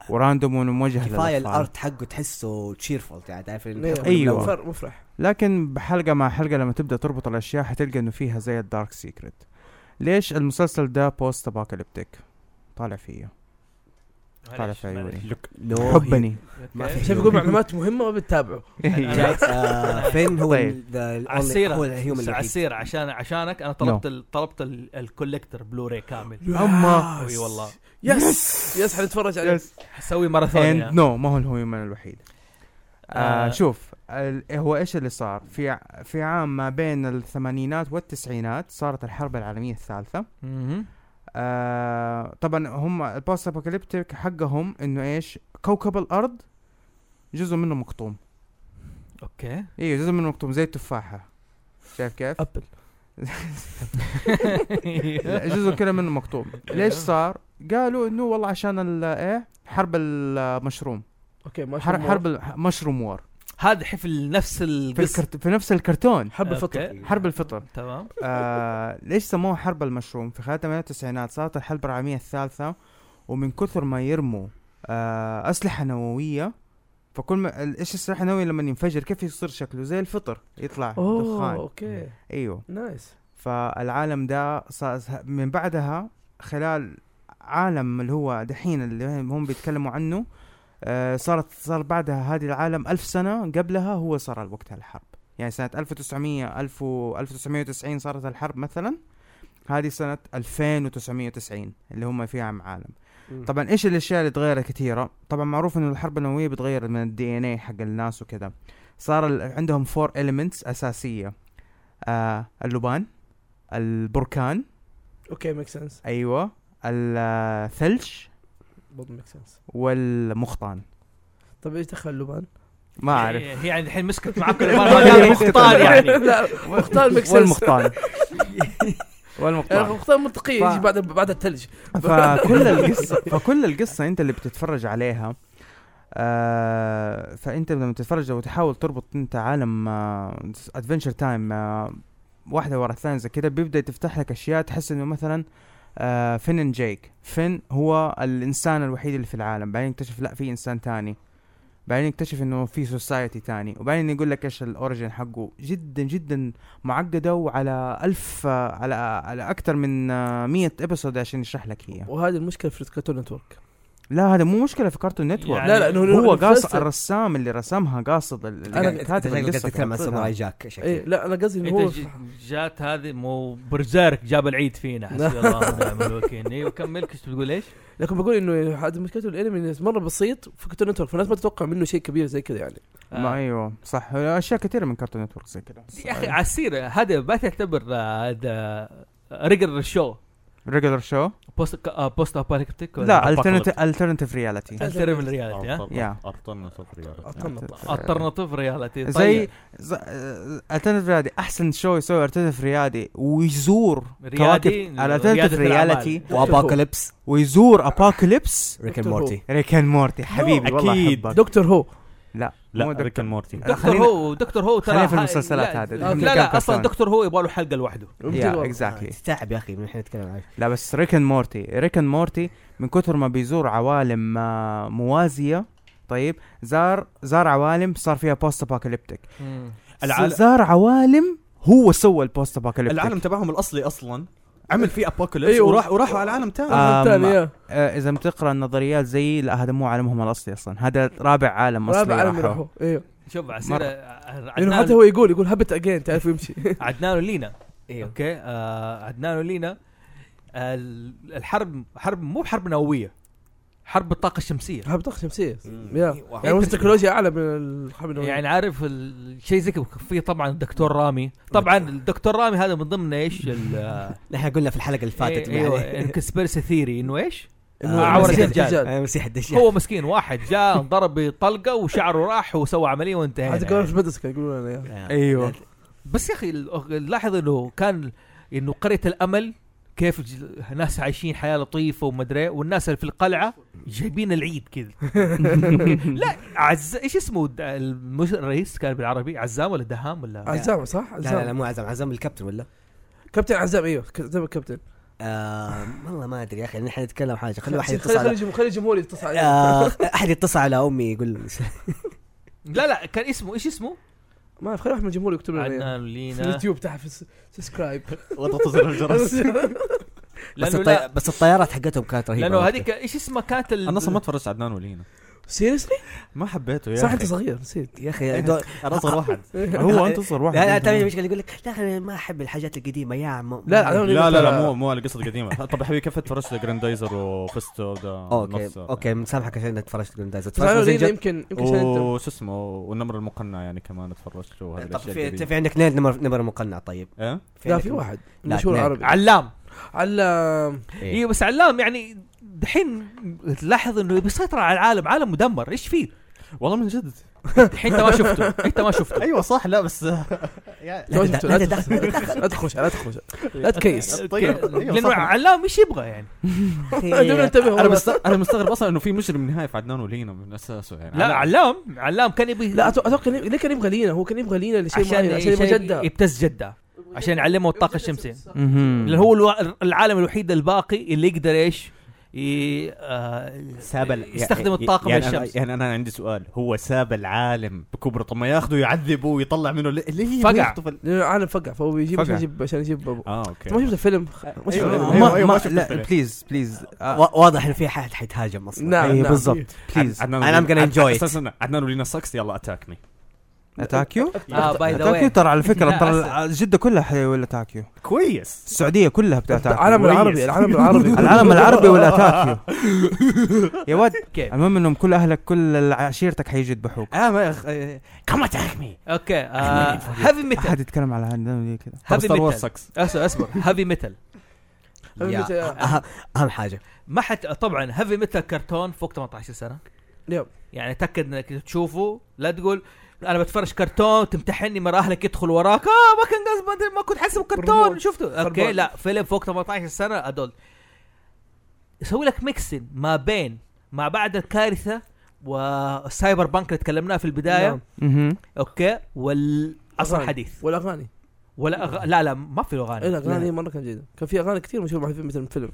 Speaker 3: وراندوم وموجهه
Speaker 2: كفايه
Speaker 3: للأطفال.
Speaker 2: الارت حقه تحسه تشيرفول يعني تعرف اللي
Speaker 5: نعم.
Speaker 2: بيحط
Speaker 3: أيوة.
Speaker 2: باللون.
Speaker 5: مفر- مفرح
Speaker 3: لكن بحلقه مع حلقه لما تبدا تربط الاشياء حتلقى انه فيها زي الدارك سيكريت ليش المسلسل ده بوست ابوكاليبتيك طالع فيه طالع
Speaker 1: معلش،
Speaker 3: في عيوني.
Speaker 1: معلش.
Speaker 2: نو
Speaker 3: حبني
Speaker 1: أوكي.
Speaker 2: ما في
Speaker 5: شايف يقول معلومات مهمه ما بتتابعه
Speaker 1: أنا-
Speaker 2: آه، فين هو
Speaker 3: طيب.
Speaker 2: ال- ذا- ال-
Speaker 1: على السيرة
Speaker 2: هو الهيومن
Speaker 1: على
Speaker 2: الوحيد.
Speaker 1: السيرة عشان عشانك انا طلبت ال... طلبت ال- الكوليكتر بلوراي كامل
Speaker 3: اما
Speaker 1: اي والله
Speaker 5: يس يس حنتفرج عليه
Speaker 3: يس
Speaker 1: حسوي ماراثون
Speaker 3: اند
Speaker 1: يعني.
Speaker 3: نو ما هو الهيومن الوحيد آه
Speaker 1: آه.
Speaker 3: شوف ال- هو ايش اللي صار في ع- في عام ما بين الثمانينات والتسعينات صارت الحرب العالميه الثالثه
Speaker 1: مهم.
Speaker 3: آه طبعا هم البوست ابوكاليبتيك حقهم انه ايش كوكب الارض جزء منه مقطوم
Speaker 1: اوكي
Speaker 3: ايوه جزء منه مقطوم زي التفاحه شايف كيف
Speaker 5: ابل
Speaker 3: لا، جزء كده منه مقطوم ليش صار قالوا انه والله عشان ال- ايه حرب المشروم
Speaker 5: اوكي ما
Speaker 3: حرب حرب المشروم وار
Speaker 1: هذا حفل نفس
Speaker 3: في,
Speaker 1: القصه
Speaker 3: الكرت... في نفس الكرتون
Speaker 5: حرب
Speaker 1: أوكي.
Speaker 5: الفطر
Speaker 3: حرب الفطر
Speaker 1: تمام
Speaker 3: آه ليش سموها حرب المشروم في خلال ثمانينات التسعينات صارت الحرب العالميه الثالثه ومن كثر ما يرموا آه اسلحه نوويه فكل ما ال- ايش السلاح النووي لما ينفجر كيف يصير شكله زي الفطر يطلع
Speaker 5: اوه
Speaker 3: دخان
Speaker 5: اوكي
Speaker 3: ايوه
Speaker 5: نايس
Speaker 3: فالعالم ده صار من بعدها خلال عالم اللي هو دحين اللي هم هم بيتكلموا عنه آه، صارت صار بعدها هذه العالم ألف سنة قبلها هو صار على وقتها الحرب يعني سنة 1900 1000 و 1990 صارت الحرب مثلا هذه سنة 2990 اللي هم فيها عام عالم
Speaker 5: مم.
Speaker 3: طبعا ايش الاشياء اللي تغيرت كثيره طبعا معروف انه الحرب النوويه بتغير من الدي ان اي حق الناس وكذا صار ال- عندهم فور elements اساسيه آه اللبان البركان
Speaker 5: اوكي ميك سنس
Speaker 3: ايوه الثلج
Speaker 5: برضه ميك سنس
Speaker 3: والمخطان
Speaker 5: طيب ايش دخل اللبان؟
Speaker 3: ما اعرف
Speaker 1: هي يعني الحين مسكت معك المختار يعني
Speaker 5: لا مختار ميك سنس
Speaker 3: والمخطان
Speaker 5: يعني
Speaker 3: والمخطان
Speaker 5: مختار منطقية
Speaker 3: ف-
Speaker 5: يجي بعد بعد الثلج
Speaker 3: فكل القصه فكل القصه انت اللي بتتفرج عليها آه فانت لما تتفرج وتحاول تربط انت عالم آه، ادفنشر تايم واحده آه، ورا الثانيه زي كده بيبدا تفتح لك اشياء تحس انه مثلا آه فين اند جيك فين هو الانسان الوحيد اللي في العالم بعدين يكتشف لا في انسان تاني بعدين يكتشف انه في سوسايتي تاني وبعدين يقول لك ايش الاوريجن حقه جدا جدا معقده وعلى ألف آه، على على اكثر من آه، 100 ابيسود عشان يشرح لك هي
Speaker 5: وهذه المشكلة في كرتون نتورك
Speaker 3: لا هذا مو مشكله في كرتون نتورك
Speaker 1: يعني
Speaker 5: لا لا إنه-
Speaker 3: هو
Speaker 5: إنه
Speaker 3: قاصد
Speaker 5: مسلسل.
Speaker 3: الرسام اللي رسمها قاصد ال-
Speaker 5: أنا-
Speaker 3: اللي كاتب القصه
Speaker 2: تتكلم عن
Speaker 3: كلها.
Speaker 2: ساموراي جاك شكلي.
Speaker 5: ايه لا انا قصدي انه هو
Speaker 3: إيه،
Speaker 1: انت ج- جات هذه مو برزيرك جاب العيد فينا حسبي الله ونعم الوكيل ايوه كمل كنت بتقول ايش؟
Speaker 5: لكن بقول انه هذه مشكلته الانمي إنه مره بسيط في كرتون نتورك فالناس ما تتوقع منه شيء كبير زي كذا يعني
Speaker 3: ما ايوه صح اشياء كثيره من كرتون نتورك زي كذا
Speaker 1: آه، يا اخي على السيره هذا ما تعتبر آه، هذا ريجر شو
Speaker 3: ريجولر شو
Speaker 1: بوست آه، بوست ابوكاليبتيك
Speaker 3: لا
Speaker 4: أعتقد.
Speaker 3: الترنتيف رياليتي
Speaker 1: الترم الرياليتي ها
Speaker 4: يا ارطنا صوت رياضة
Speaker 5: أطنط.
Speaker 1: الترنطيف رياليتي
Speaker 3: زي آه، الترنتيف رياليتي احسن شو يسوي الترنتيف رياليتي ويزور كواكب على الترنتيف رياليتي
Speaker 2: وابوكاليبس
Speaker 3: ويزور ابوكاليبس
Speaker 2: ريك
Speaker 5: دكتور
Speaker 2: مورتي
Speaker 3: ريك اند مورتي حبيبي والله
Speaker 4: أكيد.
Speaker 3: احبك
Speaker 5: دكتور هو
Speaker 3: لا
Speaker 4: لا
Speaker 3: مو دكتور.
Speaker 4: ريك مورتي
Speaker 3: لا،
Speaker 1: دكتور
Speaker 3: خلينا-
Speaker 1: هو دكتور هو ترى
Speaker 3: خلينا في
Speaker 1: ها-
Speaker 3: المسلسلات
Speaker 1: لا-
Speaker 3: هذه.
Speaker 1: لا
Speaker 3: نحمل كام
Speaker 1: لا اصلا
Speaker 3: كرتون.
Speaker 1: دكتور هو يبغى له حلقه لوحده
Speaker 3: يا اكزاكتلي
Speaker 2: تتعب يا اخي من احنا نتكلم عنه
Speaker 3: لا بس ريك اند مورتي ريك اند مورتي من كثر ما بيزور عوالم آه، موازيه طيب زار زار عوالم صار فيها بوست ابوكاليبتيك
Speaker 4: العالم-
Speaker 3: زار عوالم هو سوى البوست ابوكاليبتيك
Speaker 4: العالم تبعهم الاصلي اصلا عمل فيه ابوكاليبس
Speaker 5: أيوه.
Speaker 4: وراح وراحوا على عالم تاني
Speaker 3: آه.
Speaker 5: الثاني يا
Speaker 3: آه اذا بتقرا النظريات زي لا هذا مو عالمهم الاصلي اصلا هذا رابع عالم اصلي
Speaker 5: رابع عالم
Speaker 3: راحوا.
Speaker 5: راحوا ايوه
Speaker 1: شوف على
Speaker 3: مرة.
Speaker 1: السيره
Speaker 5: لانه حتى
Speaker 1: عدنان
Speaker 5: هو يقول يقول هبت اجين تعرف يمشي
Speaker 1: عدنان ولينا
Speaker 2: ايوه
Speaker 1: اوكي آه، عدنان ولينا آه، الحرب حرب مو حرب نوويه حرب الطاقه الشمسيه
Speaker 5: هبت اخ شمسيه
Speaker 4: مم.
Speaker 5: يا
Speaker 2: إيه.
Speaker 5: يعني وسط التكنولوجيا اعلى من الحرب النووية.
Speaker 1: يعني عارف الشيء زي كده في طبعا الدكتور رامي طبعا الدكتور رامي هذا من ضمن ايش ال
Speaker 2: نحن قلنا في الحلقه اللي فاتت
Speaker 1: إيه، أيوة.
Speaker 2: يعني.
Speaker 1: الكسبيرسي ثيري انه ايش؟
Speaker 5: إنه
Speaker 1: آه، عورة
Speaker 5: مسيح
Speaker 1: الدجال.
Speaker 5: الدجال
Speaker 2: مسيح الدجال
Speaker 1: هو مسكين واحد جاء انضرب بطلقه وشعره راح وسوى عمليه وانتهى
Speaker 2: إيه.
Speaker 5: حتى كمان في المدرسه كانوا يقولون لنا إياه.
Speaker 2: آه.
Speaker 1: أيوة.
Speaker 3: ايوه
Speaker 1: بس يا اخي ال- لاحظ انه كان انه قريه الامل كيف الج- ناس عايشين حياه لطيفه ومدري إيه، والناس اللي في القلعه جايبين العيد كذا لا عز ايش اسمه الد- المش- الرئيس كان بالعربي عزام ولا دهام ولا
Speaker 5: عزام صح؟
Speaker 2: لا لا لا
Speaker 5: عزام
Speaker 2: مو عزام عزام الكابتن ولا؟
Speaker 5: كابتن عزام ايوه كابتن كابتن
Speaker 2: آه، والله ما ادري يا اخي نحن نتكلم حاجه خلي واحد
Speaker 5: خلي
Speaker 2: يتصل
Speaker 5: خلي
Speaker 2: على
Speaker 5: الجم- خلي الجمهور يتصل عليه.
Speaker 2: آه، احد يتصل على امي يقول
Speaker 1: لا لا كان اسمه ايش اسمه؟
Speaker 5: ما أعرف، خلي واحد من الجمهور يكتب لنا إياه.
Speaker 1: عدنان
Speaker 5: في
Speaker 1: لينا
Speaker 5: اليوتيوب تحت في الس- سبسكرايب
Speaker 4: واضغط زر الجرس
Speaker 2: بس
Speaker 1: لانه
Speaker 2: الطي...
Speaker 1: لا
Speaker 2: بس الطيارات حقتهم كانت رهيبه
Speaker 1: طيب، لانه هذيك ايش اسمها كانت ال-
Speaker 4: انا اصلا ما اتفرجت على عدنان ولينا
Speaker 5: سيريسلي؟
Speaker 4: ما حبيته يا
Speaker 5: صح
Speaker 4: أخي.
Speaker 5: انت صغير نسيت
Speaker 2: يا اخي دو...
Speaker 4: انا اصغر واحد
Speaker 3: هو انت صار واحد
Speaker 2: لا لا ترى المشكله يقول لك لا أخي ما احب الحاجات القديمه يا عم
Speaker 5: لا، لا،
Speaker 4: لا لا لا مو مو على القصه القديمه طب يا حبيبي كيف تفرجت جراندايزر وفيستو ده
Speaker 2: اوكي
Speaker 4: نفسه.
Speaker 2: اوكي مسامحك عشان انك تفرجت جراندايزر
Speaker 5: بس أنا
Speaker 2: تفرجت
Speaker 5: أريد
Speaker 2: زنجر
Speaker 5: يمكن يمكن عشان انت
Speaker 4: وش اسمه والنمر المقنع يعني كمان تفرجت له هذه
Speaker 2: طب
Speaker 4: الاشياء
Speaker 2: في,
Speaker 4: القديمة.
Speaker 2: في عندك اثنين نمر نمر مقنع طيب
Speaker 4: ايه
Speaker 5: لا
Speaker 2: عندك
Speaker 5: في
Speaker 2: نمر-
Speaker 5: واحد
Speaker 2: لا،
Speaker 5: مشهور
Speaker 2: اثنين.
Speaker 5: عربي
Speaker 1: علام
Speaker 5: على
Speaker 2: إيه.
Speaker 1: ايوه بس علام يعني دحين تلاحظ انه بيسيطر على العالم عالم مدمر ايش فيه
Speaker 4: والله من جد
Speaker 1: دحين انت ما شفته انت ما شفته
Speaker 4: ايوه صح لا بس
Speaker 5: لا
Speaker 2: لا
Speaker 5: تدخل-
Speaker 2: تدخل-
Speaker 5: لا
Speaker 2: لا
Speaker 5: تدخل- لا تخش لا تخش لا تكيس
Speaker 4: طيب
Speaker 1: لانه علام ايش يبغى يعني
Speaker 2: إيه،
Speaker 5: دون انتبه
Speaker 4: انا
Speaker 5: والله.
Speaker 4: مستغرب انا مستغرب اصلا انه في مجرم نهائي في عدنان ولينا من اساسه يعني
Speaker 1: لا علام علام كان يبغى
Speaker 5: لا أتو- اتوقع ليه ليه كان يبغى لينا هو كان يبغى لينا لشيء معين عشان
Speaker 1: إيه،
Speaker 5: يبغى جده
Speaker 1: يبتز جده عشان يعلمه الطاقه الشمسيه
Speaker 3: مهم.
Speaker 1: لان هو الوا- العالم الوحيد الباقي اللي يقدر ايش ي- آه،
Speaker 4: ساب ال-
Speaker 1: يستخدم
Speaker 4: يعني-
Speaker 1: الطاقه من
Speaker 4: يعني أنا-
Speaker 1: الشمس
Speaker 4: يعني انا عندي سؤال هو ساب العالم بكبره طب ما ياخذه يعذبه ويطلع منه ليه- ليه
Speaker 1: فقع.
Speaker 4: يخطف ال-
Speaker 5: لانه العالم فقع فهو بيجيب عشان
Speaker 4: فقع.
Speaker 5: يجيب عشان يجيب ابو
Speaker 4: اه
Speaker 5: انت ما
Speaker 4: اوكي
Speaker 5: شفت الفيلم خ- ما شفت
Speaker 4: أيوة.
Speaker 5: الفيلم.
Speaker 4: أيوة.
Speaker 3: ما-
Speaker 4: ما
Speaker 3: ما-
Speaker 4: شفت
Speaker 3: لا
Speaker 4: الفيلم.
Speaker 3: بليز بليز
Speaker 2: وا- واضح ان في حد حيتهاجم اصلا
Speaker 5: نعم،
Speaker 3: اي
Speaker 5: نعم.
Speaker 3: إيه، بالضبط بليز
Speaker 4: عدنان
Speaker 2: And I'm
Speaker 4: ولينا-
Speaker 2: gonna enjoy it.
Speaker 4: استنى استنى عدنان ولينا سكس يلا اتاك مي
Speaker 3: اتاكيو
Speaker 1: اه باي ذا
Speaker 3: اتاكيو
Speaker 1: واي
Speaker 3: ترى على فكره
Speaker 1: لا،
Speaker 3: ترى جده كلها حيقول اتاكيو
Speaker 4: كويس
Speaker 3: السعوديه كلها بتاتاكيو
Speaker 5: العالم العربي العالم العربي
Speaker 3: العالم العربي والاتاكيو يا ود
Speaker 1: اوكي
Speaker 3: المهم انهم كل اهلك كل عشيرتك حيجوا يذبحوك
Speaker 4: اه ما كم اتاك مي
Speaker 1: اوكي هافي ميتال
Speaker 3: احد يتكلم على هذا كذا
Speaker 1: هافي
Speaker 4: ستار وورز
Speaker 1: ميتال
Speaker 4: سكس
Speaker 1: اصبر اصبر هافي ميتال
Speaker 5: أيوة.
Speaker 2: يا-
Speaker 5: أيوة.
Speaker 2: أه- اهم حاجه
Speaker 1: ما حت طبعا هافي ميتال كرتون فوق 18 سنه
Speaker 5: يب.
Speaker 1: يعني تاكد انك تشوفه لا تقول انا بتفرج كرتون تمتحني مرة اهلك يدخل وراك اه ما كان قصد ما كنت حاسب كرتون
Speaker 5: خربوش.
Speaker 1: شفته اوكي
Speaker 5: خربوش.
Speaker 1: لا فيلم فوق 18 سنه ادولت يسوي لك ميكسن ما بين ما بعد الكارثه والسايبر بانك اللي تكلمناه في البدايه
Speaker 5: نعم.
Speaker 3: مهم.
Speaker 1: اوكي والعصر
Speaker 5: أغاني.
Speaker 1: الحديث
Speaker 5: والاغاني
Speaker 1: ولا أغ... لا لا ما في
Speaker 5: إيه،
Speaker 1: اغاني
Speaker 5: الاغاني
Speaker 2: لا.
Speaker 5: مره كانت جيده كان في اغاني كثير مشهوره بعد مثل الفيلم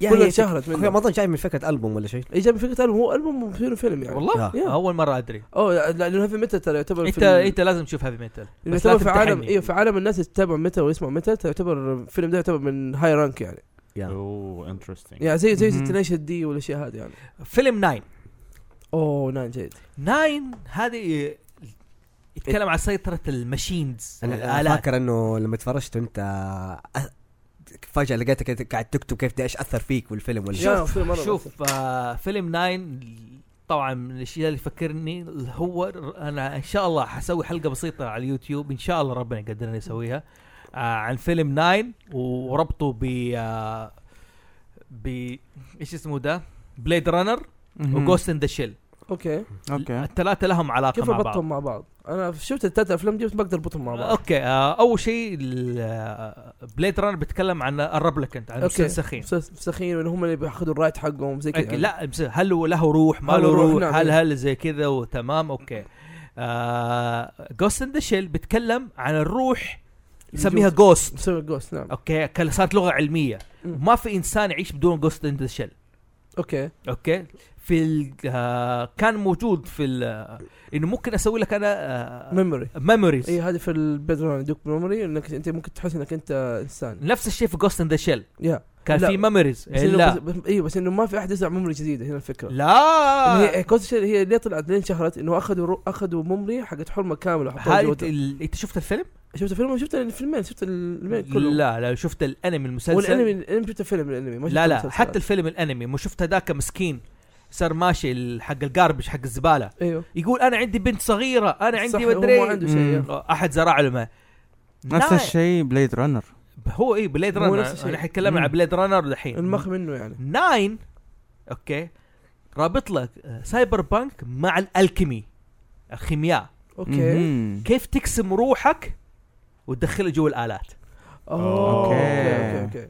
Speaker 2: يعني
Speaker 5: كلها شهرت
Speaker 2: أخوي،
Speaker 5: منه
Speaker 2: ما اظن جاي من فكره البوم ولا شيء
Speaker 5: اي جاب فكره البوم هو البوم وفيلم فيلم يعني
Speaker 1: والله
Speaker 2: لا.
Speaker 1: آه، اول مره ادري
Speaker 5: اوه لا، لانه هيفي ميتال ترى يعتبر
Speaker 1: انت
Speaker 5: في ال-
Speaker 1: انت لازم تشوف هافي ميتال بس لا
Speaker 5: يعتبر في عالم
Speaker 1: تمتحني
Speaker 5: ايوه في عالم الناس اللي تتابع ميتال ويسمع ميتال تعتبر الفيلم ده يعتبر من هاي رانك يعني
Speaker 4: اوه انترستنج
Speaker 5: يعني زي زي
Speaker 3: مهم.
Speaker 5: ستينيشن دي والاشياء هذه يعني
Speaker 1: فيلم ناين
Speaker 5: اوه نعم جيد
Speaker 1: ناين هذه يتكلم عن سيطرة الماشينز
Speaker 2: انا أنا
Speaker 1: الآلات
Speaker 2: فاكر انه لما تفرجت انت أه، فجاه لقيتك أنت قاعد تكتب كيف ده ايش اثر فيك والفيلم ولا شيء
Speaker 5: يا، فيلم مرة لطيف.
Speaker 1: شوف آه فيلم ناين طبعا من الأشياء اللي فكرني هو أنا إن شاء الله حسوي حلقة بسيطة على اليوتيوب إن شاء الله ربنا يقدرني أسويها آه عن فيلم ناين وربطه ب آه ب ايش اسمه ده؟ بليد رانر
Speaker 3: مهم.
Speaker 1: وجوست ان ذا شيل
Speaker 5: اوكي
Speaker 3: اوكي
Speaker 1: الثلاثة لهم علاقة
Speaker 5: كيف
Speaker 1: مع بعض
Speaker 5: اربطهم مع بعض؟ انا شفت الثلاث افلام دي بس ما اقدر اربطهم مع بعض
Speaker 1: اوكي آه اول شيء بليد رانر بيتكلم عن الربلكنت عن
Speaker 5: اوكي
Speaker 1: السخين
Speaker 5: مسلسل سخين وان هم اللي بياخذوا الرايت حقهم زي كذا
Speaker 1: اوكي لا بس هل هو له روح ما
Speaker 5: يعني. هل
Speaker 1: له
Speaker 5: روح،
Speaker 1: روح
Speaker 5: نعم.
Speaker 1: هل هل زي كذا وتمام آه، اوكي جوست ان ذا شيل بيتكلم عن الروح يسميها جوست
Speaker 5: مسوي جوست نعم
Speaker 1: اوكي كان- صارت لغه علميه
Speaker 5: مم.
Speaker 1: ما في انسان يعيش بدون جوست ان ذا شيل
Speaker 5: اوكي
Speaker 1: اوكي في ال- آه كان موجود في ال- آه، انه ممكن اسوي لك آه، انا
Speaker 5: ميموري
Speaker 1: ميموريز
Speaker 5: اي إيه، هذه في البيدرون يدوك ميموري انك انت ممكن تحس انك انت انسان
Speaker 1: نفس الشيء في جوست ان ذا شيل
Speaker 5: يا
Speaker 1: كان
Speaker 5: لا،
Speaker 1: في ميموريز
Speaker 5: بس إنه-
Speaker 1: لا
Speaker 5: بس- بس- ايوه بس انه ما في احد يزرع ميموري جديده هنا الفكره إن
Speaker 1: لا
Speaker 5: هي كوست هي ليه طلعت ليه انشهرت انه اخذوا رو... اخذوا ممري حقت حرمه كامله وحطوها
Speaker 1: هل
Speaker 5: جوه
Speaker 1: ت- ال- انت شفت الفيلم؟
Speaker 5: شفت الفيلم شفت الفيلمين شفت الفيلمين كلهم
Speaker 1: لا لا شفت الانمي المسلسل
Speaker 5: والانمي الانمي شفت الفيلم الانمي ما شفت
Speaker 1: لا لا
Speaker 5: المسلسل.
Speaker 1: حتى الفيلم الانمي مو شفت هذاك مسكين صار ماشي ال- حق الجاربج حق الزباله
Speaker 5: ايوه
Speaker 1: يقول انا عندي بنت صغيره انا
Speaker 5: صح،
Speaker 1: عندي
Speaker 5: هو ما
Speaker 1: مدري
Speaker 5: عنده شيء
Speaker 3: مم.
Speaker 1: احد زرع له ما
Speaker 3: نفس
Speaker 1: لا،
Speaker 3: الشيء بليد رانر
Speaker 1: هو اي بليد
Speaker 5: هو
Speaker 1: رانر
Speaker 5: نفس الشيء.
Speaker 1: احنا تكلمنا
Speaker 3: مم.
Speaker 1: عن بليد رانر دحين
Speaker 5: المخ منه يعني
Speaker 1: ناين اوكي رابط لك آه، سايبر بانك مع الالكيمي الخيمياء
Speaker 5: اوكي
Speaker 3: مهم.
Speaker 1: كيف تقسم روحك وتدخلها جوا الالات
Speaker 5: أوه،
Speaker 3: أوكي.
Speaker 5: اوكي اوكي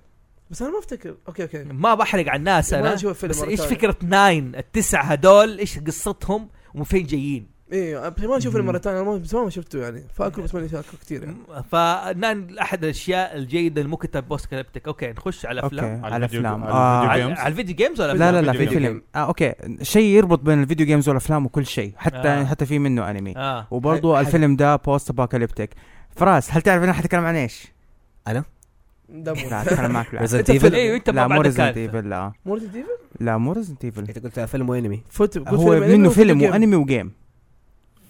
Speaker 5: بس انا ما افتكر اوكي اوكي
Speaker 1: ما بحرق على الناس
Speaker 5: إيه، ما
Speaker 1: انا
Speaker 5: نشوف الفيلم
Speaker 1: بس
Speaker 5: مرة
Speaker 1: ايش
Speaker 5: ثانية.
Speaker 1: فكره ناين التسعه هذول ايش قصتهم ومن فين جايين
Speaker 5: ايوه بس ما نشوف
Speaker 3: مم.
Speaker 5: مره ثانيه أنا ما- بس ما شفته يعني فاكله بس ماني فاكره كثير يعني
Speaker 1: فناين احد الاشياء الجيده اللي ممكن تبقى بوست كاليبتيك اوكي نخش على
Speaker 3: اوكي
Speaker 1: افلام
Speaker 4: على
Speaker 3: على
Speaker 4: الفيديو-
Speaker 3: افلام
Speaker 4: على
Speaker 3: آه،
Speaker 4: الفيديو
Speaker 1: على,
Speaker 4: جيمز؟
Speaker 1: على الفيديو جيمز ولا
Speaker 3: لا لا لا في
Speaker 4: فيديو
Speaker 3: فيلم آه اوكي شيء يربط بين الفيديو جيمز والافلام وكل شيء حتى
Speaker 1: آه.
Speaker 3: آه. حتى في منه انمي
Speaker 1: اه
Speaker 3: وبرضه
Speaker 2: حلو.
Speaker 3: الفيلم ده بوست ابوكاليبتيك فراس هل تعرف انا حتكلم عن ايش؟ لا اتكلم معك لا
Speaker 2: Resident
Speaker 5: أنت إيه؟ في-
Speaker 2: Evil؟
Speaker 1: ايوه انت
Speaker 3: لا
Speaker 1: ما
Speaker 3: مو
Speaker 1: بعد
Speaker 3: ريزنت
Speaker 1: الكارثه
Speaker 3: ايفل لا
Speaker 5: مورتي ديفل؟
Speaker 3: لا مو ريزنت ايفل
Speaker 2: انت قلت فيلم وانمي
Speaker 5: فوت
Speaker 3: هو منه فيلم وانمي وجيم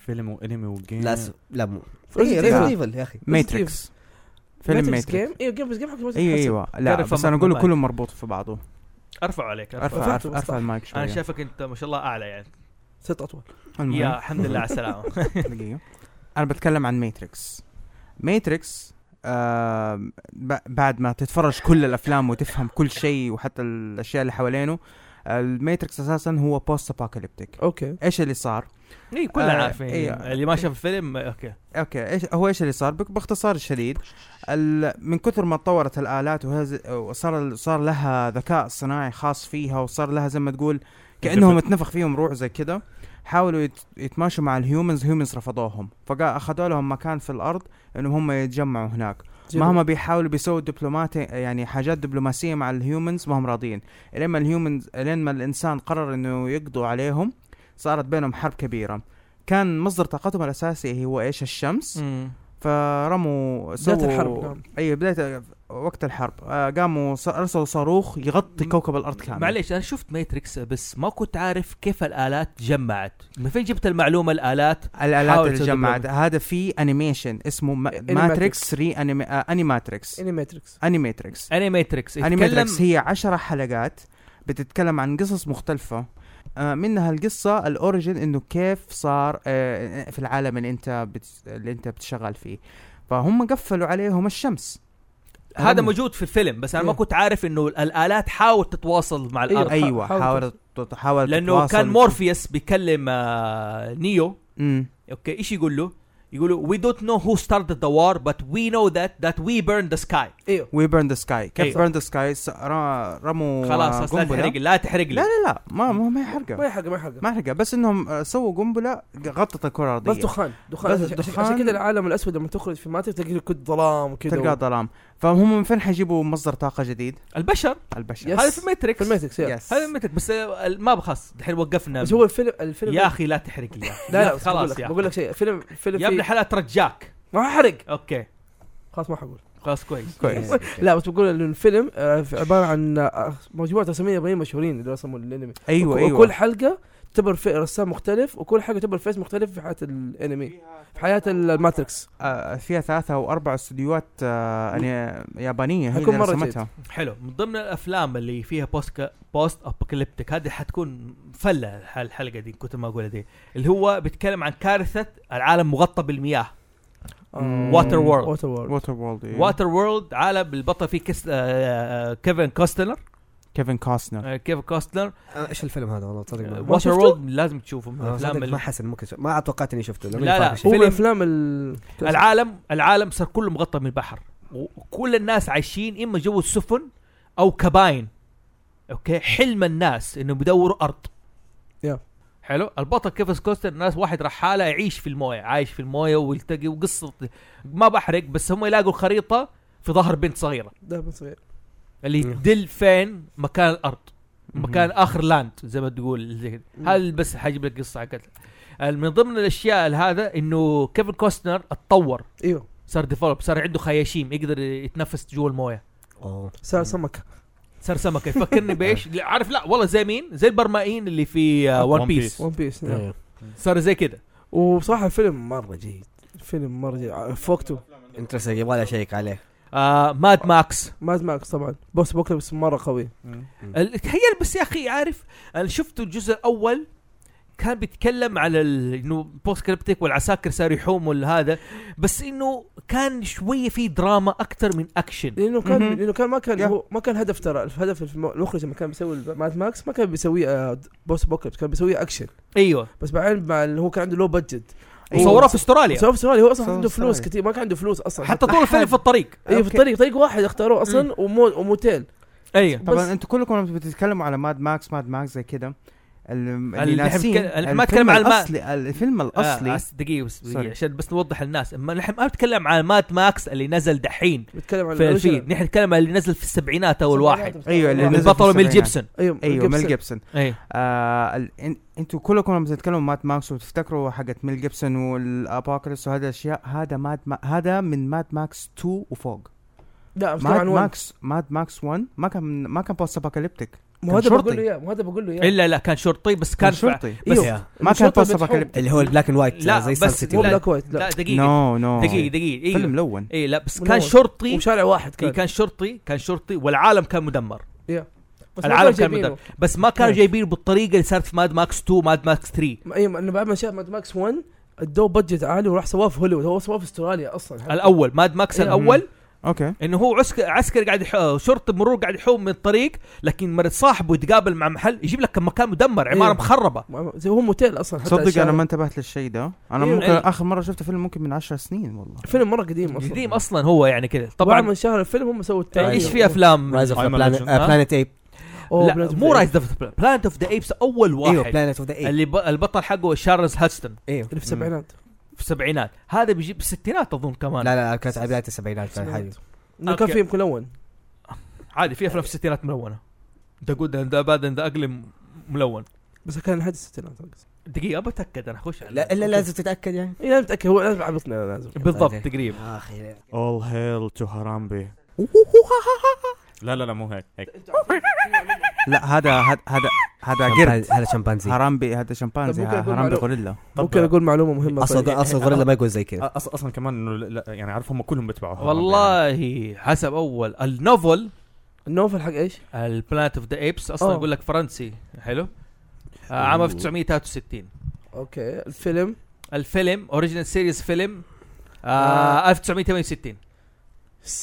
Speaker 4: فيلم وانمي وجيم
Speaker 2: لا س- لا مو
Speaker 3: Evil.
Speaker 2: ريزنت ايفل يا اخي
Speaker 3: ماتريكس فيلم
Speaker 5: فيلم ماتريكس
Speaker 3: ماتريكس
Speaker 5: جيم ايوه جيم بس جيم حق Matrix
Speaker 3: ايوه
Speaker 5: حسب.
Speaker 3: ايوه لا
Speaker 1: تعرف
Speaker 3: بس
Speaker 1: أما-
Speaker 3: انا اقول
Speaker 1: أما-
Speaker 3: كلهم مربوط في بعضه
Speaker 1: ارفع عليك أرفع.
Speaker 3: ارفع
Speaker 5: رفعته
Speaker 3: ارفع, أرفع المايك شويه
Speaker 1: انا شايفك انت ما شاء الله اعلى يعني
Speaker 5: صرت اطول
Speaker 3: المهم.
Speaker 1: يا الحمد لله على السلامه
Speaker 3: دقيقة أنا بتكلم عن ماتريكس ماتريكس آه بعد ما تتفرج كل الأفلام وتفهم كل شيء وحتى الأشياء اللي حوالينه الماتريكس أساسا هو بوست أبوكاليبتيك
Speaker 5: اوكي
Speaker 3: إيش اللي صار؟
Speaker 1: اي كلنا
Speaker 3: آه،
Speaker 1: عارفين
Speaker 3: إيه.
Speaker 1: اللي ما شاف الفيلم اوكي
Speaker 3: اوكي ايش هو ايش اللي صار بك- باختصار شديد ال- من كثر ما تطورت الالات وهز- وصار صار لها ذكاء صناعي خاص فيها وصار لها زي ما تقول كانهم اتنفخ فيهم روح زي كده حاولوا يت- يتماشوا مع الهيومنز هيومنز رفضوهم فاخذوا لهم مكان في الارض انهم هم يتجمعوا هناك
Speaker 5: جيبوا.
Speaker 3: مهما بيحاولوا بيسووا دبلوماتي يعني حاجات دبلوماسيه مع الهيومنز ما هم راضيين لين ما الهيومنز لين ما الانسان قرر انه يقضوا عليهم صارت بينهم حرب كبيره كان مصدر طاقتهم الاساسي هو ايش الشمس فرموا سووا
Speaker 5: بداية الحرب، نعم.
Speaker 3: ايوه بدايه وقت الحرب آه قاموا ص- ارسلوا صاروخ يغطي
Speaker 1: م-
Speaker 3: كوكب الارض كامل
Speaker 1: معليش انا شفت ماتريكس بس ما كنت عارف كيف الالات جمعت من فين جبت المعلومه الالات
Speaker 3: الالات
Speaker 1: حاول
Speaker 3: اللي
Speaker 1: تسوي
Speaker 3: جمعت
Speaker 1: دبلوماسي.
Speaker 3: هذا في انيميشن اسمه
Speaker 5: Animatrix.
Speaker 3: ماتريكس ري انيماتريكس
Speaker 5: اني ماتريكس
Speaker 3: انيماتريكس
Speaker 1: اني ماتريكس
Speaker 3: انيماتريكس هي عشرة حلقات بتتكلم عن قصص مختلفة آه، منها القصة الأوريجن إنه كيف صار آه، في العالم اللي أنت بت... اللي أنت بتشتغل فيه فهم قفلوا عليهم الشمس
Speaker 1: هذا موجود في الفيلم بس انا ما
Speaker 5: إيه.
Speaker 1: كنت عارف انه الالات حاولت تتواصل مع
Speaker 5: أيوة.
Speaker 1: الارض
Speaker 3: أيوة
Speaker 5: حاول-
Speaker 3: حاولت تت- حاولت
Speaker 1: لانه
Speaker 3: تتواصل.
Speaker 1: كان مورفيوس بيكلم آه، نيو
Speaker 3: مم.
Speaker 1: اوكي ايش يقول له؟ يقول له we don't know who started the war but we know that that we burned the sky
Speaker 5: ايوه
Speaker 3: We burn the sky كيف
Speaker 1: أيوة.
Speaker 3: burn the sky س- را- رموا آه،
Speaker 1: خلاص لا
Speaker 3: قنبلة.
Speaker 1: تحرق لا تحرق
Speaker 3: لا
Speaker 1: لي
Speaker 3: لا لا ما ما ما هي حرقة
Speaker 5: ما هي حاجه ما هي حاجه
Speaker 3: ما هي حرقة بس إنهم آه، سووا قنبلة غطت الكرة الأرضية
Speaker 5: بس دخان دخان
Speaker 3: بس
Speaker 5: عشان- عشان-
Speaker 3: دخان.
Speaker 5: عشان كذا العالم الاسود لما تخرج في ماتريكس تلاقي له كد ظلام وكذا
Speaker 3: تلقاه ظلام فهم من فين حيجيبوا مصدر طاقة جديد؟
Speaker 1: البشر
Speaker 3: البشر
Speaker 5: يس.
Speaker 1: هذا في
Speaker 5: في
Speaker 1: ماتريكس
Speaker 5: الماتريكس يا.
Speaker 3: يس.
Speaker 1: هذا متك بس آه، ما بخص الحين وقفنا
Speaker 5: بس هو الفيلم الفيلم
Speaker 1: يا اخي لا تحرق لي يا أخي.
Speaker 5: لا لا بس بقول
Speaker 1: خلاص
Speaker 5: لك
Speaker 1: يا
Speaker 5: بقول لك شيء فيلم فيلم
Speaker 1: يا ابن
Speaker 5: فيه-
Speaker 1: الحلال ترجاك
Speaker 5: ما حرق
Speaker 1: اوكي
Speaker 5: خلاص ما حقول
Speaker 1: خلاص كويس
Speaker 3: كويس
Speaker 5: لا بس بقول انه الفيلم آه، عباره عن آه، مجموعه رسامين يابانيين مشهورين اللي رسموا الانمي
Speaker 3: ايوه
Speaker 5: وك-
Speaker 3: ايوه
Speaker 5: وكل حلقه تعتبر في رسام مختلف وكل حلقه تعتبر فيس مختلف في حياه الانمي في حياه الماتريكس
Speaker 3: آه، فيها ثلاثة أو أربع استديوهات آه، أني- يابانية هي
Speaker 5: حكون
Speaker 3: اللي
Speaker 5: مرة
Speaker 3: رسمتها
Speaker 1: حلو من ضمن الافلام اللي فيها بوست بوست ابوكاليبتيك هذه حتكون فله الح- الحلقه دي كنت ما اقولها دي اللي هو بيتكلم عن كارثه العالم مغطى بالمياه
Speaker 5: آه،
Speaker 3: مم.
Speaker 1: واتر وورلد
Speaker 5: ووتر وورد
Speaker 3: ووتر وولد إيه.
Speaker 1: واتر وورلد عالم البطل فيه كس... آه، آه، كيفن كوستنر
Speaker 3: كيفن كاستنر
Speaker 1: آه، كيفن كوستنر
Speaker 2: آه، ايش الفيلم هذا والله تصدق نعم. ما-
Speaker 1: واتر
Speaker 5: شفته؟
Speaker 1: وورلد لازم تشوفه من
Speaker 2: آه،
Speaker 1: الافلام
Speaker 2: صدق ما
Speaker 1: اللي-
Speaker 2: حسن ممكن شف- ما توقعت اني شفته لأني
Speaker 1: لا، لا.
Speaker 2: فاهم شيء.
Speaker 5: هو من
Speaker 1: فيلم-
Speaker 5: افلام ال
Speaker 1: العالم العالم صار كله مغطى من البحر و- وكل الناس عايشين اما جوا السفن او كباين اوكي حلم الناس انهم يدوروا ارض
Speaker 5: يا.
Speaker 1: حلو البطل كيفن كوستر ناس واحد رحاله يعيش في المويه عايش في المويه ويلتقي وقصه ما بحرق بس هم يلاقوا خريطه في ظهر بنت صغيره
Speaker 5: ده من صغير
Speaker 1: اللي
Speaker 2: مم.
Speaker 1: تدل فين مكان الارض
Speaker 3: مهم.
Speaker 1: مكان اخر لاند زي ما تقول زي كده.
Speaker 5: مم.
Speaker 1: هذا بس حجيب لك قصه حقتها من ضمن الاشياء هذا انه كيفن كوستنر اتطور
Speaker 5: ايوه
Speaker 1: صار ديفلوب صار عنده خياشيم يقدر يتنفس جوا المويه
Speaker 2: أوه.
Speaker 5: صار سمكه
Speaker 1: صار سمكه يفكرني بايش لا، عارف لا والله زي مين زي البرمائيين اللي في ون
Speaker 4: One
Speaker 1: بيس
Speaker 4: Piece.
Speaker 5: ون بيس نعم.
Speaker 2: أيوه.
Speaker 1: صار زي كده
Speaker 5: وبصراحه الفيلم مره جيد الفيلم مره جيد آه، في وقته
Speaker 2: انترستنج يبغى اشيك عليه
Speaker 1: آه ماد ماكس
Speaker 5: ماد ماكس طبعا بوس بوكلي بس مره قوي
Speaker 1: ال- تخيل بس يا اخي عارف انا شفت الجزء الاول كان بيتكلم على ال- انه بوست كريبتيك والعساكر صاروا يحوموا هذا بس انه كان شويه في دراما اكثر من اكشن
Speaker 5: لانه كان
Speaker 3: مهم.
Speaker 5: لانه كان ما كان
Speaker 3: يا.
Speaker 5: هو ما كان هدف ترى الهدف الم- المخرج لما كان بيسوي ماد ماكس ما كان بيسويه بوس بوكليبس كان بيسويه اكشن
Speaker 4: أيوة.
Speaker 1: ايوه
Speaker 5: بس بعدين مع اللي هو كان عنده لو بادجت
Speaker 3: أيوة.
Speaker 1: وصوروه في استراليا
Speaker 5: سوى في هو اصلا
Speaker 3: صار
Speaker 5: عنده فلوس
Speaker 3: صار.
Speaker 5: كثير ما كان عنده فلوس اصلا
Speaker 1: حتى طول الفيلم في الطريق
Speaker 5: ايوه في
Speaker 3: أوكي.
Speaker 5: الطريق طريق واحد اختاروه اصلا ومو وموتيل
Speaker 1: ايوه
Speaker 3: طبعا
Speaker 5: بس-
Speaker 3: انتوا كلكم بتتكلموا على ماد ماكس ماد ماكس زي كده ال-
Speaker 1: نحن
Speaker 3: اللي ناسين
Speaker 1: بك- نحن ما
Speaker 3: الفيلم
Speaker 1: نتكلم على الما-
Speaker 3: الاصلي الفيلم
Speaker 1: آه
Speaker 3: الاصلي
Speaker 1: عس- دقيقة بس دقيقة
Speaker 3: سوري.
Speaker 1: عشان بس نوضح للناس ما نحن ما نتكلم عن مات ماكس اللي نزل دحين
Speaker 5: بيتكلم عن
Speaker 1: في الفيلم
Speaker 5: الأوريجينال.
Speaker 1: نحن نتكلم عن اللي نزل في السبعينات اول واحد
Speaker 3: أيوة، اللي نزل في
Speaker 1: بطله ميل
Speaker 3: السبعينات.
Speaker 1: جيبسون
Speaker 5: ايوه
Speaker 3: ايوه ميل
Speaker 5: جيبسون.
Speaker 3: جيبسون
Speaker 1: اي
Speaker 3: آه ال- إن- انتوا كلكم لما تتكلموا ماد ماكس وتفتكروا حقت ميل جيبسون والابوكاليبس وهذا الاشياء هذا ماد ما هذا من ماد ماكس 2 وفوق
Speaker 5: لا مش
Speaker 3: ماد
Speaker 5: طبعا وان
Speaker 3: ماكس ماد ماكس 1 ما كان ما كان بوست ابوكاليبتيك
Speaker 5: مو هذا
Speaker 3: كان
Speaker 5: بقول له
Speaker 3: شرطي.
Speaker 5: اياه مو هذا بقول له اياه
Speaker 1: الا لا كان شرطي بس
Speaker 3: كان
Speaker 1: كان فع-
Speaker 3: شرطي
Speaker 5: بس
Speaker 2: يا.
Speaker 3: ما كان
Speaker 5: الشرطة
Speaker 3: بوست
Speaker 5: بتحب-
Speaker 3: ابوكاليبتيك
Speaker 2: اللي هو البلاك اند وايت
Speaker 1: لا،
Speaker 2: زي
Speaker 1: بس
Speaker 2: سان سيتي
Speaker 5: مو
Speaker 1: لا.
Speaker 5: بلاك وايت
Speaker 1: لا
Speaker 5: لا
Speaker 1: دقيقه
Speaker 3: نو نو
Speaker 1: دقيقه دقيقه ايوه
Speaker 3: فيلم لون
Speaker 1: اي لا بس
Speaker 5: من
Speaker 1: كان
Speaker 5: أول.
Speaker 1: شرطي
Speaker 5: وشارع واحد
Speaker 1: إيه
Speaker 5: كان
Speaker 1: كان شرطي كان شرطي والعالم كان مدمر
Speaker 5: بس
Speaker 1: العالم
Speaker 5: ما
Speaker 1: كان
Speaker 5: جايبينه.
Speaker 1: مدمر. بس ما كانوا
Speaker 5: إيه.
Speaker 1: جايبينه بالطريقه اللي صارت في ماد ماكس 2 ماد ماكس 3
Speaker 5: ما- ايوه انه بعد ما شاف ماد ماكس 1 ادوه بادجت عالي وراح سواه في هوليوود هو سواه في استراليا اصلا
Speaker 1: الاول ماد ماكس
Speaker 5: إيه.
Speaker 1: الاول
Speaker 3: اوكي
Speaker 1: انه هو عسكر عسكري قاعد يح... آه، شرطي مرور قاعد يحوم من الطريق لكن مرة صاحبه يتقابل مع محل يجيب لك مكان مدمر عماره
Speaker 5: إيه.
Speaker 1: مخربه
Speaker 5: ما- زي هو موتيل اصلا حتى
Speaker 3: تصدق
Speaker 5: الشارع.
Speaker 3: انا ما انتبهت للشيء ده انا
Speaker 5: إيه،
Speaker 3: ممكن
Speaker 1: إيه.
Speaker 3: اخر مره شفت فيلم ممكن من 10 سنين والله
Speaker 5: فيلم مره قديم اصلا
Speaker 1: قديم اصلا هو يعني كذا
Speaker 5: طبعا
Speaker 1: طبعا
Speaker 5: من أيوه. شهر الفيلم هم سووا التاني
Speaker 1: ايش في افلام
Speaker 2: رايز اوف
Speaker 4: I'm a legend.
Speaker 1: ها؟
Speaker 2: بلانيت ايب
Speaker 5: أوه،
Speaker 1: لا
Speaker 5: بلاد
Speaker 1: مو
Speaker 5: بلاد.
Speaker 1: رايز بلانت اوف ذا ايبس
Speaker 5: أيوه،
Speaker 1: اول واحد
Speaker 2: ايوه بلانيت اوف ذا ايب
Speaker 1: اللي ب... البطل حقه شارلز هاستن
Speaker 2: ايوه
Speaker 5: اللي في السبعينات
Speaker 1: في السبعينات هذا بيجيب الستينات اظن كمان
Speaker 2: لا
Speaker 1: لا.
Speaker 2: لا لا، كانت على بدايه السبعينات كان حاجه
Speaker 5: انه كان
Speaker 1: أوكي.
Speaker 5: في يمكن لون
Speaker 1: عادي في افلام في الستينات ملونه ذا جود ذا باد ذا اقلم ملون
Speaker 5: بس كان لحد الستينات
Speaker 1: دقيقه بتاكد انا اخش على-
Speaker 2: لا الا لازم تتاكد يعني
Speaker 5: اي انا متاكد إيه، هو لازم عبطنا أنا لازم
Speaker 1: بالضبط
Speaker 2: أوكي.
Speaker 1: تقريبا
Speaker 2: اخي
Speaker 4: اول هيل تو هارامبي لا لا لا مو هيك هيك
Speaker 3: لا هذا هذا هذا هذا قرد
Speaker 2: هذا شمبانزي
Speaker 3: هرامبي هذا شمبانزي
Speaker 5: طب ممكن أقول
Speaker 3: هرامبي
Speaker 5: معلومة.
Speaker 3: غوريلا
Speaker 4: طب-
Speaker 5: ممكن اقول معلومه مهمه طيب.
Speaker 2: اصلا اصلا غوريلا ما يقول زي كذا
Speaker 4: أ- أص- اصلا كمان انه لا- لا يعني عارف هم كلهم بيتبعوا هرامبي يعني.
Speaker 1: والله حسب اول النوفل
Speaker 5: النوفل حق ايش؟
Speaker 1: البلانت اوف ذا ايبس اصلا
Speaker 5: أوه.
Speaker 1: يقول لك فرنسي حلو آه، عام
Speaker 4: أوه.
Speaker 1: 1963
Speaker 5: اوكي الفيلم
Speaker 1: الفيلم اوريجينال سيريز فيلم
Speaker 5: آه.
Speaker 1: آه 1968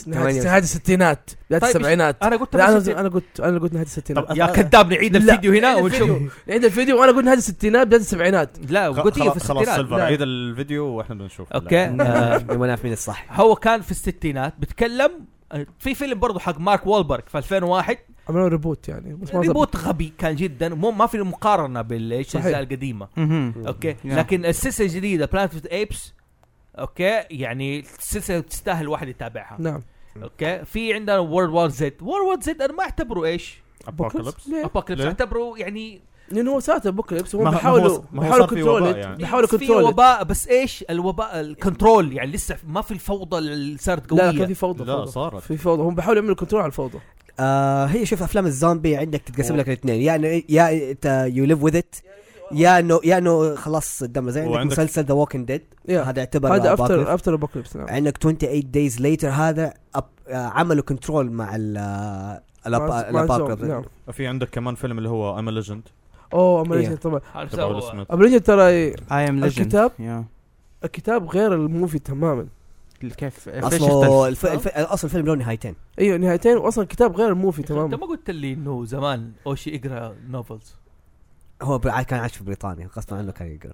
Speaker 5: نهايه نهاية الستينات بدايه
Speaker 1: طيب،
Speaker 5: السبعينات
Speaker 1: انا قلت
Speaker 5: لا، انا
Speaker 1: 68.
Speaker 5: انا قلت انا قلت نهايه الستينات
Speaker 1: يا كذاب نعيد
Speaker 5: لا،
Speaker 1: الفيديو هنا
Speaker 5: نعيد
Speaker 1: ونشوف
Speaker 5: الفيديو. نعيد الفيديو وانا قلت نهايه الستينات بدايه السبعينات
Speaker 1: لا
Speaker 4: خ-
Speaker 1: قلت هي في
Speaker 4: خلاص- خلاص
Speaker 1: الستينات
Speaker 4: سيلفر عيد الفيديو واحنا بنشوف
Speaker 1: اوكي
Speaker 4: لا.
Speaker 1: آه،
Speaker 2: ما نعرف مين الصح
Speaker 1: هو كان في الستينات بتكلم آه، في فيلم برضه حق مارك وولبرغ في 2001
Speaker 5: عملوا ريبوت يعني بس ما زبط.
Speaker 1: ريبوت غبي كان جدا مو ما في مقارنه بالايش
Speaker 5: صحيح.
Speaker 1: الاجزاء القديمه
Speaker 3: مهم.
Speaker 1: اوكي
Speaker 3: Yeah.
Speaker 1: لكن السلسله الجديده بلانت اوف ايبس اوكي يعني السلسله تستاهل الواحد يتابعها
Speaker 5: نعم
Speaker 1: اوكي في عندنا وورد وور زد وورد وور زد انا ما اعتبره ايش
Speaker 4: Apocalypse.
Speaker 5: إيه. ليه؟
Speaker 1: ابوكليبس
Speaker 4: ليه؟
Speaker 1: اعتبره يعني
Speaker 5: لانه هو ساتر بوكليبس هم
Speaker 4: ما هو- ما
Speaker 5: بيحاولوا
Speaker 4: هو- ما هو
Speaker 5: بيحاولوا
Speaker 4: صار في
Speaker 5: كنترول
Speaker 4: وباء يعني.
Speaker 5: بيحاولوا
Speaker 1: في
Speaker 5: كنترول
Speaker 1: وباء بس ايش الوباء الكنترول يعني لسه ما في الفوضى اللي صارت قويه
Speaker 5: لا كان في فوضى
Speaker 4: لا
Speaker 5: فوضى.
Speaker 4: صارت
Speaker 5: في فوضى هم بيحاولوا يعملوا كنترول على الفوضى
Speaker 2: آه هي شوف افلام الزومبي عندك تتقسم
Speaker 4: أوه.
Speaker 2: لك الاثنين يعني يا انت يو ليف وذ ات يا انه يا انه خلاص الدم زي عندك
Speaker 4: وعندك-
Speaker 2: مسلسل ذا ووكينج ديد
Speaker 5: يا.
Speaker 2: هذا يعتبر
Speaker 5: هذا افتر
Speaker 2: apocalypse.
Speaker 5: افتر ابوكليبس نعم
Speaker 2: عندك 28 دايز ليتر هذا أب... آه، عملوا كنترول مع ال
Speaker 5: مع- مع الزومبي، نعم
Speaker 2: الابوكاليبس
Speaker 4: في عندك كمان فيلم اللي هو ام ليجند
Speaker 5: اوه
Speaker 2: إيه.
Speaker 5: امريكان طبعا
Speaker 1: عارف
Speaker 4: تبع
Speaker 1: سوى-
Speaker 4: ويل سميث
Speaker 5: امريكان ترى
Speaker 3: اي ام ليجند
Speaker 5: الكتاب؟
Speaker 3: يا
Speaker 5: الكتاب غير الموفي تماما
Speaker 3: كيف ايش
Speaker 2: اصله
Speaker 3: اختلف؟
Speaker 2: الف... الف... اصل الفيلم له نهايتين
Speaker 5: ايوه نهايتين واصلا الكتاب غير الموفي
Speaker 1: انت
Speaker 5: تماما
Speaker 1: ما قلت لي انه زمان اوشي يقرا نوفلز
Speaker 2: هو بر- كان عايش في بريطانيا غصبا عنه كان يقرا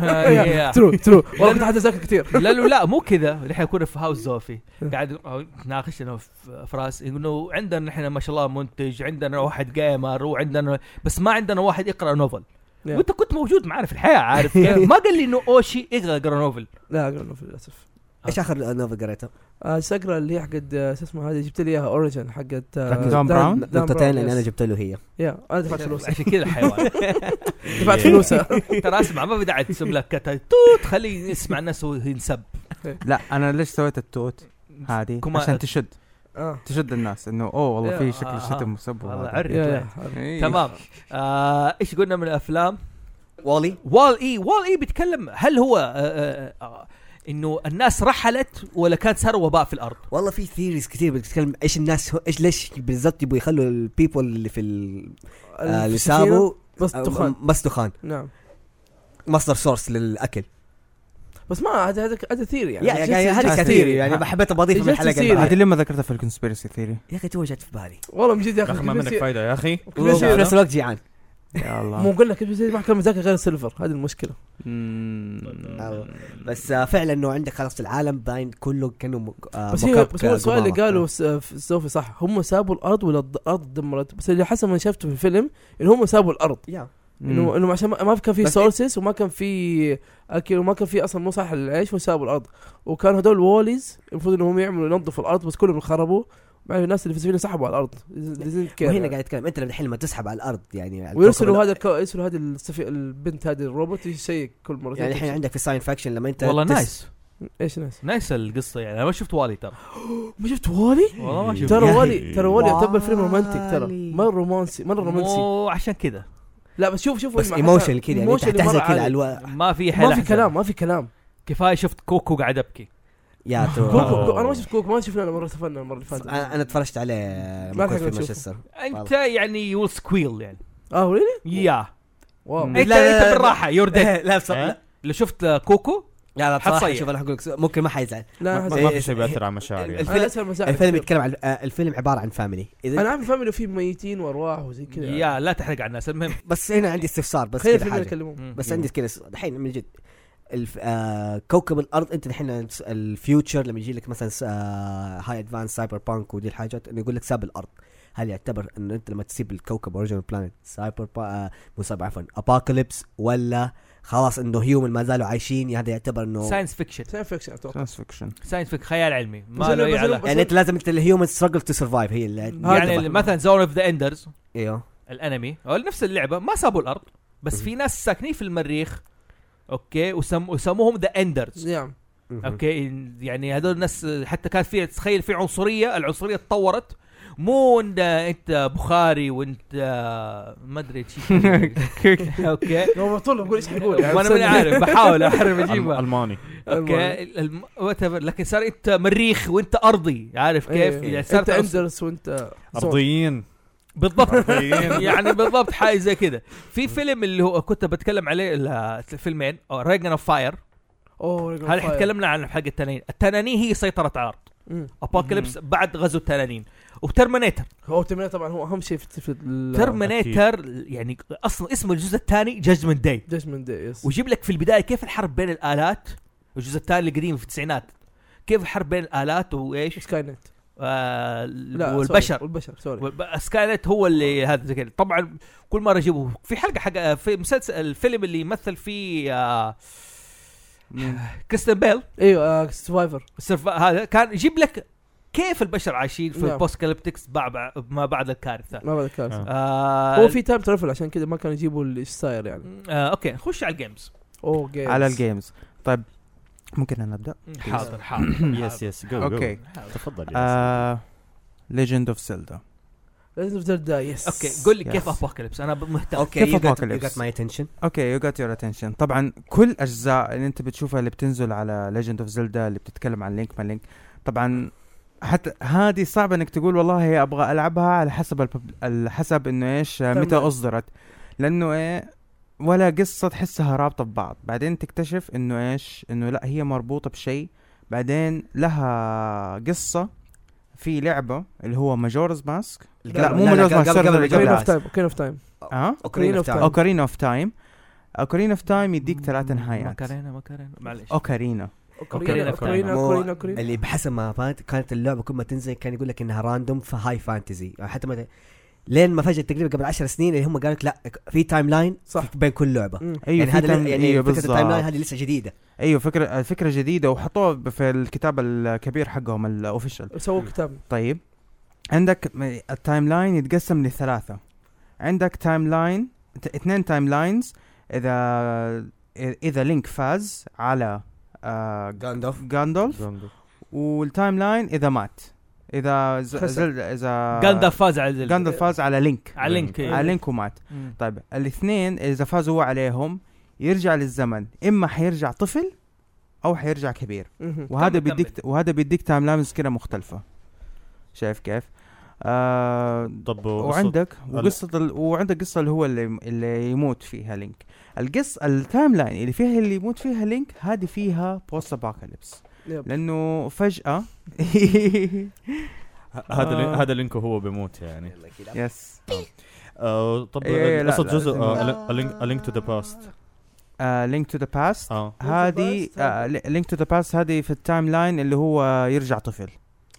Speaker 5: آه.
Speaker 1: يا.
Speaker 5: ترو ترو والله كنت حتذاكر كثير
Speaker 1: لا لا لا مو كذا نحن كنا في هاوس زوفي قاعد ناقش انا في في راس انه عندنا نحن ما شاء الله منتج عندنا واحد جيمر وعندنا بس ما عندنا واحد يقرا نوفل
Speaker 5: Yeah.
Speaker 1: وانت كنت موجود معنا في الحياه عارف كيف؟ ما قال لي انه اوشي اقرا اقرا نوفل
Speaker 5: لا غير الموفي للاسف
Speaker 2: ايش اخر نوفل قريته؟
Speaker 5: آه، سقرة اللي هي حقت آه، شو اسمه هذه جبت لي اياها اوريجن حقت آه،
Speaker 3: حقت دون براون؟
Speaker 5: دون
Speaker 2: نقطتين اللي
Speaker 5: يس.
Speaker 2: انا جبت له هي
Speaker 5: يا انا دفعت فلوسها
Speaker 1: عشان كذا الحيوان
Speaker 5: دفعت آه. فلوسها
Speaker 1: ترى اسمع ما بدعت تسم لك كتا- توت خليه يسمع الناس وينسب
Speaker 3: لا انا ليش سويت التوت هذه
Speaker 1: كما-
Speaker 3: عشان تشد
Speaker 5: آه.
Speaker 3: تشد الناس انه اوه والله
Speaker 1: يا-
Speaker 3: في شكل
Speaker 1: آه.
Speaker 3: شتم وسب
Speaker 1: والله
Speaker 3: وهذا.
Speaker 1: عرف
Speaker 5: يا-
Speaker 1: واحد.
Speaker 5: يا، عارف.
Speaker 3: إيه.
Speaker 1: تمام آه، ايش قلنا من الافلام؟
Speaker 2: والي
Speaker 1: وال اي وال اي بيتكلم هل هو آه، آه، آه، انه الناس رحلت ولا كان صار وباء في الارض؟
Speaker 2: والله في ثيريز كثير بتتكلم ايش الناس هو- ايش ليش بالضبط يبغوا يخلوا البيبول اللي في ال- آه، اللي
Speaker 5: السفينة
Speaker 2: سابوا
Speaker 5: بس
Speaker 2: آه،
Speaker 5: دخان
Speaker 2: م- بس دخان
Speaker 5: نعم
Speaker 2: مصدر سورس للاكل
Speaker 5: بس ما هذا هذا هذا ثيري يعني
Speaker 2: يا
Speaker 5: جست-
Speaker 2: يا- هذه
Speaker 5: جست
Speaker 2: كثير
Speaker 5: theory.
Speaker 2: يعني ما حبيت بضيفها من
Speaker 5: Just
Speaker 2: الحلقه
Speaker 5: theory.
Speaker 2: اللي بعدها.
Speaker 3: هذه لما ذكرتها في الكونسبيرسي ثيري
Speaker 2: يا اخي تو جت في بالي
Speaker 5: والله من جد يا
Speaker 4: يا اخي ما
Speaker 5: كل
Speaker 4: منك
Speaker 5: شيء-
Speaker 4: فايده يا اخي
Speaker 5: كل
Speaker 2: وفي
Speaker 5: شيء-
Speaker 2: نفس الوقت جيعان
Speaker 3: يا
Speaker 5: مو
Speaker 3: الله
Speaker 5: اقول لك زي ما كان مذاكر غير سيلفر هذه المشكله
Speaker 2: أيوة. بس آه، فعلا انه عندك خلاص العالم باين كله كانوا م- آه،
Speaker 5: بس هي
Speaker 2: مكب
Speaker 5: بس هو السؤال اللي
Speaker 2: قمامة.
Speaker 5: قاله س- في سوفي صح هم سابوا الارض ولا الارض دمرت بس اللي حسب ما شفته في الفيلم ان هم سابوا الارض
Speaker 2: يا
Speaker 5: انه انه عشان ما ما كان في
Speaker 2: بس- إيه؟
Speaker 5: سورسز وما كان في اكل وما كان في اصلا مو صح للعيش وسابوا الارض وكان هذول ووليز المفروض انهم يعملوا ينظفوا الارض بس كلهم خربوا بعد الناس اللي في السفينه سحبوا على الارض
Speaker 2: وهنا
Speaker 5: وهنا
Speaker 2: قاعد يتكلم انت الحين لما تسحب على الارض يعني على
Speaker 5: ويرسلوا
Speaker 2: الكوكب
Speaker 5: هذا الك- يرسلوا هذه السفي... البنت هذه الروبوت يشيك كل مره
Speaker 2: يعني الحين عندك في ساين فاكشن لما انت
Speaker 1: والله
Speaker 2: تس-
Speaker 1: نايس
Speaker 5: ايش ناس
Speaker 1: نايس القصه يعني انا ما شفت والي ترى
Speaker 5: ما شفت والي
Speaker 1: والله ما شفت
Speaker 5: ترى
Speaker 2: يا
Speaker 5: والي ترى والي
Speaker 2: يعني
Speaker 5: يعتبر فيلم رومانتيك
Speaker 2: والي.
Speaker 5: ترى مره رومانسي مره رومانسي
Speaker 1: مو عشان كذا
Speaker 5: لا بس شوف شوف
Speaker 2: بس
Speaker 5: مع-
Speaker 2: ايموشن كذا يعني
Speaker 5: emotion
Speaker 2: تحزن
Speaker 5: مرة
Speaker 2: كذا على
Speaker 5: عالي.
Speaker 2: الو...
Speaker 1: ما في حل
Speaker 5: ما في
Speaker 1: أحسن.
Speaker 5: كلام ما في كلام
Speaker 1: كفايه شفت كوكو قاعد ابكي
Speaker 2: يا
Speaker 5: كوكو
Speaker 2: ترى
Speaker 5: كوكو- انا ما شفت كوكو ما شفنا انا مره تفنن المره اللي فاتت
Speaker 2: انا أنا اتفرجت عليه
Speaker 5: ما
Speaker 2: لما
Speaker 5: لحقنا
Speaker 2: كنت في
Speaker 5: نشوفه.
Speaker 2: مانشستر
Speaker 1: انت يعني يو سكويل يعني
Speaker 5: اه ريلي
Speaker 1: يا
Speaker 5: واو
Speaker 4: لا،
Speaker 1: انت
Speaker 2: لا، لا. إيه.
Speaker 1: انت بالراحه يور ديد
Speaker 2: لا بصراحة-
Speaker 4: ها؟
Speaker 1: لو شفت آه، كوكو
Speaker 2: لا لا بصراحه
Speaker 1: حتصيح.
Speaker 2: شوف انا حقول لك ممكن ما حيزعل
Speaker 5: لا
Speaker 4: ما
Speaker 5: أحس-
Speaker 2: ما-
Speaker 4: ما في شيء بياثر على مشاعري يعني.
Speaker 2: الفيلم-
Speaker 5: انا اسف مساعد
Speaker 2: الفيلم يتكلم عن آه، الفيلم عباره عن فاميلي
Speaker 5: انا
Speaker 2: اذا
Speaker 5: عارف فاهم انه في ميتين وارواح وزي كذا
Speaker 1: يا لا تحرق على الناس المهم
Speaker 2: بس هنا عندي استفسار بس كذا
Speaker 5: تخيل الفيلم اللي
Speaker 2: حاجه
Speaker 5: يكلمون
Speaker 2: بس عندي كذا س- دحين من جد الف... آه... كوكب الارض انت دحين س- الفيوتشر لما يجي لك مثلا س- آه... هاي ادفانس سايبر بانك ودي الحاجات انه يقول لك ساب الارض هل يعتبر انه انت لما تسيب الكوكب اوريجنال بلانيت سايبر با... آه... مو سايبر عفوا ابوكاليبس ولا خلاص انه هيومن ما زالوا عايشين هذا يعتبر انه
Speaker 1: ساينس فيكشن
Speaker 5: ساينس فيكشن اتوقع
Speaker 3: ساينس فيكشن
Speaker 1: ساينس فيكشن خيال علمي ما
Speaker 5: بس أنا-
Speaker 1: له أي
Speaker 5: بس أنا-
Speaker 1: علاقه
Speaker 2: يعني انت لازم انت الهيومن ستراجل تو سرفايف هي اللي
Speaker 5: هذا
Speaker 1: يعني
Speaker 5: بقى.
Speaker 1: مثلا زون اوف ذا اندرز
Speaker 2: ايوه
Speaker 1: الانمي أو نفس اللعبه ما سابوا الارض بس في ناس ساكنين في المريخ اوكي وسم... وسموهم ذا اندرز
Speaker 5: نعم
Speaker 1: اوكي يعني هذول الناس حتى كان في تخيل في عنصريه العنصريه تطورت مو إن انت بخاري وانت ما ادري شيء اوكي
Speaker 5: لو بطول بقول ايش حيقول يعني
Speaker 1: وانا ماني عارف بحاول احرم
Speaker 4: ألم-
Speaker 1: اجيبها
Speaker 4: الماني
Speaker 1: اوكي الم... whatever. ليك صار انت مريخ وانت ارضي
Speaker 5: إيه.
Speaker 1: عارف كيف؟ يعني
Speaker 5: كيف؟
Speaker 1: صارت
Speaker 5: انت
Speaker 1: عنصر-
Speaker 5: اندرس وانت
Speaker 4: ارضيين
Speaker 1: بالضبط
Speaker 4: أرضيين.
Speaker 1: يعني بالضبط حاجه زي كذا في فيلم اللي هو كنت بتكلم عليه ال- فيلمين راجن اوف فاير
Speaker 5: اوه ريجل
Speaker 1: هذا
Speaker 5: فاير.
Speaker 1: تكلمنا عن حق التنانين التنانين هي سيطره على الارض
Speaker 5: مم.
Speaker 1: ابوكاليبس بعد غزو التنانين وترمينيتر
Speaker 5: هو ترمينيتر طبعا هو اهم شيء في في ال-
Speaker 1: ترمينيتر يعني اصلا اسمه الجزء الثاني جادجمنت داي
Speaker 5: جاجمنت داي يس
Speaker 1: ويجيب لك في البدايه كيف الحرب بين الالات الجزء الثاني القديم في التسعينات كيف الحرب بين الالات وايش
Speaker 5: سكاي نت
Speaker 1: آه
Speaker 5: لا
Speaker 1: والبشر
Speaker 5: سوري. والبشر سوري
Speaker 1: سكايلت هو اللي هذا زي كده طبعا كل مره اجيبه في حلقه حق في مسلسل الفيلم اللي يمثل فيه آه كريستن بيل
Speaker 5: ايوه سرفايفر
Speaker 1: السرف- هذا كان يجيب لك كيف البشر عايشين في
Speaker 5: نعم.
Speaker 1: البوستكاليبتكس ما بعد الكارثه
Speaker 5: ما بعد كارثه
Speaker 4: آه.
Speaker 1: آه
Speaker 5: هو في تايم ترافل عشان كذا ما كانوا يجيبوا اللي ايش صاير يعني
Speaker 1: آه اوكي نخش على الجيمز
Speaker 5: اوه جيمز
Speaker 3: على الجيمز طيب ممكن انا ابدا
Speaker 1: حاضر حاضر
Speaker 4: يس يس جو
Speaker 3: اوكي
Speaker 4: تفضل
Speaker 3: آه، ليجند اوف زيلدا
Speaker 5: لازم تبدا يس
Speaker 1: اوكي قول لي كيف
Speaker 3: Yes.
Speaker 1: ابوكاليبس انا مهتم
Speaker 2: اوكي
Speaker 3: كيف
Speaker 2: يو
Speaker 3: Apocalypse؟
Speaker 2: جت ماي اتنشن
Speaker 3: اوكي يو جات يور اتنشن طبعا كل اجزاء اللي انت بتشوفها اللي بتنزل على ليجند اوف زيلدا اللي بتتكلم عن لينك ما لينك طبعا حتى هذه صعبه انك تقول والله ابغى العبها على حسب البب- على حسب انه ايش متى
Speaker 5: تمام.
Speaker 3: اصدرت لانه ايه ولا قصه تحسها رابطه ببعض بعدين تكتشف انه ايش انه لا هي مربوطه بشيء بعدين لها قصه في لعبه اللي هو ماجورز ماسك لا، مو Majora's Mask، sorry، sorry،
Speaker 5: اوكرين
Speaker 3: قبل
Speaker 5: اوف تايم اوكرين اوف تايم
Speaker 3: ها
Speaker 2: اوكرين اوف
Speaker 5: Ocarina of
Speaker 2: تايم
Speaker 3: اوكارين اوف تايم اوكارين اوف تايم يديك ثلاث نهايات
Speaker 1: مكارينا مكارينا Mm، معليش
Speaker 3: اوكارينا
Speaker 1: Ocarina
Speaker 5: اوكرين
Speaker 1: of Time.
Speaker 5: اوكرين
Speaker 2: مو-
Speaker 5: اوكرين اوكرين
Speaker 2: اللي بحسب ما فات كانت اللعبه كل ما تنزل كان يقول لك انها راندوم في هاي فانتزي حتى ما ت- لين ما فجاه تقريبا قبل 10 سنين اللي هم قالوا لك لا في تايم لاين
Speaker 5: صح
Speaker 2: بين كل لعبه
Speaker 5: مم.
Speaker 3: ايوه
Speaker 2: يعني
Speaker 3: في
Speaker 2: هذا
Speaker 3: تايم-
Speaker 2: يعني
Speaker 3: ايوه
Speaker 2: فكره التايم لاين
Speaker 3: بالظبط
Speaker 2: هذه لسه جديده
Speaker 3: ايوه فكره الفكره جديده وحطوها في الكتاب الكبير حقهم الاوفيشال
Speaker 5: سووا كتاب
Speaker 3: طيب عندك م- التايم لاين يتقسم لثلاثه عندك تايم لاين ت- اثنين تايم لاينز اذا اذا لينك فاز على آه
Speaker 2: جاندوف
Speaker 3: جاندولف والتايم لاين اذا مات اذا ز-
Speaker 5: خسر.
Speaker 3: زل اذا
Speaker 1: جاندالف فاز على ال-
Speaker 3: جاندولف فاز على لينك
Speaker 1: على Mm. لينك
Speaker 3: على لينك ومات
Speaker 1: مم.
Speaker 3: طيب الاثنين اذا فازوا هو عليهم يرجع للزمن اما حيرجع طفل او حيرجع كبير
Speaker 5: مهم.
Speaker 3: وهذا
Speaker 1: كمل،
Speaker 3: بيديك وهذا بيديك تايم لاينز كده مختلفه شايف كيف آه
Speaker 4: طب
Speaker 3: وعندك وقصه ال... وعندك قصه اللي هو اللي, اللي يموت فيها لينك القصه التايم لاين اللي فيها اللي يموت فيها لينك هذه فيها بوست ابوكاليبس
Speaker 5: يب.
Speaker 3: لانه فجاه
Speaker 4: هذا لي-
Speaker 3: آه.
Speaker 4: هذا لينكو هو بيموت يعني
Speaker 3: يس
Speaker 4: آه، طب
Speaker 3: إيه، إيه، لا،
Speaker 4: قصه
Speaker 3: لا،
Speaker 4: جزء آه،
Speaker 3: لازم-
Speaker 4: لينك تو ذا باست
Speaker 3: لينك تو ذا باست
Speaker 4: اه
Speaker 3: هذه آه،
Speaker 5: Past، هذا.
Speaker 3: لينك تو ذا باست هذه في التايم لاين اللي هو يرجع طفل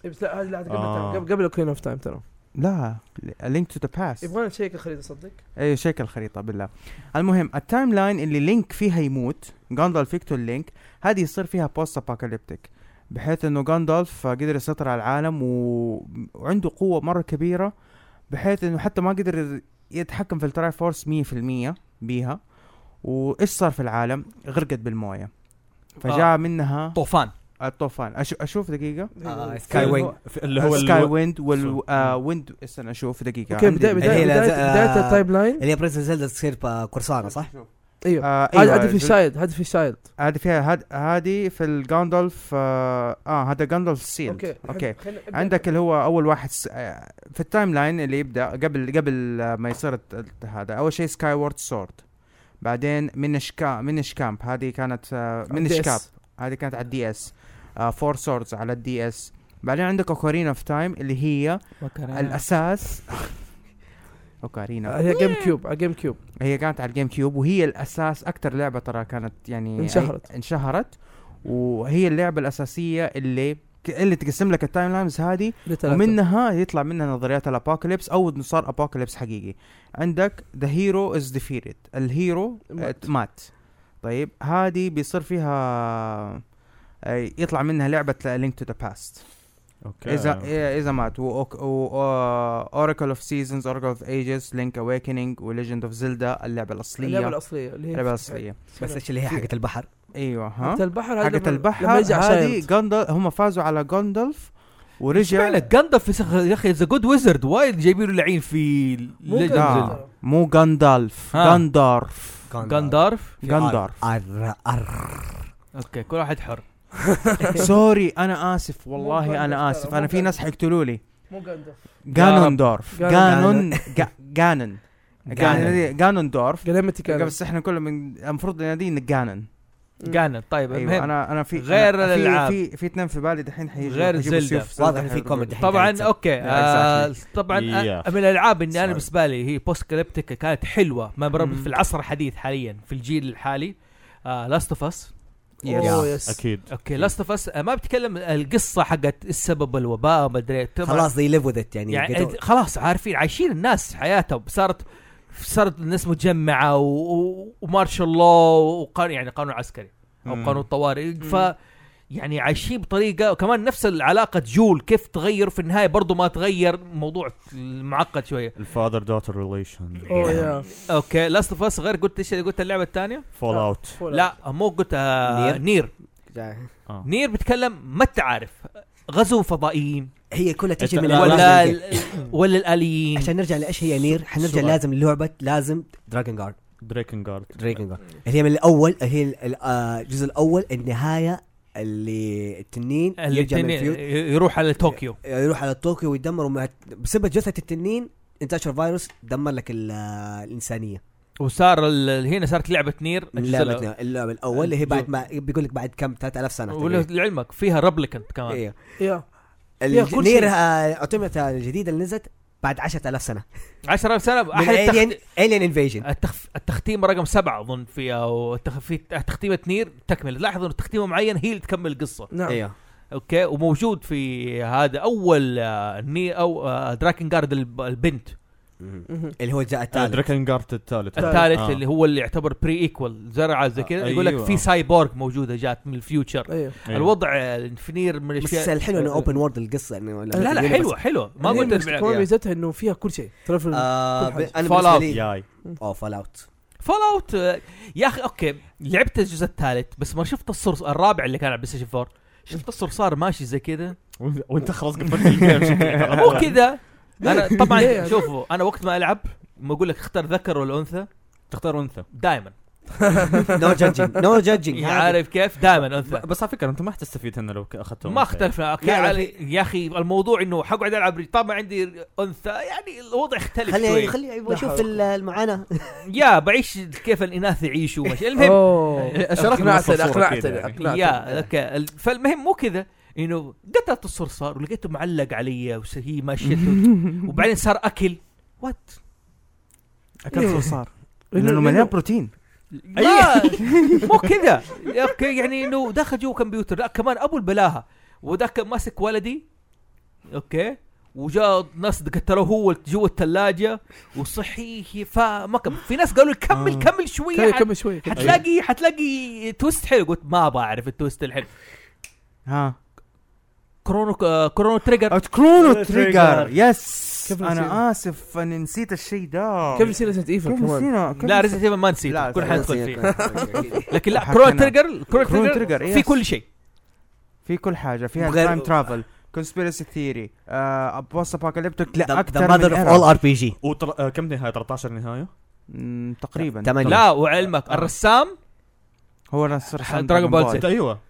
Speaker 5: إيه، بس لا هذه لعبة
Speaker 4: آه.
Speaker 5: قبل قبل قبل اوكرين اوف تايم ترى
Speaker 3: لا لينك تو ذا باست
Speaker 5: يبغانا نشيك الخريطه صدق
Speaker 3: ايوه شكل الخريطه بالله المهم التايم لاين اللي لينك فيها يموت جاندالف يقتل لينك هذه يصير فيها بوست ابوكاليبتيك بحيث انه جاندالف قدر يسيطر على العالم و... وعنده قوه مره كبيره بحيث انه حتى ما قدر يتحكم في التراي فورس 100% بيها وايش صار في العالم غرقت بالمويه فجاء منها
Speaker 1: طوفان
Speaker 3: الطوفان أش... اشوف دقيقه
Speaker 2: آه،
Speaker 3: اللي
Speaker 2: Skyway.
Speaker 3: هو-
Speaker 4: في- اللي هو
Speaker 3: سكاي
Speaker 4: الو-
Speaker 3: ويند
Speaker 4: سو-
Speaker 3: وال آه، ويند استنى اشوف دقيقه
Speaker 5: اوكي
Speaker 3: عندي
Speaker 5: بدايه
Speaker 3: ال-
Speaker 5: بدايه
Speaker 2: اللي هي
Speaker 5: بدايه
Speaker 2: لا-
Speaker 5: بداية
Speaker 2: آه.
Speaker 5: التايم لاين
Speaker 2: اللي هي برنسس زلدا تصير بكورسانا صح؟
Speaker 5: ايوه
Speaker 3: آه،
Speaker 5: هذا
Speaker 3: أيوة،
Speaker 5: هدف
Speaker 3: زل-
Speaker 5: الشايلد هدف الشايلد
Speaker 3: هذه فيها هاد- هذه في الجاندولف اه آه، هذا جاندولف سيل اوكي عندك اللي هو اول واحد س... آه، في التايم لاين اللي يبدا قبل قبل آه، ما يصير الت- الت- هذا اول شيء سكاي وورد سورد بعدين منش كا منش كامب هذه كانت آه، منش
Speaker 5: DS.
Speaker 3: كاب هذه كانت على الدي اس فور سوردز على الدي اس بعدين عندك اوكارينا اوف تايم اللي هي آه. الاساس اوكارينا
Speaker 5: آه، هي جيم كيوب على جيم كيوب
Speaker 3: هي كانت على الجيم كيوب وهي الاساس اكثر لعبه ترى كانت يعني
Speaker 5: انشهرت.
Speaker 3: أي- انشهرت وهي اللعبه الاساسيه اللي اللي تقسم لك التايم لاينز هذه
Speaker 5: لثلاثة.
Speaker 3: ومنها يطلع منها نظريات الابوكاليبس او انه صار ابوكاليبس حقيقي عندك ذا هيرو از ديفيرد الهيرو
Speaker 5: مات.
Speaker 3: مات. آه، مات طيب هذه بيصير فيها أي- يطلع منها لعبه لينك تو ذا باست
Speaker 4: أوكي. آه.
Speaker 3: اذا اذا إيه، مات واوراكل اوف سيزونز اوراكل اوف ايجز لينك اويكننج وليجند اوف زيلدا اللعبه الاصليه
Speaker 5: اللعبه
Speaker 3: اللعبه
Speaker 5: الاصليه اللي هي
Speaker 3: الاصليه
Speaker 2: بس ايش اللي هي حقت البحر؟
Speaker 3: ايوه ها
Speaker 5: حقت البحر طيب، هذا
Speaker 3: حقت
Speaker 5: لما-
Speaker 3: البحر
Speaker 5: لما يجي على
Speaker 3: هذه
Speaker 5: شايلد
Speaker 3: جندل هم فازوا على جندلف ورجع
Speaker 1: لك جندف يا اخي ذا جود ويزرد وايد جايبينه لعين في
Speaker 5: ممكن.
Speaker 1: Legends.
Speaker 3: لا آه، مو جندالف
Speaker 1: ها.
Speaker 3: جندارف
Speaker 1: جندارف
Speaker 3: جندارف
Speaker 2: ار ار
Speaker 1: اوكي كل واحد حر
Speaker 3: سوري انا اسف والله
Speaker 5: جندلف
Speaker 3: انا
Speaker 5: ترى،
Speaker 3: اسف
Speaker 5: مو
Speaker 3: انا في ناس حيقتلولي
Speaker 5: مو جاندف
Speaker 3: جانوندورف جانون
Speaker 5: جانون-
Speaker 3: جا- جانن جانن- جانوندورف
Speaker 5: جلمتي كان
Speaker 3: بس احنا كله من المفروض نادين جانن Mm.
Speaker 1: قانن طيب
Speaker 3: ايوه
Speaker 1: المهم
Speaker 3: انا انا في
Speaker 1: غير
Speaker 3: أنا في-
Speaker 1: الألعاب.
Speaker 3: في في اثنين في بالي دحين حيجوا
Speaker 1: غير
Speaker 3: حيجيبوا
Speaker 1: زلدة.
Speaker 3: سيوف
Speaker 2: واضح
Speaker 3: زلدة
Speaker 2: إن في
Speaker 3: حيقولوا.
Speaker 2: كوميدي.
Speaker 1: طبعا اوكي آه طبعا
Speaker 4: Yeah.
Speaker 1: آه من الالعاب اللي انا
Speaker 4: Sorry. Mm.
Speaker 1: بالنسبه لي هي بوست كاليبتيكا كانت حلوه ما برب
Speaker 3: مم.
Speaker 1: في العصر الحديث حاليا في الجيل الحالي آه، لاست اوف اس
Speaker 3: يس.
Speaker 5: اوه يس
Speaker 4: اكيد
Speaker 1: اوكي لاست اوف اس آه، ما بتكلم القصه حقت السبب الوباء ما ادري طبعاً-
Speaker 2: خلاص زي ليف وذ ات يعني
Speaker 1: يعني
Speaker 2: قدروا-
Speaker 1: خلاص عارفين عايشين الناس حياتهم صارت صارت الناس متجمعه و... و... ومارشال الله وقانون يعني قانون عسكري او
Speaker 4: مم.
Speaker 1: قانون طوارئ ف يعني عايشين بطريقه وكمان نفس العلاقه جول كيف تغير في النهايه برضو ما تغير موضوع معقد شويه
Speaker 4: الفاذر داتر ريليشن
Speaker 1: Oh,
Speaker 5: اوه يا
Speaker 1: اوكي لاست اوف اس غير قلت ايش اللي قلت اللعبه الثانيه
Speaker 4: فول اوت
Speaker 1: لا مو قلت آه
Speaker 2: نير.
Speaker 1: نير
Speaker 2: يعني
Speaker 4: آه.
Speaker 1: نير بتكلم ما تعرف غزو فضائيين
Speaker 2: هي كلها تجي من
Speaker 4: لا،
Speaker 1: ولا
Speaker 2: الألعاب
Speaker 1: ال- ولا الاليين
Speaker 2: عشان نرجع لايش هي نير حنرجع
Speaker 1: سؤال.
Speaker 2: لازم للعبه لازم دراجون جارد
Speaker 4: دريكن جارد
Speaker 2: دراجون جارد اللي هي من الاول اللي هي ال- ال- آه، الجزء الاول النهايه اللي التنين يرجع من
Speaker 1: الاتنين
Speaker 2: الفيو-
Speaker 1: يروح على طوكيو
Speaker 2: يروح على طوكيو ويدمر ومع بسبب جثه التنين انتشر فيروس دمر لك ال- آه، الانسانيه
Speaker 1: وصار ال- هنا صارت لعبه نير الجزء الأول.
Speaker 2: لعبتنا اللعبه الاول اللي هي بعد
Speaker 1: الجزء-
Speaker 2: ما بيقول لك بعد كم 3000 سنه
Speaker 1: ولا- لعلمك فيها ريبليكنت كمان
Speaker 2: ايوه
Speaker 5: يا فيها كل شيء.
Speaker 2: نير اوتوماتا الجديده آه، اللي نزلت بعد 10000 سنه
Speaker 1: 10000 سنه
Speaker 2: من
Speaker 1: احد
Speaker 2: الين
Speaker 1: التخت...
Speaker 2: الين انفيجن
Speaker 1: التخ... التختيم رقم سبعه اظن في او التخ... في تختيمه نير تكمل تلاحظ انه تختيمه معين هي اللي تكمل القصه
Speaker 5: نعم
Speaker 2: ايوه
Speaker 1: اوكي وموجود في هذا اول آه، ني او آه، دراكن جارد الب- البنت
Speaker 4: طيب.
Speaker 5: مهم.
Speaker 2: اللي هو جاء الثالث
Speaker 4: دريكن جارد الثالث
Speaker 1: الثالث
Speaker 4: آه.
Speaker 1: اللي هو اللي يعتبر بري ايكوال زرعه زي كذا
Speaker 4: آه،
Speaker 1: يقول لك
Speaker 4: أيوة.
Speaker 1: في سايبورغ موجوده جات من الفيوتشر
Speaker 5: ايوه
Speaker 4: أيوة.
Speaker 1: الوضع آه، في نير من
Speaker 2: بس
Speaker 1: الاشياء
Speaker 2: الحلو
Speaker 5: أه،
Speaker 2: انه اوبن وورد القصه انه
Speaker 1: لا لا حلوه حلوه
Speaker 2: يعني
Speaker 1: ما
Speaker 5: هي
Speaker 1: قلت
Speaker 5: بس
Speaker 1: الفعل.
Speaker 5: كمان ميزتها انه فيها كل شيء ترى في ال-
Speaker 2: آه ب-
Speaker 5: كل حاجة.
Speaker 2: انا
Speaker 1: Fallout.
Speaker 2: بالنسبه لي
Speaker 4: ياي
Speaker 2: اوه فال اوت
Speaker 1: فول اوت آه، يا اخي اوكي لعبت الجزء الثالث بس ما شفت الصرص الرابع اللي كان على بلاي ستيشن 4 شفت الصرصار ماشي زي كذا
Speaker 4: وإنت- وانت خلاص قفلت الجيم شكلك.
Speaker 1: مو كذا انا
Speaker 5: ليه؟
Speaker 1: طبعا شوفوا انا وقت ما العب ما اقول لك اختار ذكر ولا انثى
Speaker 4: تختار انثى
Speaker 1: دائما
Speaker 2: نو جادجينج نو جادجينج
Speaker 1: عارف كيف دائما انثى
Speaker 4: بس على فكره انت ما حتستفيد هنا لو اخذته
Speaker 1: ما اختلفنا اوكي
Speaker 2: لا، لا،
Speaker 1: علي- يا اخي الموضوع انه حقعد العب طبعا عندي انثى يعني الوضع يختلف
Speaker 2: خلي
Speaker 1: شوي
Speaker 2: خلي
Speaker 5: لا
Speaker 2: يبغى يشوف
Speaker 5: حول.
Speaker 2: ال- المعاناه
Speaker 1: يا بعيش كيف الاناث يعيشوا ماشي المهم
Speaker 5: اوه
Speaker 4: شرحنا
Speaker 5: اقنعتني
Speaker 4: الصورة
Speaker 5: اقنعتني
Speaker 4: كده يعني.
Speaker 5: اقنعتني
Speaker 1: يا اوكي ال- فالمهم مو كذا انه قطعت الصرصار ولقيته معلق علي وهي ماشيه وبعدين صار اكل وات
Speaker 3: اكلت
Speaker 5: أيوه.
Speaker 3: صار
Speaker 5: لأنه-
Speaker 3: لانه مليان بروتين
Speaker 1: ما مو كذا اوكي يعني انه داخل جوا كمبيوتر لا كمان ابو البلاهه وذاك ماسك ولدي اوكي وجاء ناس قتلوه هو جوا الثلاجه وصحي فما كمل في ناس قالوا لي كمل
Speaker 3: آه.
Speaker 1: كمل شويه
Speaker 5: كمل
Speaker 1: حت-
Speaker 5: كمل شوي كمل.
Speaker 1: حتلاقي حتلاقي تويست حلو قلت ما ابغى اعرف التويست الحلو
Speaker 3: ها
Speaker 1: كرونو آه، كرونو تريجر
Speaker 3: كرونو تريجر يس
Speaker 5: كيف نسينا؟
Speaker 3: انا اسف انا نسيت الشيء ده
Speaker 5: كيف نسينا سنت ايفل
Speaker 3: كيف
Speaker 5: كمان
Speaker 3: نسينا كيف
Speaker 1: لا ريزنت ايفل ما نسيته
Speaker 3: لا،
Speaker 1: كل
Speaker 3: صحيح.
Speaker 1: حندخل فيه
Speaker 2: فيه
Speaker 1: لكن لا
Speaker 3: حكينا.
Speaker 1: كرون تريجر
Speaker 3: Chrono
Speaker 1: كرون
Speaker 3: Trigger،
Speaker 1: تريجر في
Speaker 3: yes.
Speaker 1: كل شيء
Speaker 3: في كل حاجه فيها
Speaker 2: بغير-
Speaker 3: تايم ترافل كونسبيرسي ثيري بوست ابوكاليبتيك لا
Speaker 2: ذا
Speaker 3: اكثر
Speaker 2: ماذر
Speaker 3: من
Speaker 2: اوف
Speaker 3: era.
Speaker 2: اول ار بي جي
Speaker 4: وتر... آه كم نهايه 13 نهايه؟
Speaker 1: طيب.
Speaker 3: مم، تقريبا
Speaker 2: تمانية.
Speaker 1: لا
Speaker 3: آه.
Speaker 1: وعلمك الرسام
Speaker 3: هو نصر
Speaker 1: Dragon
Speaker 3: حمد من
Speaker 1: Ball
Speaker 3: بعد.
Speaker 1: Z.
Speaker 4: انت ايوه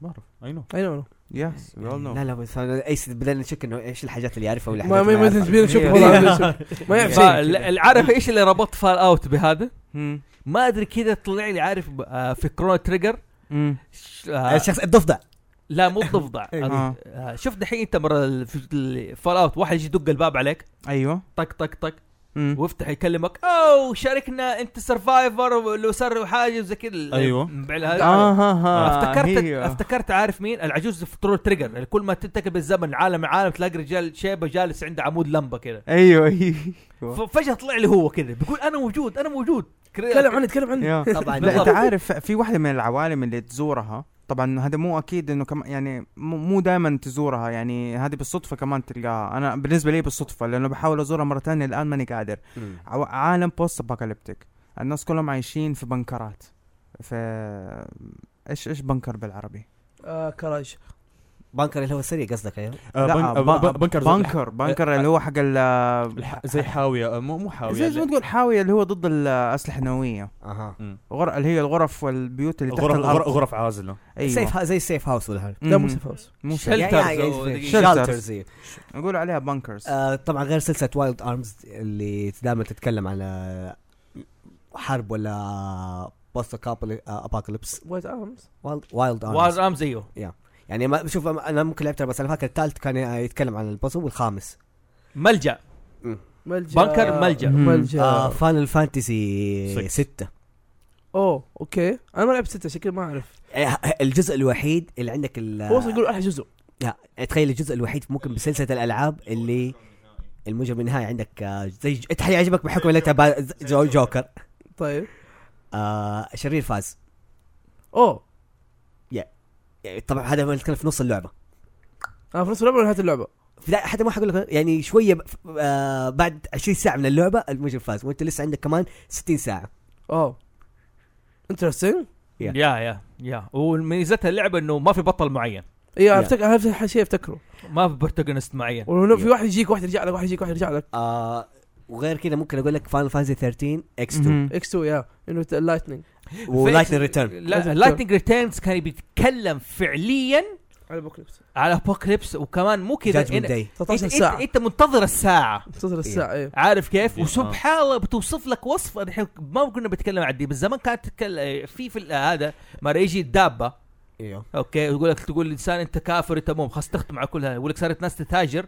Speaker 4: بعرف اي نو
Speaker 5: اي نو
Speaker 3: يس we all know.
Speaker 2: لا لا بس أنا ايش بدأنا نشك انه ايش الحاجات اللي يعرفها والحاجات
Speaker 5: ما ما
Speaker 2: اللي
Speaker 5: ما
Speaker 2: يعرفها.
Speaker 5: تبين شوف
Speaker 3: هي-
Speaker 5: والله ما يعرف شيء
Speaker 1: عارف ايش اللي ربط فال اوت بهذا؟
Speaker 3: مم.
Speaker 1: ما ادري كذا طلع لي عارف ب- آه، في كرون تريجر
Speaker 3: مم.
Speaker 1: ش- آه،
Speaker 2: الشخص الضفدع
Speaker 1: لا مو الضفدع
Speaker 3: آه.
Speaker 1: آه، شوف دحين انت مره فال اوت واحد يجي يدق الباب عليك
Speaker 3: ايوه
Speaker 1: طق طق طق
Speaker 3: مم.
Speaker 1: وافتح يكلمك او شاركنا انت سرفايفر ولو سر حاجه وزي كذا
Speaker 4: أيوه.
Speaker 1: مبعل
Speaker 3: اه
Speaker 1: هذا
Speaker 3: ها ها أيوه.
Speaker 1: افتكرت
Speaker 3: آه، هي.
Speaker 1: افتكرت عارف مين العجوز في ترول تريجر اللي كل ما تنتقل بالزمن عالم عالم تلاقي رجال شيبه جالس عند عمود لمبه كذا
Speaker 3: ايوه ايوه
Speaker 1: ففجاه طلع لي هو كذا بيقول انا موجود انا موجود كري-
Speaker 5: تكلم عنه تكلم عنه
Speaker 3: يا.
Speaker 2: طبعا
Speaker 3: لا انت
Speaker 1: بالضبط.
Speaker 3: عارف في واحده من العوالم اللي تزورها طبعا هذا مو اكيد انه كم يعني مو- مو دائما تزورها يعني هذه بالصدفه كمان تلقاها انا بالنسبه لي بالصدفه لانه بحاول ازورها مره ثانيه الان ماني قادر عو- عالم بوست ابوكاليبتيك الناس كلهم عايشين في بنكرات في ايش ايش بنكر بالعربي؟
Speaker 5: آه، كراج
Speaker 2: بانكر اللي هو السريع قصدك ايوه
Speaker 4: آه، بن- آه،
Speaker 3: ب-
Speaker 4: بن- بنكر زي-
Speaker 3: بنكر بنكر اللي هو حق ال
Speaker 4: الح- زي حاويه آه، مو مو حاويه
Speaker 3: زي زي ما
Speaker 4: اللي-
Speaker 3: تقول حاويه اللي هو ضد الاسلحه النوويه
Speaker 5: أيوه.
Speaker 2: اها
Speaker 4: مم.
Speaker 3: غر... اللي هي الغرف والبيوت اللي تحت
Speaker 4: غرف
Speaker 3: الارض
Speaker 4: غرف- آه. غرف عازله
Speaker 3: ايوه
Speaker 2: سيف ها- زي سيف هاوس ولا هذا
Speaker 5: لا مو
Speaker 3: مم.
Speaker 5: سيف هاوس
Speaker 3: مو
Speaker 1: شل-
Speaker 3: سيف
Speaker 1: Shelters أو دقيقة.
Speaker 2: شلترز
Speaker 3: نقول عليها بنكرز
Speaker 2: طبعا آه، غير سلسله وايلد ارمز اللي دائما تتكلم على حرب ولا آه، بوست ابوكاليبس
Speaker 5: وايت ارمز
Speaker 2: وايلد
Speaker 1: واز
Speaker 2: ارمز
Speaker 1: ام زيه
Speaker 2: يعني ما شوف أنا- انا ممكن لعبتها بس انا فاكر الثالث كان يتكلم عن البوست والخامس
Speaker 1: ملجا
Speaker 5: ملجا
Speaker 1: بنكر، ملجأ.
Speaker 3: مم.
Speaker 5: ملجا
Speaker 2: فاينل فانتسي
Speaker 4: Six.
Speaker 2: 6
Speaker 5: اوه اوكي انا ما لعبت ستة عشان كذا ما اعرف
Speaker 2: إيه، الجزء الوحيد اللي عندك ال-
Speaker 5: هو اصلا يقولوا احلى جزء
Speaker 2: لا تخيل الجزء الوحيد ممكن بسلسله الالعاب اللي الموجب النهائي عندك آه، زي ج- انت حيعجبك بحكم انك تبع- جو جوكر
Speaker 5: طيب
Speaker 2: آه شرير فاز
Speaker 5: اوه
Speaker 2: يعني طبعا هذا هو اللي كان في نص اللعبه
Speaker 5: انا في نص اللعبه ولا نهايه اللعبه
Speaker 2: في- لا حتى ما حقول لك يعني شويه ب- آه بعد 20 ساعه من اللعبه الموجب فاز وانت لسه عندك كمان 60 ساعه
Speaker 5: اوه انترستنج
Speaker 2: Yeah.
Speaker 1: يا يا يا وميزتها اللعبه انه ما في بطل معين
Speaker 5: اي
Speaker 2: Yeah.
Speaker 5: افتكر هذا شيء افتكره
Speaker 1: ما في بروتاغونست معين
Speaker 5: ولو في
Speaker 2: Yeah.
Speaker 5: واحد يجيك واحد يرجع لك واحد يجيك واحد يرجع لك
Speaker 2: آه وغير كذا ممكن اقول لك فاينل فانتسي 13 اكس 2
Speaker 5: اكس 2 يا انه اللايتنينج
Speaker 2: ولايتنج ريتيرن
Speaker 5: Lightning
Speaker 1: لا لايتنج ريتيرنز كان بيتكلم فعليا
Speaker 5: على بوكليبس
Speaker 1: على ابوكليبس وكمان مو كذا
Speaker 2: جادجمنت
Speaker 1: إن-
Speaker 2: داي
Speaker 5: 13
Speaker 1: انت,
Speaker 5: ساعه
Speaker 1: انت, انت منتظر الساعه
Speaker 5: 13 ساعه ايه
Speaker 1: عارف كيف
Speaker 4: دي- آه.
Speaker 1: وسبحان الله بتوصف لك وصف الحين ما كنا بنتكلم عن دي بس زمان كانت تتكلم في في ال- هذا مره يجي الدابه
Speaker 2: ايوه
Speaker 1: اوكي يقول لك تقول للانسان انت كافر انت مو خلاص تختم على كل هذا يقول لك صارت ناس تتاجر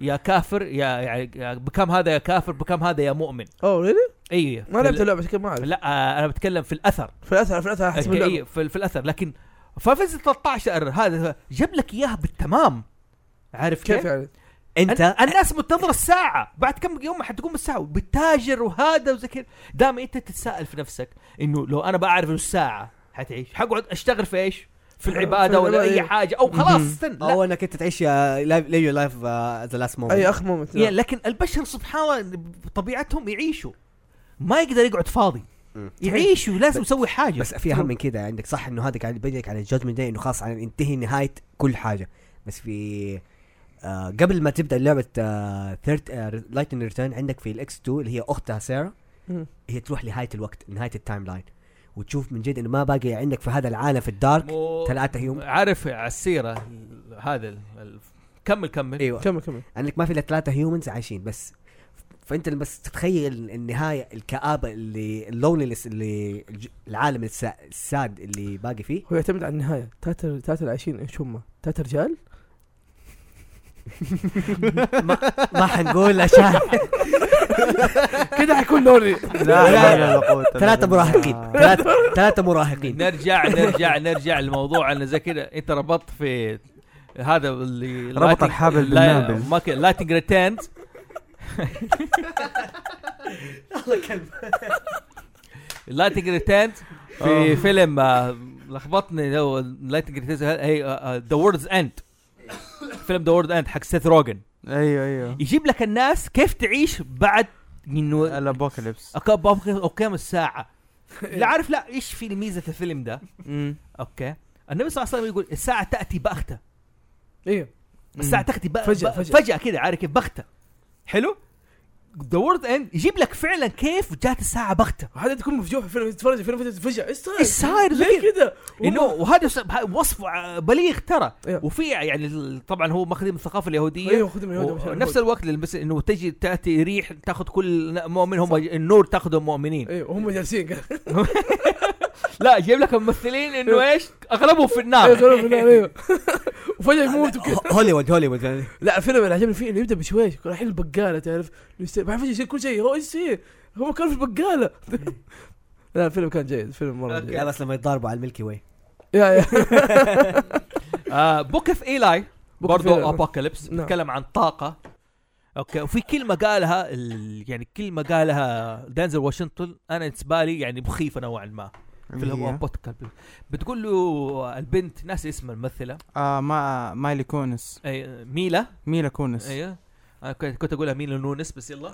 Speaker 1: يا كافر يا يعني يا بكم هذا يا كافر بكم هذا يا مؤمن
Speaker 5: اوه ريلي
Speaker 1: اي
Speaker 5: ما لعبت اللعبه عشان كذا ما اعرف
Speaker 1: لا آه، انا بتكلم في الاثر
Speaker 5: في الاثر في الاثر احسب
Speaker 1: أوكي،
Speaker 5: اللعبه
Speaker 1: إيه، في, في الاثر لكن ففز 13 هذا جاب لك اياها بالتمام عارف كيف؟
Speaker 5: كيف يعني؟
Speaker 2: انت
Speaker 1: أن- الناس منتظره الساعه بعد كم يوم حتقوم الساعه بالتاجر وهذا وزي كذا دائما انت تتساءل في نفسك انه لو انا بعرف إنه الساعه حتعيش حقعد اشتغل في ايش؟ في
Speaker 5: في
Speaker 1: العباده ولا
Speaker 5: العبادة.
Speaker 1: اي حاجه او خلاص
Speaker 3: مهم.
Speaker 1: استنى لا.
Speaker 2: او انك انت تعيش ليف لايف ذا لاست مومنت
Speaker 5: اي اخ مومنت
Speaker 1: يعني لكن البشر سبحان الله بطبيعتهم يعيشوا ما يقدر يقعد فاضي
Speaker 2: مم.
Speaker 1: يعيشوا لازم يسوي حاجه
Speaker 2: طيب. بس في اهم من كذا عندك صح انه هذا قاعد يبينك على الجادجمنت داي انه خلاص على انتهي نهايه كل حاجه بس في آه قبل ما آه، تبدا لعبه ثيرد لايتن ريتيرن عندك في الاكس 2 اللي هي اختها ساره
Speaker 5: مم.
Speaker 2: هي تروح لنهايه الوقت نهايه التايم لاين وتشوف من جد انه ما باقي عندك في هذا العالم في الدارك
Speaker 1: مو-
Speaker 2: ثلاثه هيومن
Speaker 1: عارف على السيره ال- هذا ال- ال- كمل كمل
Speaker 2: ايوه
Speaker 5: كمل كمل
Speaker 2: عندك ما في الا ثلاثه هيومنز عايشين بس فانت لما بس تتخيل النهايه الكابه اللي اللونلس اللي الج- العالم السا- الساد اللي باقي فيه
Speaker 5: هو يعتمد على النهايه تلاتة تلاتة العايشين ايش هم؟ تلاتة رجال؟
Speaker 2: ما حنقول عشان
Speaker 5: كده حيكون لوري
Speaker 3: لا لا لا قوة إلا
Speaker 2: ثلاثة
Speaker 3: بالله.
Speaker 2: مراهقين ثلاثة ثلاثة مراهقين
Speaker 1: نرجع نرجع نرجع لموضوع انه زي كذا انت ربطت في هذا اللي
Speaker 3: ربط الحبل بالنابل.
Speaker 1: ما كان لاتنج ريتيرنز لاتنج ريتيرنز في فيلم آه، لخبطني آه، هو لاتنج ريتيرنز هي ذا ووردز اند فيلم ذا ووردز اند حق سيث روجن
Speaker 3: ايوه ايوه
Speaker 1: يجيب لك الناس كيف تعيش بعد انه
Speaker 3: الابوكاليبس
Speaker 1: أوكي، بابا- اوكي كم الساعه لا عارف لا ايش في ميزه الفيلم ده
Speaker 3: مم.
Speaker 1: اوكي النبي صلى الله عليه وسلم يقول الساعه تاتي باغته
Speaker 5: ايوه
Speaker 1: الساعه تاتي بأ...
Speaker 5: فجأة-
Speaker 1: فجأة,
Speaker 5: فجأة.
Speaker 1: فجأة. فجاه كده عارف كيف بغته حلو ذا وورد اند يجيب لك فعلا كيف جات الساعه بغته
Speaker 5: وحتى تكون مفجوع في الفيلم تتفرج في الفيلم فجاه ايش صاير؟
Speaker 1: ايش صاير زي
Speaker 5: ليه
Speaker 1: كده؟
Speaker 5: كده؟
Speaker 1: انه
Speaker 5: وهم-
Speaker 1: وهذا س- ه- وصف ع- بليغ ترى
Speaker 5: أيوه.
Speaker 1: وفي يعني ال- طبعا هو ماخذين من الثقافه اليهوديه
Speaker 5: ايوه خذ من هنا، مش عارف
Speaker 1: ونفس
Speaker 5: هو.
Speaker 1: الوقت بس انه تجي تاتي ريح تاخذ كل مؤمن هم النور تاخذه مؤمنين
Speaker 5: ايوه وهم جالسين قال-
Speaker 1: لا جايب لك ممثلين انه
Speaker 5: أيوه.
Speaker 1: ايش اغلبهم في
Speaker 5: ايوه
Speaker 1: النار
Speaker 5: صاروا في النار، ايوه وفجاه يموتوا كده
Speaker 2: هوليوود هوليوود
Speaker 5: لا الفيلم اللي عجبني فيه انه يبدا بشويش رايحين البقاله تعرف يست- بعد فجاه يصير كل شيء هو ايش يصير؟ هم كانوا في البقاله لا الفيلم كان جيد الفيلم مره
Speaker 1: أوكي.
Speaker 5: جيد
Speaker 2: لا بس لما يتضاربوا على الملكي واي
Speaker 5: يا يا
Speaker 1: آه بوك اوف ايلاي برضه
Speaker 5: برضه
Speaker 1: ابوكاليبس
Speaker 5: نعم.
Speaker 1: بيتكلم عن طاقه اوكي وفي كلمه قالها ال... يعني كلمه قالها دانزل واشنطن انا بالنسبه لي يعني مخيفه نوعا ما
Speaker 3: إيه.
Speaker 1: في اللي هو أبوكاليبس. بتقول له البنت ناس اسمها الممثله
Speaker 3: آه ما مايلي كونس
Speaker 1: أي- ميلا
Speaker 3: ميلا كونس
Speaker 1: ايوه انا كنت كنت اقولها ميلا نونس بس يلا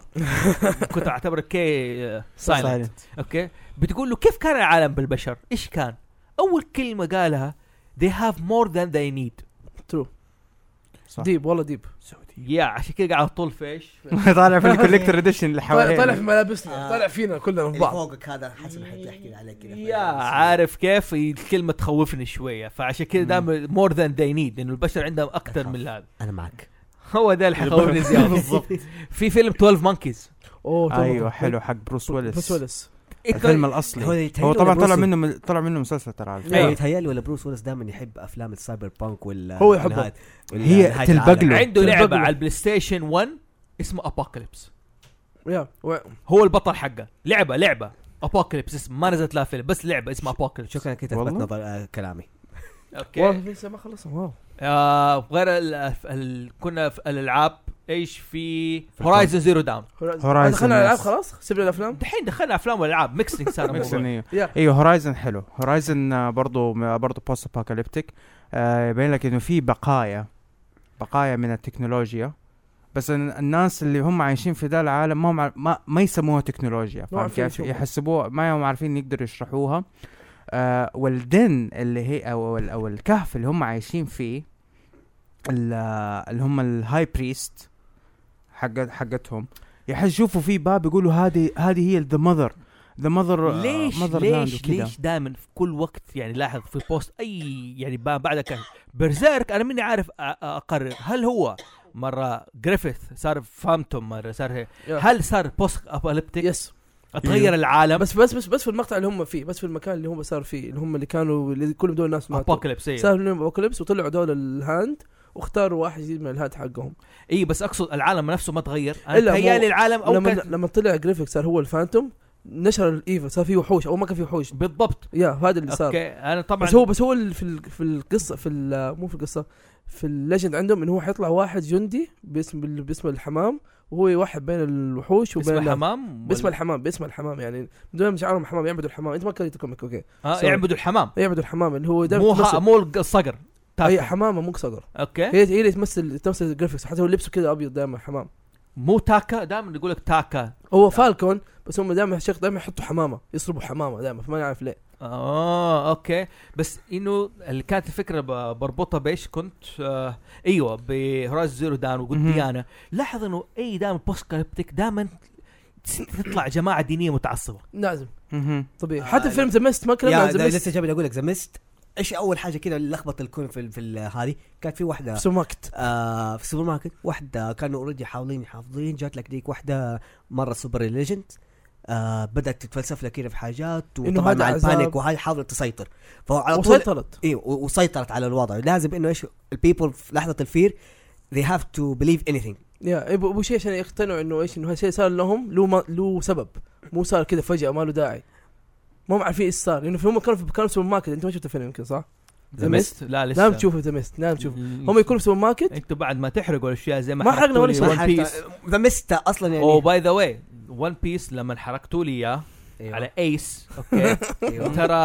Speaker 1: كنت اعتبر كي سايلنت
Speaker 3: Silent.
Speaker 1: اوكي بتقول له كيف كان العالم بالبشر؟ ايش كان؟ اول كلمه قالها they have more than they need
Speaker 3: صح.
Speaker 5: ديب والله ديب
Speaker 1: يا عشان كذا قاعد طول في ايش؟
Speaker 3: طالع في الكوليكتر اديشن اللي
Speaker 5: طالع
Speaker 3: حواليه
Speaker 5: طالع في ملابسنا
Speaker 2: آه.
Speaker 5: طالع فينا كلنا في
Speaker 2: اللي
Speaker 5: بعض
Speaker 2: فوقك هذا حسب حتحكي عليك كذا
Speaker 1: يا عارف كيف الكلمه تخوفني شويه فعشان كذا دائما more than they need لانه البشر عندهم اكثر من هذا
Speaker 2: انا معك
Speaker 1: هو ده اللي حيخوفني زياده بالضبط في فيلم 12 مونكيز
Speaker 5: اوه طبعاً.
Speaker 3: ايوه حلو حق بروس ويلس
Speaker 5: بس ويلس
Speaker 3: الفيلم الاصلي
Speaker 2: هو يتهيألي
Speaker 3: هو
Speaker 2: ولا
Speaker 3: طبعا
Speaker 2: بروس
Speaker 3: طلع
Speaker 2: ويلس؟
Speaker 3: منه من- طلع منه مسلسل ترى على فكرة.
Speaker 2: ايوه
Speaker 5: أيوه.
Speaker 2: يتهيألي ولا بروس ويلس دائما يحب افلام السايبر بانك ولا
Speaker 5: هو يحبها.
Speaker 2: والنهاية-
Speaker 3: هي
Speaker 2: والنهاية العالم.
Speaker 3: تلبق له.
Speaker 1: عنده لعبه
Speaker 5: تنبغله.
Speaker 1: على البلاي ستيشن 1 اسمه ابوكاليبس
Speaker 5: يا و-
Speaker 1: هو البطل حقه لعبه لعبه ابوكاليبس اسم ما نزلت لها فيلم بس لعبه اسمها ابوكاليبس
Speaker 2: شكرا كده
Speaker 3: والله.
Speaker 2: اثبت نظر آه، كلامي
Speaker 1: اوكي
Speaker 5: والله لسه ما خلصنا واو
Speaker 1: آه غير ال ال كنا في الالعاب ايش في هورايزن زيرو داون
Speaker 3: Horizon
Speaker 5: دخلنا على الالعاب
Speaker 3: yes.
Speaker 5: خلاص سيبنا الافلام
Speaker 1: دحين دخلنا افلام والالعاب ميكسينج صار
Speaker 3: ميكس
Speaker 1: الموضوع.
Speaker 3: إن-
Speaker 5: يا
Speaker 3: ايوه هورايزن حلو آه، هورايزن برضه برضه بوست ابوكاليبتيك آه، يبين لك انه في بقايا بقايا من التكنولوجيا بس إن الناس اللي هم عايشين في ده العالم ما هم عار- ما, ما يسموها تكنولوجيا فاهم
Speaker 5: عارفين
Speaker 3: كيف؟
Speaker 5: يسموها.
Speaker 3: يحسبوها ما هم عارفين يقدروا يشرحوها آه والدن اللي هي او ال- او الكهف اللي هم عايشين فيه ال- آه، اللي هم الهاي بريست حقت حقتهم يشوفوا في باب يقولوا هذه هذه هي ذا مذر ذا مذر
Speaker 1: ليش ليش ليش دائما في كل وقت يعني لاحظ في بوست اي يعني ما بعد كان برزيرك انا مني عارف أ- اقرر هل هو مره جريفيث صار فامتوم مره صار هي.
Speaker 5: يا.
Speaker 1: هل صار بوست ابوكاليبتيك
Speaker 5: يس
Speaker 1: تغير العالم
Speaker 5: بس بس بس بس في المقطع اللي هم فيه بس في المكان اللي هم صار فيه اللي هم اللي كانوا اللي كلهم دول الناس ماتوا
Speaker 1: ابوكاليبس
Speaker 5: صار لهم ابوكاليبس وطلعوا دول الهاند واختاروا واحد يجي من الهاند حقهم
Speaker 1: اي بس اقصد العالم نفسه ما تغير
Speaker 5: إلا
Speaker 1: انا تخيل
Speaker 5: مو-
Speaker 1: العالم او
Speaker 5: لما
Speaker 1: كان
Speaker 5: لما طلع جريفيك صار هو الفانتوم نشر الايفا صار في وحوش او ما كان في وحوش
Speaker 1: بالضبط
Speaker 5: يا هذا اللي صار
Speaker 1: اوكي انا طبعا
Speaker 5: بس هو بس هو ال- في ال- في القصه في ال- مو في القصه في الليجند عندهم انه هو حيطلع واحد جندي باسم ال- باسم الحمام وهو يوحد بين الوحوش وبين
Speaker 1: اسم
Speaker 5: ال-
Speaker 1: الحمام
Speaker 5: باسم
Speaker 1: ولا-
Speaker 5: الحمام باسم الحمام يعني دول مشاعرهم حمام يعبدوا الحمام انت ما قريت الكوميك اوكي
Speaker 1: آه
Speaker 5: sorry.
Speaker 1: يعبدوا الحمام
Speaker 5: يعبدوا الحمام اللي هو ده
Speaker 1: مو ها
Speaker 5: بتمثل-
Speaker 1: مو الق- الصقر
Speaker 5: اي
Speaker 1: تاكا
Speaker 5: حمامه مو صقر
Speaker 2: إيه؟
Speaker 1: اوكي
Speaker 5: هي هي اللي تمثل تمثل الجرافيكس حتى هو لبسه كذا ابيض دائما حمام
Speaker 1: مو تاكا دائما يقول لك تاكا
Speaker 2: يعني.
Speaker 5: هو فالكون بس هم دائما الشيخ دائما يحطوا حمامه يصربوا حمامه دائما فما نعرف ليه
Speaker 1: اه اوكي بس انه اللي كانت الفكره ب- بربطها بايش كنت آه ايوه بهرايز زيرو دان وقلت
Speaker 3: مهم.
Speaker 1: ديانا لاحظ انه اي دائما بوست كاليبتيك دائما تطلع جماعه دينيه متعصبه
Speaker 5: لازم
Speaker 3: مهم.
Speaker 5: طبيعي
Speaker 2: آه،
Speaker 5: حتى
Speaker 2: لا.
Speaker 5: فيلم ذا ميست ما كلام
Speaker 2: يا
Speaker 5: عن The
Speaker 2: ده
Speaker 5: Mist.
Speaker 2: لسه جاي اقول لك زمست ايش اول حاجه كذا لخبط الكون في ال- في ال- هذه كانت في واحده
Speaker 5: في سوبر ماركت
Speaker 2: آه في السوبر ماركت واحدة كانوا اوريدي حاولين يحافظين جات لك ديك واحدة مرة سوبر ليجند آه بدأت تتفلسف لك كده في حاجات
Speaker 5: إنه
Speaker 2: وطبعا
Speaker 5: هذا
Speaker 2: مع
Speaker 5: عذاب.
Speaker 2: البانيك وهاي حاولت تسيطر فعلى طول
Speaker 5: وسيطرت
Speaker 2: ايوه و- وسيطرت على الوضع لازم انه ايش البيبل في لحظة الفير they have to believe anything
Speaker 5: يا إيه، ابو ابو شيء عشان يقتنعوا انه ايش انه هالشيء صار لهم له ما له سبب مو صار كذا فجاه ما له داعي ما هم عارفين ايش صار لانه هم كانوا في كانوا في سوبر ماركت انت ما شفت الفيلم يمكن صح؟ The Mist؟
Speaker 1: لا لسه
Speaker 5: لازم تشوفه ذا ميست لازم تشوفه هم يكونوا في سوبر ماركت
Speaker 1: انتوا بعد ما تحرقوا الاشياء زي ما
Speaker 5: ما حرقنا
Speaker 1: حرقتوا
Speaker 5: ولا
Speaker 1: لي One
Speaker 5: شيء.
Speaker 1: Piece. Oh،
Speaker 2: ذا مست اصلا يعني
Speaker 1: او باي ذا واي ون بيس لما حرقتوا لي اياه
Speaker 3: أيوه.
Speaker 5: أيوه.
Speaker 2: أيوة.
Speaker 1: على ايس اوكي
Speaker 2: أيوة.
Speaker 1: ترى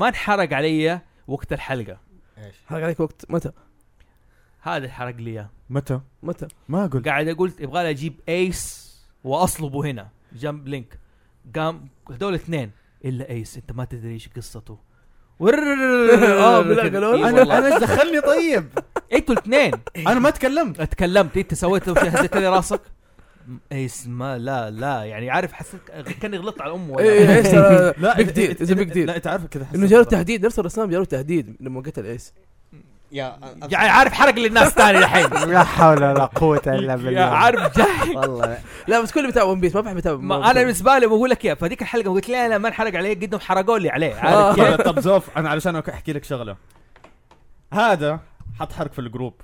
Speaker 1: ما انحرق علي وقت الحلقه
Speaker 5: حرق عليك وقت متى؟
Speaker 1: هذا اللي حرق لي إياه.
Speaker 4: متى؟
Speaker 5: متى؟
Speaker 4: ما قلت
Speaker 1: قاعد اقول يبغى لي اجيب ايس واصلبه هنا جنب لينك قام هذول اثنين الا ايس انت ما تدري ايش قصته
Speaker 5: آه، بالله قالوا لك؟
Speaker 1: انا
Speaker 4: انا ايش دخلني طيب؟
Speaker 1: انتوا الاثنين
Speaker 4: انا ما تكلمت
Speaker 1: اتكلمت انت سويت شيء هزيت لي راسك م- ايس ما لا لا يعني عارف حسيت كاني غلطت على امه
Speaker 5: ايه
Speaker 1: ولا
Speaker 5: ايس لا
Speaker 4: لا
Speaker 5: بيج ديل
Speaker 4: إنت-
Speaker 5: از بيج
Speaker 4: إنت-
Speaker 5: ديل
Speaker 4: لا انت عارف كذا حسيت
Speaker 5: انه جاله
Speaker 4: مرة.
Speaker 5: تهديد نفس الرسام جاله تهديد لما قتل ايس
Speaker 1: يعني عارف حرق للناس ثاني الحين
Speaker 3: لا حول ولا قوه الا بالله
Speaker 1: يا عارف جاي
Speaker 2: والله
Speaker 5: لا بس كل بتاع ون بيس ما بحب بتاع
Speaker 1: ما انا بالنسبه لي بقول لك يا فديك الحلقه قلت لا لا ما انحرق علي قد ما حرقوا لي عليه
Speaker 5: آه.
Speaker 1: عارف كيف؟
Speaker 4: طب- طب زوف انا علشان احكي لك شغله هذا حط حرق في الجروب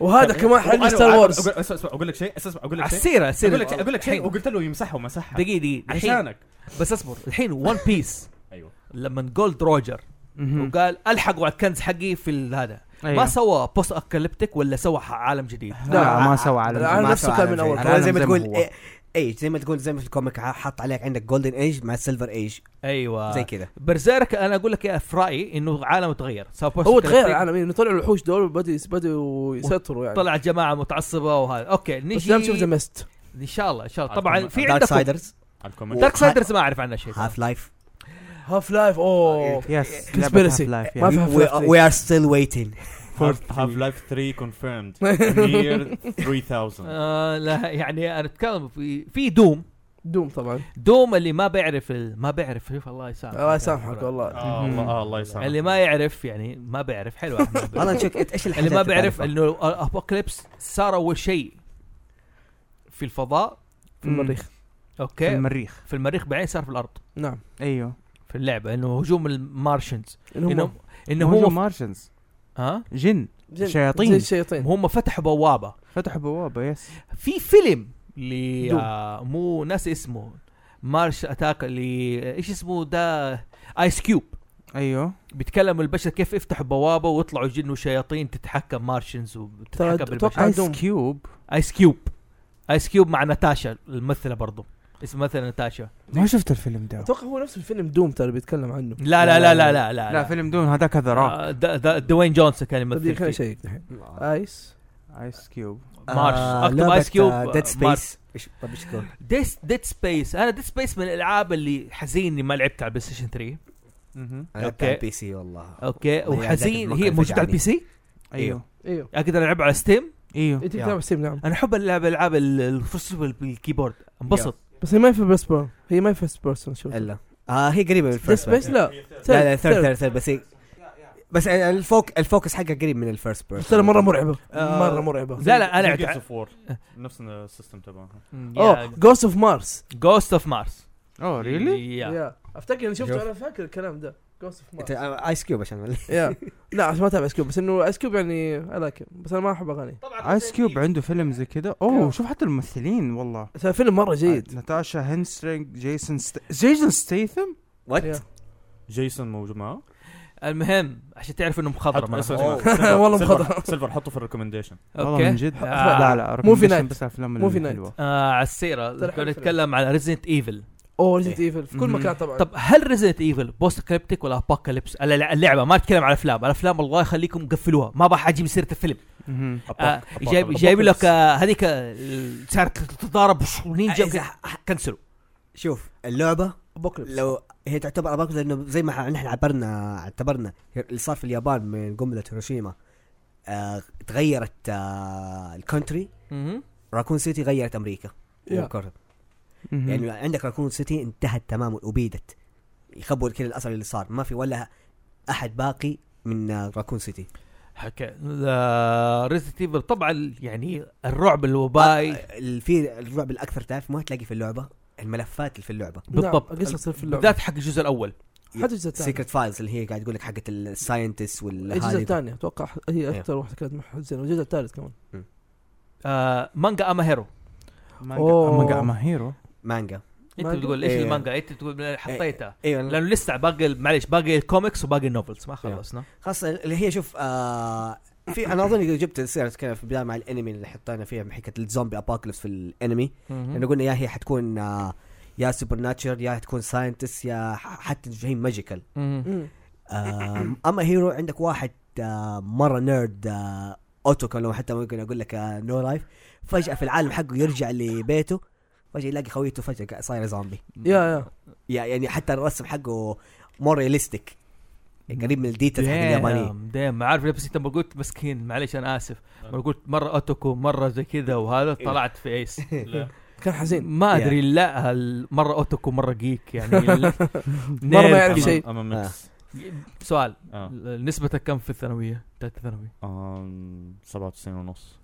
Speaker 5: وهذا كمان حق
Speaker 4: وأنا-
Speaker 5: ستار
Speaker 4: وأنا-
Speaker 5: وورز
Speaker 4: أقول- اسمع اسمع اقول لك شيء اسمع اقول لك شيء
Speaker 1: السيره
Speaker 4: اقول
Speaker 1: السيره
Speaker 4: لك شيء اقول لك شيء
Speaker 1: الحين.
Speaker 4: وقلت له يمسحه ومسحه
Speaker 1: دقيقه دقيقه الحين
Speaker 4: عشانك
Speaker 1: بس اصبر الحين ون بيس
Speaker 4: ايوه
Speaker 1: لما جولد روجر
Speaker 3: مهم.
Speaker 1: وقال الحقوا على الكنز حقي في ال- هذا إيه. ما
Speaker 3: أيوه.
Speaker 1: سوى بوست اكاليبتيك ولا سوى ح- عالم جديد
Speaker 5: لا،
Speaker 3: لا ما سوى على
Speaker 5: العالم
Speaker 3: ما
Speaker 5: نفسه
Speaker 3: سوى
Speaker 5: كان
Speaker 3: على
Speaker 5: من
Speaker 3: شيء.
Speaker 5: أول.
Speaker 3: العالم
Speaker 2: زي ما تقول
Speaker 3: هو.
Speaker 2: إيه- ايج زي ما تقول زي ما في الكوميك ع- حط عليك عندك جولدن ايج مع سيلفر ايج
Speaker 1: ايوه
Speaker 2: زي
Speaker 1: زي كذا
Speaker 2: كذا
Speaker 1: برزيرك انا اقول لك يا في رايي انه عالمه تغير سوى بوست
Speaker 5: هو تغير
Speaker 1: أكاليبتيك،
Speaker 5: العالم انه طلعوا الوحوش دول بدوا بدوا يسيطروا يعني
Speaker 1: طلعت جماعه متعصبه وهذا اوكي
Speaker 5: بس لازم تشوف ذا
Speaker 1: نجي
Speaker 5: ميست
Speaker 1: ان شاء الله ان شاء الله طبعا في
Speaker 2: دارك
Speaker 1: عندكم
Speaker 2: سايدرز
Speaker 4: على الكومنت
Speaker 1: دارك سايدرز ما اعرف عنه شيء
Speaker 2: هاف لايف
Speaker 5: هاف لايف اوه
Speaker 3: يس
Speaker 5: Conspiracy. ما
Speaker 3: يعني
Speaker 5: في هاف لايف
Speaker 2: وي ار ستيل ويتنج
Speaker 4: هاف لايف 3 كونفيرمد نير 3000
Speaker 1: آه لا يعني انا اتكلم في في دوم
Speaker 5: دوم طبعا
Speaker 1: دوم اللي ما بيعرف ال- ما بيعرف كيف الله يسامحك
Speaker 5: الله يسامحك والله
Speaker 4: آه، الله آه، الله يسامحك
Speaker 1: اللي ما يعرف يعني ما بيعرف حلو أحمد.
Speaker 2: والله نشوف إنت ايش الحاجات
Speaker 1: اللي ما بيعرف
Speaker 2: تعرفها.
Speaker 1: انه الابوكليبس صار اول شيء في الفضاء
Speaker 5: في المريخ
Speaker 1: اوكي
Speaker 3: في
Speaker 1: في,
Speaker 3: المريخ
Speaker 1: في المريخ بعدين صار في الارض
Speaker 5: نعم
Speaker 3: ايوه
Speaker 1: في اللعبه انه هجوم المارشنز
Speaker 5: انهم
Speaker 1: انهم انه هو
Speaker 3: مارشنز
Speaker 1: ها
Speaker 3: جن
Speaker 5: جن-
Speaker 3: شياطين.
Speaker 5: زي الشياطين
Speaker 1: هم فتحوا بوابه
Speaker 3: فتحوا بوابه يس
Speaker 1: في فيلم ل
Speaker 5: دوم.
Speaker 1: آه، مو ناس اسمه مارش اتاك ل ايش اسمه ده ايس كيوب
Speaker 3: ايوه
Speaker 1: بيتكلم البشر كيف يفتحوا بوابه ويطلعوا جن وشياطين تتحكم مارشنز
Speaker 5: ترى
Speaker 1: وتتحكم
Speaker 5: اتوقع
Speaker 1: بالبشر
Speaker 3: ايس
Speaker 5: دوم
Speaker 3: كيوب
Speaker 1: ايس كيوب ايس كيوب مع ناتاشا الممثله برضو اسمها مثلا ناتاشا
Speaker 3: ما شفت الفيلم ده
Speaker 5: اتوقع هو نفس الفيلم دوم ترى بيتكلم عنه
Speaker 1: لا لا لا لا لا لا,
Speaker 3: لا فيلم دون هذاك هذا راك
Speaker 1: آه، د- د- دوين جونسون كان
Speaker 5: طب دي خلينا
Speaker 1: يمثل فيه
Speaker 5: نشيك دحين ايس
Speaker 3: ايس كيوب
Speaker 1: مارش
Speaker 2: آه،
Speaker 1: اكتب ايس كيوب
Speaker 2: ديد سبيس ايش طب ايش تقول؟
Speaker 1: ديس ديد سبيس انا ديد سبيس من الالعاب اللي حزين اني ما لعبت على البلاي ستيشن 3
Speaker 2: انا
Speaker 1: أوكي.
Speaker 2: آه، بتاع بي سي والله
Speaker 1: اوكي
Speaker 2: والله يعني
Speaker 1: وحزين
Speaker 2: ذاك
Speaker 1: هي
Speaker 2: الموقع
Speaker 1: موجوده على البي
Speaker 2: فجعني.
Speaker 1: سي
Speaker 3: ايوه
Speaker 5: ايوه
Speaker 1: اقدر العبها على ستيم
Speaker 3: ايوه
Speaker 5: انت تلعب ستيم نعم
Speaker 1: انا احب العب العاب ال- الفرصة بالكيبورد انبسط
Speaker 5: بس هي ما هي في بس بيرسون هي ما هي فيرست بيرسون شوف
Speaker 2: الا اه هي قريبه من
Speaker 5: ديد
Speaker 2: الفيرست
Speaker 5: سبيس لا
Speaker 2: لا لا ثيرد ثيرد ثيرد بس هي بس الفوك الفوكس حقه قريب من الفيرست
Speaker 5: بس
Speaker 2: بيرسون
Speaker 5: ترى مره مرعبه
Speaker 1: آه،
Speaker 5: مره مرعبه
Speaker 1: لا لا انا
Speaker 4: جيمز
Speaker 1: أتع-
Speaker 4: اوف وور نفس السيستم تبعها
Speaker 3: Mm.
Speaker 5: اوه جوست اوف مارس
Speaker 1: جوست اوف مارس
Speaker 3: اوه ريلي
Speaker 5: يا افتكر اني شفته
Speaker 2: شوف.
Speaker 5: انا فاكر الكلام ده جوست اوف مارس
Speaker 2: ايس كيوب آه، عشان
Speaker 5: يا لا عشان ما تابع ايس كيوب بس انه ايس كيوب يعني لكن بس انا ما احب اغاني
Speaker 3: ايس كيوب عنده فيلم زي كده اوه شوف حتى الممثلين والله آه،
Speaker 5: بس الفيلم مره جيد
Speaker 3: ناتاشا هينسترينج جيسون ست... جيسون ستيثم
Speaker 2: وات
Speaker 5: يا.
Speaker 4: جيسون موجود معاه
Speaker 1: المهم عشان تعرف انه مخضر
Speaker 4: حط-
Speaker 1: مرة.
Speaker 4: اسمع،
Speaker 1: أوه.
Speaker 4: اسمع، سيلفر-
Speaker 5: والله
Speaker 4: سيلفر-
Speaker 5: مخضر.
Speaker 4: سيلفر حطه في الريكومنديشن
Speaker 3: والله من
Speaker 1: اوكي
Speaker 3: جد
Speaker 1: آه.
Speaker 3: لا لا
Speaker 5: موفي
Speaker 3: recommendation
Speaker 5: نايت.
Speaker 3: بس افلام
Speaker 5: موفي
Speaker 3: الحلوة.
Speaker 1: آه على السيره
Speaker 5: ترى حلو
Speaker 1: كنا نتكلم على ريزنت ايفل
Speaker 5: اوه ريزنت ايفل في كل
Speaker 3: مهم.
Speaker 5: مكان طبعا
Speaker 1: طب هل ريزنت ايفل بوست اكليبتيك ولا ابوكاليبس اللعبه ما اتكلم على افلام الافلام الله يخليكم قفلوها ما بحاجي سيره الفيلم
Speaker 3: مهم.
Speaker 1: آه، جايب جايب لك آه، هذيك آه، صارت تتضارب وش- ونينجا
Speaker 5: إيه،
Speaker 2: إذا-
Speaker 1: وكذا. كنسلوا
Speaker 2: شوف اللعبه
Speaker 5: ابوكليبس
Speaker 2: لو هي تعتبر اباكس لانه زي ما نحن عبرنا اعتبرنا اللي صار في اليابان من قنبله هيروشيما آه تغيرت آه الكونتري
Speaker 1: مهم.
Speaker 2: راكون سيتي غيرت امريكا
Speaker 5: يا.
Speaker 2: وكر-
Speaker 3: مهم.
Speaker 2: يعني عندك راكون سيتي انتهت تماما ابيدت يخبوا كل الاثر اللي صار ما في ولا احد باقي من آه راكون سيتي
Speaker 1: حكى آه، ريزنت ايفل طبعا يعني الرعب
Speaker 5: آه،
Speaker 1: الوبائي
Speaker 2: ال- في الرعب الاكثر تعرف ما تلاقي في اللعبه الملفات اللي في اللعبه
Speaker 1: بالضبط.
Speaker 5: نعم. القصه تصير في اللعبه
Speaker 1: بالذات حق الجزء الاول
Speaker 5: حتى الجزء الثاني
Speaker 2: سيكرت فايلز اللي هي قاعد تقول لك حقت الساينتست
Speaker 5: الجزء
Speaker 2: والهذي
Speaker 5: الثاني اتوقع هي
Speaker 2: إيه.
Speaker 5: اكثر واحده كانت محزنه والجزء الثالث كمان
Speaker 1: آه، مانجا اما هيرو
Speaker 5: أوه.
Speaker 3: مانجا مانجا ما هيرو
Speaker 2: مانجا
Speaker 1: انت
Speaker 5: مانجا؟
Speaker 1: بتقول ايش
Speaker 2: إيه.
Speaker 1: المانجا انت بتقول حطيتها
Speaker 2: ايوه
Speaker 1: لانه لسه باقي معلش باقي الكوميكس وباقي النوفلز ما خلصنا
Speaker 2: خاصة اللي هي شوف آه في انا اظن إذا جبت سيرة كذا في البدايه مع الانمي اللي حطينا فيها من حكايه الزومبي ابوكليبس في الانمي لانه قلنا يعني يا هي حتكون آه يا سوبر ناتشر يا هتكون ساينتست يا ح- حتى هي ماجيكال
Speaker 1: مهم.
Speaker 5: مم.
Speaker 2: آه اما هيرو عندك واحد آه مره نيرد آه اوتوكون لو حتى ممكن اقول لك آه، نو لايف فجاه في العالم حقه يرجع لبيته فجاه يلاقي خويته فجاه صايره زومبي
Speaker 5: يا يا
Speaker 2: يا- يعني حتى الرسم حقه مور رياليستيك قريب من الديتيلز حق اليابانية
Speaker 1: دايم عارف ليه؟ بس انت لما قلت مسكين معلش انا اسف لما قلت مره اوتوكو مره زي كذا وهذا طلعت في ايس
Speaker 5: كان حزين
Speaker 1: ما ادري
Speaker 5: يعني.
Speaker 1: لا هل مره اوتوكو مره جيك يعني لا.
Speaker 5: مرة ما يعرف
Speaker 1: نيرد.
Speaker 4: أما-
Speaker 5: شيء.
Speaker 4: اما ميكس
Speaker 1: سؤال
Speaker 4: آه.
Speaker 1: نسبتك كم في الثانويه؟ ثالثه ثانوي
Speaker 4: آم، 97 ونص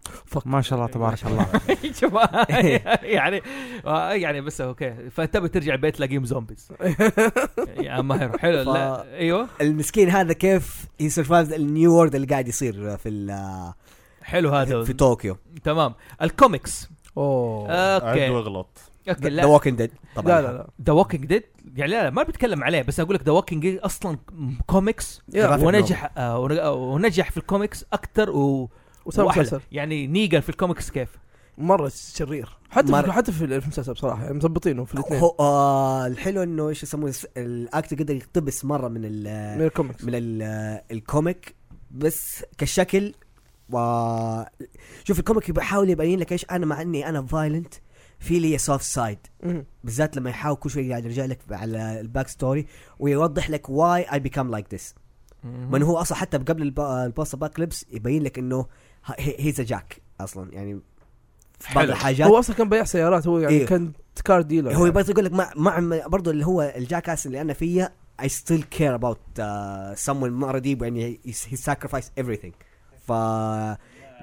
Speaker 3: ما شاء الله تبارك الله
Speaker 1: شوف
Speaker 5: إيه.
Speaker 1: يعني آه، يعني بس اوكي فتبي ترجع البيت تلاقيهم زومبيز يا ما هيرو حلو
Speaker 2: ف-
Speaker 1: لا ايوه
Speaker 2: المسكين هذا كيف يسرفايف النيو وورد اللي قاعد يصير في ال-
Speaker 1: حلو هذا
Speaker 2: في طوكيو
Speaker 1: تمام الكوميكس
Speaker 5: اوه
Speaker 4: عد
Speaker 1: اوكي
Speaker 4: واغلط
Speaker 1: اوكي
Speaker 2: ذا
Speaker 1: لا
Speaker 2: ووكينج ديد طبعا
Speaker 5: لا لا لا
Speaker 1: ذا ووكينج ديد يعني لا, لا ما بتكلم عليه بس اقول لك ذا ووكينج ديد اصلا كوميكس
Speaker 5: يا
Speaker 1: ونجح آه، ون- آه، ونجح في الكوميكس اكثر و...
Speaker 5: وسام
Speaker 1: واحلى
Speaker 5: مسلسل
Speaker 1: يعني نيجان في الكوميكس كيف
Speaker 5: مره شرير حتى
Speaker 2: مرة.
Speaker 5: في حتى في المسلسل بصراحه يعني مظبطينه في الاثنين
Speaker 2: هو آه الحلو انه ايش يسموه الس- الاكتر قدر يقتبس مره من ال
Speaker 5: من الكوميكس
Speaker 2: من ال الكوميك بس كشكل و شوف الكوميك بيحاول يبين لك ايش انا مع اني انا فايلنت في لي سوفت سايد
Speaker 5: مم.
Speaker 2: بالذات لما يحاول كل شوي قاعد يرجع لك على الباك ستوري ويوضح لك واي اي بيكام لايك ذس من هو اصلا حتى قبل الب- البوست ابوكليبس يبين لك انه هيز جاك اصلا يعني في بعض
Speaker 1: حلو.
Speaker 2: الحاجات
Speaker 5: هو اصلا كان بيع سيارات هو يعني
Speaker 2: إيه.
Speaker 5: كان كار ديلر
Speaker 2: هو
Speaker 5: يعني.
Speaker 2: يبغى يقول لك مع مع برضه اللي هو الجاكاس اللي انا فيه I still care about uh, someone مرة ديب يعني he he sacrificed everything ف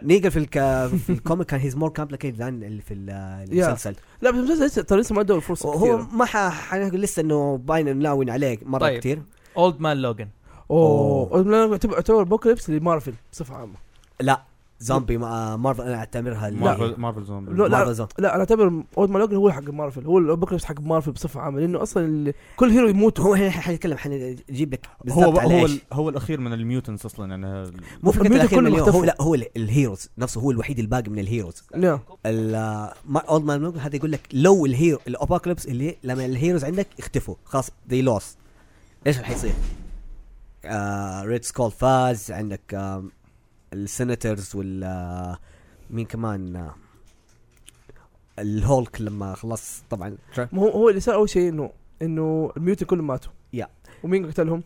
Speaker 2: نيجل في الك... في الكوميك كان he's more complicated than اللي في ال- المسلسل
Speaker 5: لا بس المسلسل لسه ترى لسه ما ادوا الفرصه
Speaker 2: هو
Speaker 5: هو
Speaker 2: ما ح- حنقول لسه انه باين ناويين عليه مرة
Speaker 1: طيب.
Speaker 2: طيب. كتير
Speaker 1: اولد مان لوجن
Speaker 5: اوه لأنه يعتبر يعتبر بوكليبس لمارفل بصفه عامه
Speaker 2: لا زومبي مع مارفل انا اعتبرها ال-
Speaker 4: مارفل مارفل زومبي
Speaker 5: لا، لا.
Speaker 2: مارفل زومبي
Speaker 5: لا انا اعتبر اولد مان لوجن هو حق مارفل هو البوكليبس حق مارفل بصفه عامه لانه اصلا ال- كل هيرو يموت
Speaker 2: هو هنا حنتكلم حنجيب لك بالضبط
Speaker 4: هو
Speaker 2: على
Speaker 4: هو
Speaker 2: إيش.
Speaker 4: هو الاخير من الميوتنس اصلا يعني
Speaker 2: مو فكره
Speaker 5: الكمبيوتر
Speaker 2: الأخير
Speaker 5: كله
Speaker 2: مليون، هو
Speaker 5: اختفى.
Speaker 2: لا هو ال- الهيروز نفسه هو الوحيد الباقي من الهيروز
Speaker 5: لا
Speaker 2: اولد مان لوجن هذا يقول لك لو الهيرو الابوكليبس اللي لما الهيروز عندك اختفوا خلاص ذي لوس ايش اللي حيصير؟ آه ريد سكول فاز عندك آه السيناترز وال آه، مين كمان آه الهولك لما خلص طبعا
Speaker 5: ما هو هو اللي صار اول شيء انه انه الميوتن كلهم ماتوا
Speaker 2: يا.
Speaker 5: ومين قتلهم؟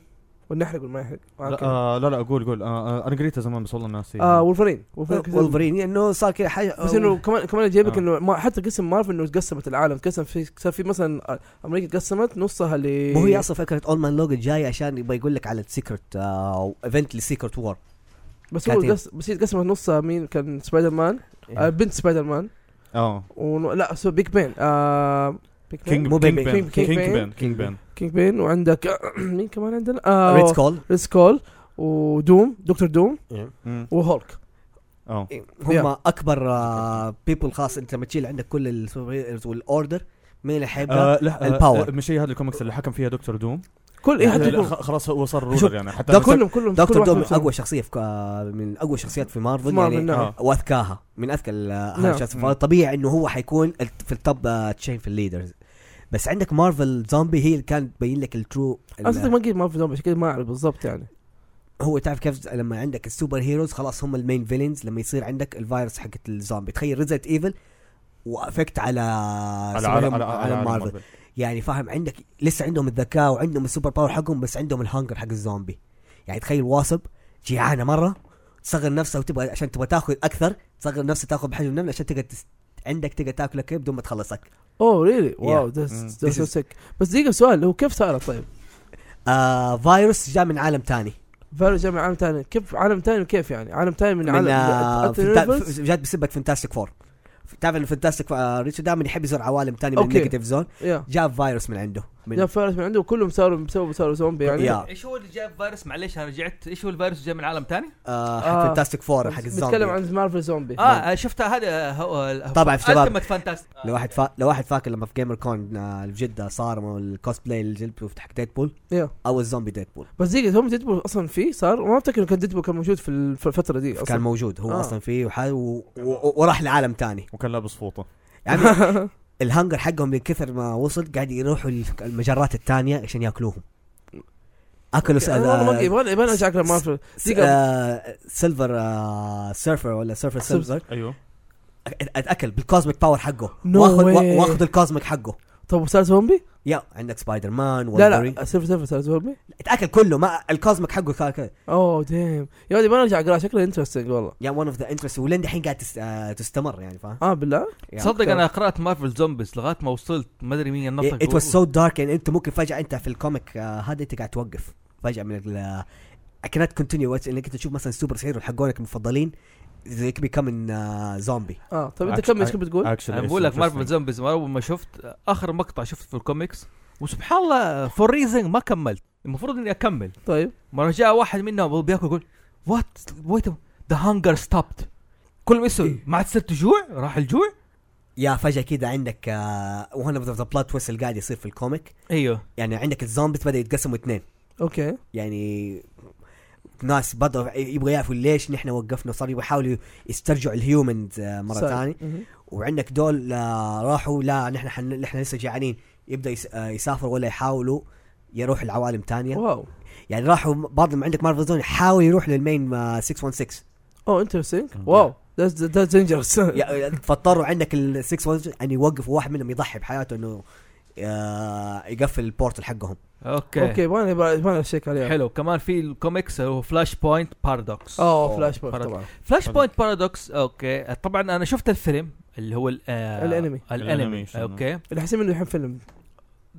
Speaker 5: ونحرق ولا ما يحرق؟ آه،
Speaker 4: لا,
Speaker 5: أوكي.
Speaker 4: آه لا لا قول قول آه آه، انا قريتها زمان بس والله ناسي
Speaker 5: اه وولفرين
Speaker 2: آه،
Speaker 5: وولفرين قتل-
Speaker 2: ولفرين انه صار كذا حاجه
Speaker 5: بس انه كمان كمان جايبك
Speaker 4: آه.
Speaker 5: انه ما- حتى قسم مارفل انه تقسمت العالم تقسم في صار في مثلا آه، امريكا تقسمت نصها ل
Speaker 2: مو هي اصلا فكره اولد مان لوجن جاي عشان يبغى يقول لك على آه، السيكرت او ايفنت لسيكرت وور
Speaker 5: بس هو
Speaker 2: كاتب.
Speaker 5: قس... بس هي تقسمت نصها مين كان سبايدر مان
Speaker 2: إيه.
Speaker 5: آه بنت سبايدر مان
Speaker 4: اه
Speaker 5: ون... لا سو بيج بين آه بيج بين
Speaker 4: كينج
Speaker 2: مو
Speaker 4: كينج
Speaker 2: بين-
Speaker 4: بين
Speaker 5: كينج- كينج
Speaker 4: كينج
Speaker 5: بين.
Speaker 4: بين كينج بين
Speaker 5: كينج بين وعندك مين كمان عندنا آه
Speaker 2: ريد سكول
Speaker 5: ريد سكول ودوم دكتور دوم
Speaker 4: مم.
Speaker 5: وهولك
Speaker 4: اه
Speaker 2: هم اكبر بيبل خاص انت لما تشيل عندك كل السوبر هيروز والاوردر مين اللي حيبقى
Speaker 4: آه، لا آه،
Speaker 2: الباور.
Speaker 4: آه، مش هي هذا الكوميكس اللي حكم فيها دكتور دوم
Speaker 5: كل ايه
Speaker 4: لا،
Speaker 5: حتى
Speaker 4: لا،
Speaker 5: كل-
Speaker 4: خ- خلاص هو صار
Speaker 2: شوف،
Speaker 4: رولر يعني حتى
Speaker 2: دكتور-
Speaker 5: كلهم كلهم كل
Speaker 2: دكتور
Speaker 5: واحد
Speaker 2: دوم من
Speaker 5: منهم.
Speaker 2: اقوى شخصيه في كا- من اقوى شخصيات في مارفل
Speaker 5: مارفل،
Speaker 2: يعني
Speaker 5: نعم.
Speaker 4: آه.
Speaker 2: واذكاها من اذكى ال- الشخصيات
Speaker 4: مم.
Speaker 2: فطبيعي انه هو حيكون الت- في التوب تشين في الليدرز بس عندك مارفل زومبي هي اللي كانت تبين لك الترو
Speaker 5: انا صدق ما قلت ما في دوم عشان كذا ما اعرف بالضبط يعني
Speaker 2: هو تعرف كيف لما عندك السوبر هيروز خلاص هم المين فيلنز لما يصير عندك الفيروس حقت الزومبي تخيل ريزنت ايفل وافكت على
Speaker 4: على
Speaker 2: سوبر
Speaker 4: عالم
Speaker 2: هيرو-
Speaker 4: على عالم مارفل
Speaker 2: يعني فاهم عندك لسه عندهم الذكاء وعندهم السوبر باور حقهم بس عندهم الهنجر حق الزومبي يعني تخيل واصب جيعانه مره تصغر نفسها وتبغى عشان تبغى تاخذ اكثر تصغر نفسها تاخذ بحجم النمل عشان تقدر تس... عندك تقدر تاكلك بدون ما تخلصك
Speaker 5: اوه ريلي واو
Speaker 4: مم.
Speaker 5: ذاتس
Speaker 2: Mm. This
Speaker 5: سو
Speaker 2: is-
Speaker 5: سيك بس دقيقه سؤال هو كيف صارت طيب؟
Speaker 2: آه فيروس جاء من عالم تاني
Speaker 5: فيروس جاء من عالم ثاني كيف عالم ثاني كيف يعني؟ عالم ثاني من,
Speaker 2: من
Speaker 5: عالم
Speaker 2: آه
Speaker 5: Alternate
Speaker 2: فنتا-
Speaker 5: Universe؟
Speaker 2: ف- جات بسبب فانتاستيك فور تعرف ان فانتاستيك آه، ريتشارد دائما يحب يزور عوالم تاني من
Speaker 5: أوكي.
Speaker 2: النيجاتيف زون
Speaker 5: يا
Speaker 2: جاء فيروس من عنده من
Speaker 5: جاء فيروس من عنده وكلهم صاروا بسبب صاروا زومبي يعني
Speaker 2: يا
Speaker 1: ايش هو اللي جاب فيروس معلش انا رجعت ايش هو الفيروس جاي من عالم ثاني؟
Speaker 2: آه
Speaker 5: آه.
Speaker 2: فانتاستيك فور حق آه. الزومبي
Speaker 5: نتكلم عن مارفل زومبي
Speaker 1: اه شفتها هذا هو
Speaker 2: إيه.
Speaker 1: آه.
Speaker 2: طبعاً يا شباب.
Speaker 1: فانتاستيك
Speaker 2: لو واحد فا... لو واحد فاكر لما في جيمر كون آه، في جده صار الكوسبلاي اللي جلبته حق ديدبول
Speaker 5: يا.
Speaker 2: او الزومبي ديدبول
Speaker 5: بس دقيقه هم ديدبول اصلا فيه صار وما افتكر إنه كان ديدبول كان موجود في ال- في الفتره دي
Speaker 2: كان
Speaker 5: اصلا
Speaker 2: موجود هو
Speaker 5: آه.
Speaker 2: آه. اصلا فيه وح... و... و... وراح لعالم تاني
Speaker 4: وكان لابس فوطه
Speaker 2: يعني الهنجر حقهم من كثر ما وصل قاعد يروحوا ال- المجرات التانية عشان ياكلوهم اكلوا س-
Speaker 5: أنا يعني والله ما-
Speaker 2: آه،
Speaker 5: يبغى يبغى ارجع اكل مارفل
Speaker 2: س-
Speaker 5: دقيقة.
Speaker 2: آه، سيلفر آه، سيرفر ولا سيرفر
Speaker 5: سيلفر.
Speaker 2: سيلفر
Speaker 4: ايوه
Speaker 2: اتاكل بالكوزميك باور حقه
Speaker 5: No
Speaker 2: واخذ
Speaker 5: way.
Speaker 2: واخذ الكوزميك حقه
Speaker 5: طب وصار زومبي؟
Speaker 2: يا عندك سبايدر مان
Speaker 5: لا
Speaker 2: وولفرين
Speaker 5: لا سيرفر سيرفر صار زومبي؟
Speaker 2: اتاكل كله ما الكوزميك حقه كا- كا-
Speaker 5: اوه ديم يا ولدي ما ارجع اقراه شكله انترستنج والله
Speaker 2: يا ون اوف ذا انترست ولين دحين قاعد تس- آه، تستمر يعني فاهم
Speaker 5: اه بالله؟
Speaker 1: تصدق انا قرات مارفل زومبيز لغايه ما وصلت ما ادري مين النطق
Speaker 2: ات واز سو دارك يعني انت ممكن فجاه انت في الكوميك آه، هذا انت قاعد توقف فجاه من ال آه، اكنات كونتينيو انك انت تشوف مثلا سوبر هيرو حقونك المفضلين زي بيكم زومبي
Speaker 5: اه طب انت
Speaker 4: Action-
Speaker 5: كمل ايش كنت بتقول؟
Speaker 4: اكشن
Speaker 1: انا بقول لك مارفل زومبيز اول ما شفت اخر مقطع شفته في الكوميكس وسبحان الله فور ريزن ما كملت المفروض اني اكمل
Speaker 5: طيب
Speaker 1: مره جاء واحد منهم وهو بياكل يقول وات ويت ذا هانجر ستوبت كل ما يسوي ما عاد صرت جوع راح الجوع
Speaker 2: يا فجاه كذا عندك آه، ون اوف ذا بلوت تويست اللي قاعد يصير في الكوميك
Speaker 1: ايوه
Speaker 2: يعني عندك الزومبيز بدا يتقسموا اثنين
Speaker 5: اوكي
Speaker 2: يعني ناس بدأوا يبغوا يعرفوا ليش نحن وقفنا صار يبغوا يحاولوا يسترجعوا الهيومنز آه، مره
Speaker 5: سوري.
Speaker 2: ثانيه
Speaker 5: مهم.
Speaker 2: وعندك دول آه، راحوا لا نحن حن... نحن لسه جعانين يبدا يس... آه، يسافر ولا يحاولوا يروح لعوالم تانية
Speaker 5: واو
Speaker 2: يعني راحوا بعض ما عندك مارفل زون يحاول يروح للمين آه، 616
Speaker 5: اوه انترستنج واو ذاتس ذاتس دينجرس
Speaker 2: يا- فاضطروا عندك ال 616 ان يوقفوا واحد منهم يضحي بحياته انه آه، يقفل البورتل حقهم
Speaker 1: اوكي,
Speaker 5: اوكي يبغى يبغى اشيك عليها
Speaker 1: حلو كمان في الكوميكس هو فلاش بوينت بارادوكس
Speaker 5: اوه فلاش بوك
Speaker 1: مرة.
Speaker 5: طبعا
Speaker 1: فلاش بوينت بارادوكس اوكي طبعا انا شفت الفيلم اللي هو ال- آه،
Speaker 5: الأنمي.
Speaker 1: الانمي
Speaker 4: الأنمي،
Speaker 1: اوكي
Speaker 5: اللي حاسين انه الحين فيلم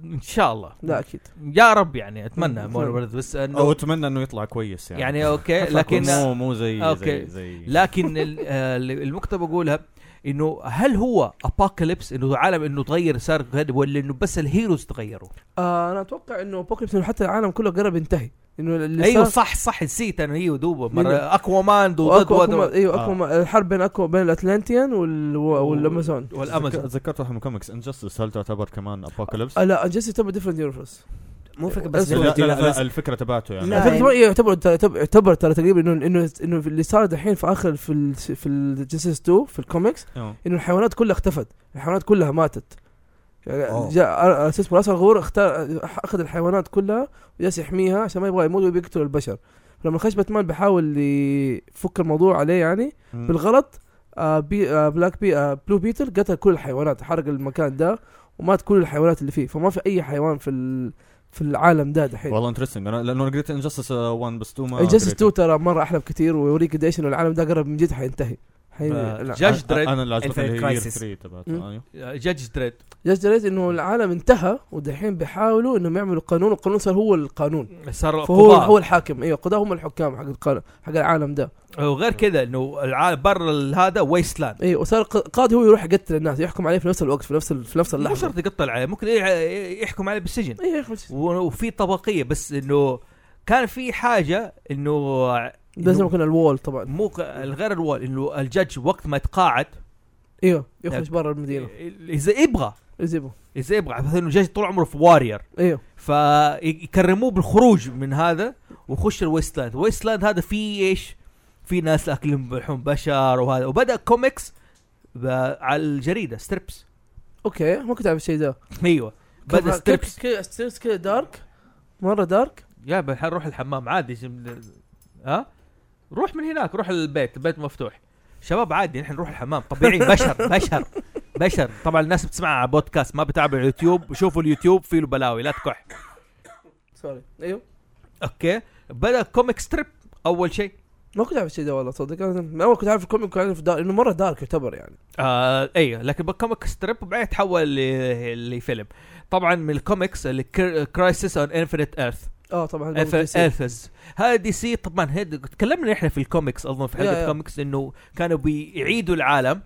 Speaker 1: ان شاء الله
Speaker 5: لا اكيد
Speaker 1: يا رب يعني اتمنى
Speaker 5: مم.
Speaker 1: مور برد بس
Speaker 4: او
Speaker 1: انه
Speaker 4: اتمنى انه يطلع كويس يعني
Speaker 1: يعني اوكي
Speaker 5: حطها
Speaker 1: لكن
Speaker 5: كويس.
Speaker 4: مو مو زي
Speaker 1: أوكي.
Speaker 4: زي زي
Speaker 1: لكن ال- آه، النقطه بقولها انه هل هو ابوكاليبس انه عالم انه تغير صار غد- ولا انه بس الهيروز تغيروا؟
Speaker 5: آه انا اتوقع انه بوكليبس إنه حتى العالم كله قرب ينتهي انه اللي
Speaker 1: ايوه
Speaker 5: صار-
Speaker 1: صح صح نسيت أيوة، انه هي دوبه
Speaker 5: مين؟
Speaker 1: مره اكوا مان ضد
Speaker 5: واكوا
Speaker 1: وات-
Speaker 5: أكوا ايوه
Speaker 1: آه.
Speaker 5: اكوا الحرب بين اكوا بين الاتلانتيان وال... والامازون
Speaker 4: ذك-
Speaker 1: والامازون
Speaker 4: ذكرت واحد من كوميكس انجستس هل تعتبر كمان ابوكاليبس؟
Speaker 5: آه لا انجستي تبع ديفرنت يونيفرس
Speaker 2: مو فكره
Speaker 5: بس
Speaker 2: بس
Speaker 4: لا, لا,
Speaker 2: لا-
Speaker 4: لا,
Speaker 2: بس-
Speaker 4: لا الفكره تبعته يعني
Speaker 2: لا.
Speaker 5: يعتبر يعتبر ترى- يعتبر ترى تقريبا انه انه انه اللي صار دحين في اخر في ال... في الجنسيس 2 في الكوميكس
Speaker 4: أيوه.
Speaker 5: انه الحيوانات كلها اختفت الحيوانات كلها ماتت يعني
Speaker 2: أوه.
Speaker 5: جاء أر- اساس راس الغور اختار اخذ الحيوانات كلها وجالس يحميها عشان ما يبغى يموت وبيقتل البشر فلما خش باتمان بيحاول يفك الموضوع عليه يعني
Speaker 4: مم.
Speaker 5: بالغلط آه بي آه بلاك بي آه بلو بيتل قتل كل الحيوانات حرق المكان ده ومات كل الحيوانات اللي فيه فما في اي حيوان في ال- في العالم ده دحين
Speaker 4: والله انترستنج انا لانه انا قريت انجستس 1 بس 2 ما
Speaker 5: جاستس
Speaker 4: قريته.
Speaker 5: 2 ترى مره احلى بكثير ويوريك قديش انه العالم ده قرب من جد حينتهي
Speaker 1: آه،
Speaker 5: حي...
Speaker 1: جاج
Speaker 4: أنا-
Speaker 1: دريد
Speaker 4: انا اللي عجبتني
Speaker 2: Infinite
Speaker 4: اللي هي Year
Speaker 2: Crisis.
Speaker 4: 3 تبعته
Speaker 5: مم.
Speaker 4: أيوه.
Speaker 1: جاج دريد
Speaker 5: جاج دريت انه العالم انتهى ودحين بيحاولوا انهم يعملوا قانون والقانون صار هو القانون
Speaker 1: صار
Speaker 5: فهو
Speaker 1: قضاء.
Speaker 5: هو الحاكم ايوه القضاء هم الحكام حق القانون حق العالم ده
Speaker 1: آه، وغير كذا انه العالم برا ال- هذا ويست لاند
Speaker 5: ايوه وصار ق- قاضي هو يروح يقتل الناس يحكم عليه في نفس الوقت في نفس ال- في نفس
Speaker 1: مو
Speaker 5: اللحظه
Speaker 1: شرط يقطع عليه ممكن يع- يحكم عليه بالسجن
Speaker 5: ايوه يا أخي، بس-
Speaker 1: و- وفي طبقيه بس انه كان في حاجه انه
Speaker 5: لازم يكون الوول طبعا
Speaker 1: مو ك- غير الوال انه الجج وقت ما يتقاعد
Speaker 5: ايوه يخرج برا
Speaker 1: إيه.
Speaker 5: المدينه
Speaker 1: اذا يبغى
Speaker 5: يجيبه
Speaker 1: اذا يبغى مثلا انه الجج طول عمره في وارير
Speaker 5: ايوه
Speaker 1: فيكرموه بالخروج من هذا ويخش الويستلاند الويستلاند هذا فيه ايش في ناس اكلهم بلحوم بشر وهذا وبدا كوميكس ب- على الجريده ستريبس
Speaker 5: اوكي ما كنت اعرف الشيء ده
Speaker 1: ايوه بدا ستريبس
Speaker 5: ستريبس كذا دارك مره دارك
Speaker 1: يا بل- روح الحمام عادي جم- ها روح من هناك روح البيت البيت مفتوح شباب عادي نحن نروح الحمام طبيعي بشر بشر بشر طبعا الناس بتسمعها على بودكاست ما بتابع اليوتيوب شوفوا اليوتيوب فيه له بلاوي لا تكح
Speaker 5: سوري ايوه
Speaker 1: اوكي بدا كوميك ستريب اول شيء
Speaker 5: ما كنت اعرف الشيء ده والله تصدق أنا من اول كنت عارف الكوميك كنت عارف دارك انه مره دارك يعتبر يعني
Speaker 1: آه ايوه لكن بالكوميك ستريب وبعدين تحول ل- لفيلم طبعا من الكوميكس اللي كرايسيس اون انفينيت ايرث
Speaker 5: اه طبعا هذا من DC.
Speaker 1: ايرثز هذا دي سي طبعا هيد تكلمنا احنا في الكوميكس اظن في
Speaker 5: يا- يا.
Speaker 1: حلقه كوميكس انه كانوا بيعيدوا العالم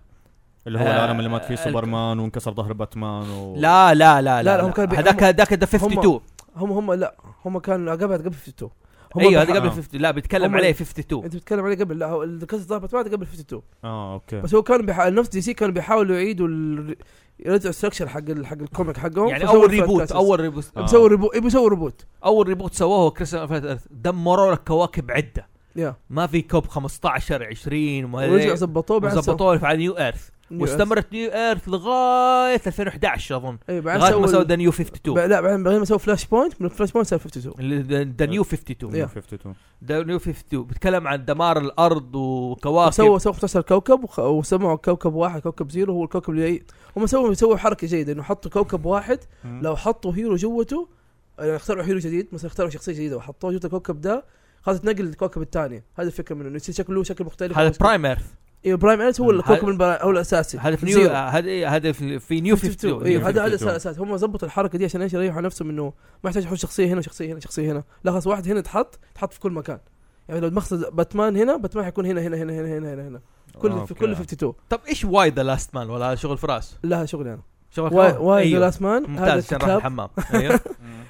Speaker 4: اللي هو
Speaker 1: آه،
Speaker 4: العالم اللي مات فيه
Speaker 1: الك-
Speaker 4: سوبرمان وانكسر ظهر باتمان و...
Speaker 1: لا لا لا
Speaker 5: لا،
Speaker 1: لا
Speaker 5: هم كانوا بي-
Speaker 1: هذاك
Speaker 5: هم-
Speaker 1: هذاك ذا 52
Speaker 5: هم هم لا هم كانوا قبل قبل 52 هم
Speaker 1: ايوه
Speaker 5: بيح-
Speaker 1: هذا قبل
Speaker 4: آه.
Speaker 1: 50 لا بيتكلم
Speaker 5: هم-
Speaker 1: عليه 52
Speaker 5: انت بتتكلم عليه قبل لا هو الكاس ضربت بعد قبل 52
Speaker 4: اه اوكي
Speaker 5: بس هو كان بيحا... نفس دي سي كانوا بيحاولوا يعيدوا ال... يرجعوا الستركشر حق ال... حق الكوميك حقهم
Speaker 1: يعني
Speaker 5: فسووا
Speaker 1: اول
Speaker 5: فلاش
Speaker 1: ريبوت
Speaker 5: كاسس.
Speaker 1: اول ريبوت
Speaker 4: آه.
Speaker 5: بيسووا ريبوت إيه، بيسووا ريبوت
Speaker 1: اول ريبوت سووه كريس دمروا لك كواكب عده
Speaker 5: يا
Speaker 1: ما في كوب 15 20 ما
Speaker 5: ورجعوا
Speaker 1: أدري.
Speaker 5: ظبطوه بحسهم
Speaker 1: ظبطوه على نيو ايرث
Speaker 5: نيو إيرث.
Speaker 1: واستمرت نيو ايرث لغايه 2011 اظن
Speaker 5: اي أيوة، بعدين
Speaker 1: لغايه ما سووا
Speaker 5: سووا
Speaker 1: ذا نيو
Speaker 5: ب-
Speaker 1: 52
Speaker 5: لا بعدين بعدين ما سووا فلاش بوينت من فلاش بوينت صار 52
Speaker 1: ذا نيو 52
Speaker 4: 52
Speaker 1: ذا نيو 52 بيتكلم عن دمار الارض وكواكب
Speaker 5: سووا سووا 15 كوكب وخ- وسمعوا كوكب واحد كوكب زيرو هو الكوكب اللي جاي. هم سووا سووا حركه جيده انه حطوا كوكب واحد لو حطوا هيرو جوته يعني اختاروا هيرو جديد مثلا اختاروا شخصيه جديده وحطوه جوه الكوكب ده خلاص تنقل للكوكب الثاني هذه الفكره منه انه يصير شكله له شكل مختلف
Speaker 1: هذا برايم ايرث
Speaker 5: ايوه برايم ايرث هو
Speaker 1: مم.
Speaker 5: الكوكب البرا- هو الاساسي
Speaker 1: هذا في نيو آه،
Speaker 5: زيرو.
Speaker 1: هذا إيه، هذا في في نيو 52
Speaker 5: ايوه
Speaker 1: نيو
Speaker 5: هذا هذا
Speaker 4: 52.
Speaker 5: الاساس هم ظبطوا الحركه دي عشان ايش يريحوا نفسهم انه ما يحتاج يحط شخصيه هنا شخصيه هنا شخصيه هنا لا خلاص واحد هنا تحط تحط في كل مكان يعني لو المقصد باتمان هنا باتمان حيكون هنا هنا هنا هنا هنا هنا, هنا.
Speaker 4: آه،
Speaker 5: كل في كل 52
Speaker 1: طب ايش واي ذا لاست مان ولا هذا شغل فراس؟
Speaker 5: لها شغل انا
Speaker 1: شغل
Speaker 5: واي
Speaker 1: فراس؟
Speaker 5: واي
Speaker 1: أيوه.
Speaker 5: ذا لاست مان هذا
Speaker 1: ممتاز عشان راح
Speaker 5: الكتاب
Speaker 1: الحمام ايوه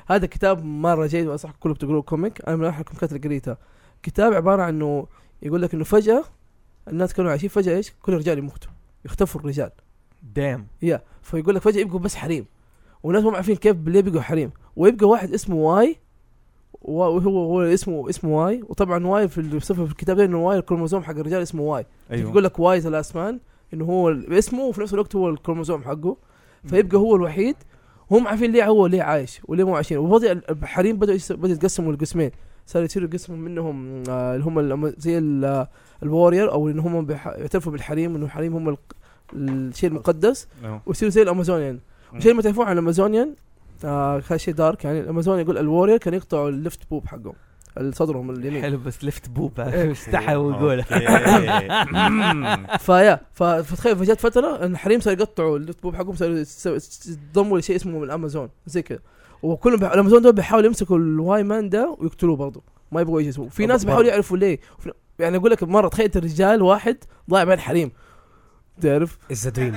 Speaker 5: هذا كتاب مره جيد وانصحكم كلكم تقروا كوميك انا من احد الكوميكات اللي قريتها كتاب عباره عن انه يقول لك انه فجاه الناس كانوا عايشين فجاه ايش كل الرجال يموتوا يختفوا الرجال
Speaker 1: دام
Speaker 5: يا فيقول لك فجاه يبقوا بس حريم والناس ما عارفين كيف ليه بقوا حريم ويبقى واحد اسمه واي وا- وهو هو اسمه اسمه واي وطبعا واي في اللي بيصفه في الكتاب ده انه واي الكروموزوم حق الرجال اسمه واي
Speaker 4: أيوة.
Speaker 5: أيوه. يقول لك واي ذا لاست مان انه هو ال- اسمه وفي نفس الوقت هو الكروموزوم حقه فيبقى هو الوحيد هم عارفين ليه هو ليه عايش وليه مو عايشين وبدا الحريم بدأوا يس- بدأوا يتقسموا لقسمين صار يصيروا قسم منهم آه، اللي هم ال- زي ال- آه، الوارير او ان هم بيح- يعترفوا بالحريم انه الحريم هم الق- الشيء المقدس
Speaker 4: أيوه.
Speaker 5: ويصيروا زي الامازونيان
Speaker 4: مم.
Speaker 5: وشيء ما تعرفون عن الامازونيان آه هذا شيء دارك يعني الامازونيان يقول الوارير كان يقطعوا اللفت بوب حقهم صدرهم اليمين
Speaker 1: حلو بس لفت بوب استحى ويقولها
Speaker 5: فيا ف- فتخيل فجت فتره ان حريم صار يقطعوا اللفت بوب حقهم صاروا يس- يس- يتضموا لشيء اسمه الامازون زي كذا وكلهم بح... الامازون دول بيحاولوا يمسكوا الواي مان ده ويقتلوه برضه ما يبغوا ايش يسووا في ناس بيحاولوا يعرفوا ليه وفي... يعني اقول لك مره تخيل رجال واحد ضايع بين حريم تعرف
Speaker 2: از دريم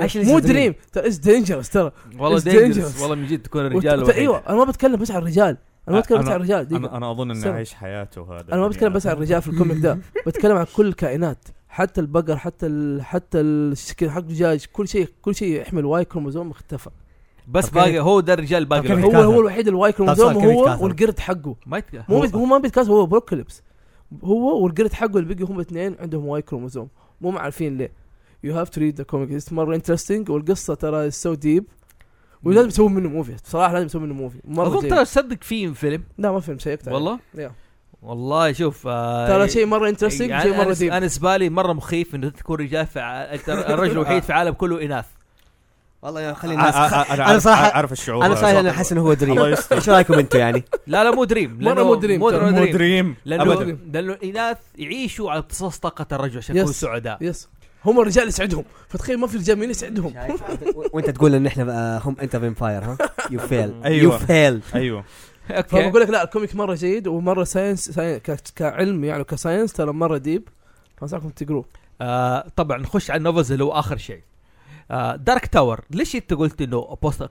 Speaker 2: Actually,
Speaker 5: مو
Speaker 2: it's a dream.
Speaker 5: دريم ترى از دينجرس ترى
Speaker 1: والله
Speaker 5: It's
Speaker 1: دينجرس
Speaker 5: dangerous.
Speaker 1: والله من جد تكون
Speaker 5: وت-
Speaker 1: الرجال
Speaker 5: ت- ايوه انا ما بتكلم بس عن الرجال انا ما
Speaker 4: أ-
Speaker 5: بتكلم بس
Speaker 4: أنا-
Speaker 5: عن الرجال دقيقة.
Speaker 4: انا انا اظن انه
Speaker 5: سنة.
Speaker 4: عايش حياته هذا يعني.
Speaker 5: انا ما بتكلم بس عن الرجال في الكوميك ده بتكلم عن كل الكائنات حتى البقر حتى ال... حتى الشكل حق الدجاج كل شيء كل شيء يحمل واي كروموزوم اختفى
Speaker 1: بس
Speaker 2: طب كيف-
Speaker 1: باقي هو ده الرجال باقي
Speaker 2: طب كيف
Speaker 1: له.
Speaker 5: هو
Speaker 2: يتكاثر.
Speaker 5: هو الوحيد الواي كروموزوم
Speaker 2: سؤال كيف
Speaker 5: هو
Speaker 2: يتكاثر؟
Speaker 5: والقرد حقه
Speaker 1: ما يتك-
Speaker 5: مو
Speaker 1: هو-
Speaker 5: بت... هو ما بيتكاثر هو بروكليبس هو والقرد حقه اللي بقي هم الاثنين عندهم واي كروموزوم مو ما عارفين ليه يو هاف تو ريد ذا كوميك مره انترستنج والقصه ترى سو ديب ولازم يسوون منه موفي بصراحه لازم يسوون منه موفي مره
Speaker 1: اظن
Speaker 5: جيد
Speaker 1: ترى تصدق فيه فيلم
Speaker 5: لا ما فيلم شيء
Speaker 1: والله
Speaker 5: طيب. يا.
Speaker 1: والله شوف آه،
Speaker 5: ترى شيء مره انترستنج
Speaker 1: يعني
Speaker 5: وشيء مره
Speaker 1: أنا-
Speaker 5: ديب
Speaker 1: انا بالنسبه لي مره مخيف انه تكون رجال في ع- أنت الرجل الوحيد في العالم كله اناث
Speaker 2: والله يا
Speaker 4: آه،
Speaker 2: خلي الناس
Speaker 4: انا
Speaker 2: أنا صراحة-
Speaker 4: عارف الشعور
Speaker 2: انا
Speaker 4: هذا.
Speaker 2: صحيح انا احس انه هو دريم
Speaker 4: الله يستر.
Speaker 2: ايش رايكم انتم يعني؟
Speaker 1: لا لا مو دريم
Speaker 5: مرة
Speaker 1: لأنه-
Speaker 5: مو دريم
Speaker 1: مو
Speaker 5: ترى.
Speaker 1: مو
Speaker 4: مو
Speaker 1: دريم
Speaker 4: دريم
Speaker 1: لانه
Speaker 4: ابدا
Speaker 1: لانه الاناث يعيشوا على امتصاص طاقه الرجل عشان
Speaker 5: يس.
Speaker 1: يكونوا سعداء
Speaker 5: يس هم الرجال يسعدهم فتخيل ما في رجال مين يسعدهم
Speaker 2: وانت تقول ان احنا آه، هم انت فامباير ها؟ يو فيل
Speaker 4: أيوة.
Speaker 2: يو فيل
Speaker 4: ايوه
Speaker 1: اوكي
Speaker 5: فبقول لك لا الكوميك مره جيد ومره ساينس, ساينس ك- كعلم يعني كساينس ترى مره ديب فانصحكم تقروه
Speaker 1: آه طبعا نخش على النوفلز اللي هو اخر شيء آه دارك تاور ليش انت قلت انه بوست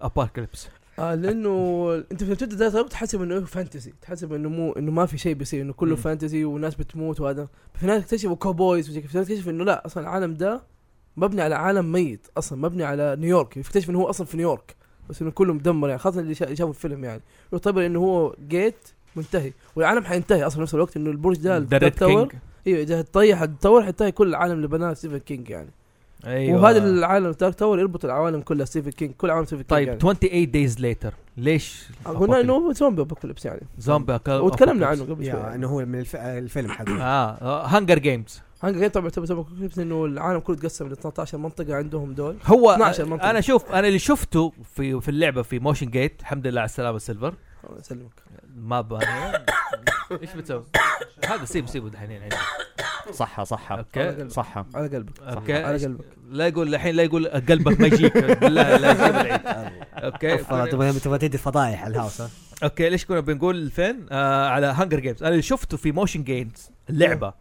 Speaker 1: ابوكاليبس
Speaker 5: آه لانه انت في تبدا ذات الوقت تحسب انه فانتزي إيه، تحسب انه مو انه ما في شيء بيصير انه كله
Speaker 1: مم.
Speaker 5: فانتزي وناس بتموت وهذا في ناس اكتشفوا كوبويز وزي كذا في ناس اكتشفوا انه لا اصلا العالم ده مبني على عالم ميت اصلا مبني على نيويورك يكتشف انه هو اصلا في نيويورك بس انه كله مدمر يعني خاصه اللي شا- شافوا الفيلم يعني يعتبر انه هو جيت منتهي والعالم حينتهي اصلا في نفس الوقت انه البرج ده الدارك تاور ايوه اذا هتطيح التاور حينتهي كل العالم اللي بناه ستيفن كينج يعني
Speaker 1: ايوه
Speaker 5: أيوة. وهذا العالم الدارك تاور يربط العوالم كلها ستيفن كينج كل عالم يعني. ستيفن
Speaker 1: طيب
Speaker 5: كينج
Speaker 1: 28 دايز ليتر ليش
Speaker 5: يعني. قلنا انه هو زومبي ابوكاليبس يعني
Speaker 1: زومبي أكل-
Speaker 5: وتكلمنا عنه قبل
Speaker 2: يا،
Speaker 5: شوي يعني.
Speaker 2: انه هو من الف- الفيلم حقه
Speaker 1: اه هانجر جيمز
Speaker 5: هانجر جيم طبعا يعتبر زومبي ابوكاليبس انه العالم كله تقسم ل 13 منطقه عندهم دول
Speaker 1: هو
Speaker 5: 12 منطقة.
Speaker 1: انا شوف انا اللي شفته في في اللعبه في موشن جيت الحمد لله على السلامه سيلفر
Speaker 5: الله يسلمك
Speaker 1: ما ب- ايش بتسوي؟ هذا سيب سيبه دحين عندي.
Speaker 4: صحة صحة
Speaker 1: أوكي.
Speaker 4: صحة
Speaker 5: على قلبك على
Speaker 1: اوكي
Speaker 5: قلبك
Speaker 1: لا يقول الحين لا يقول قلبك ما يجيك بالله لا يجيب العيد اوكي
Speaker 2: والله تبغى تبغى تدي فضايح على الهاوس ها؟
Speaker 1: اوكي ليش كنا بنقول فين؟ آه على هانجر جيمز انا اللي شفته في موشن جيمز اللعبه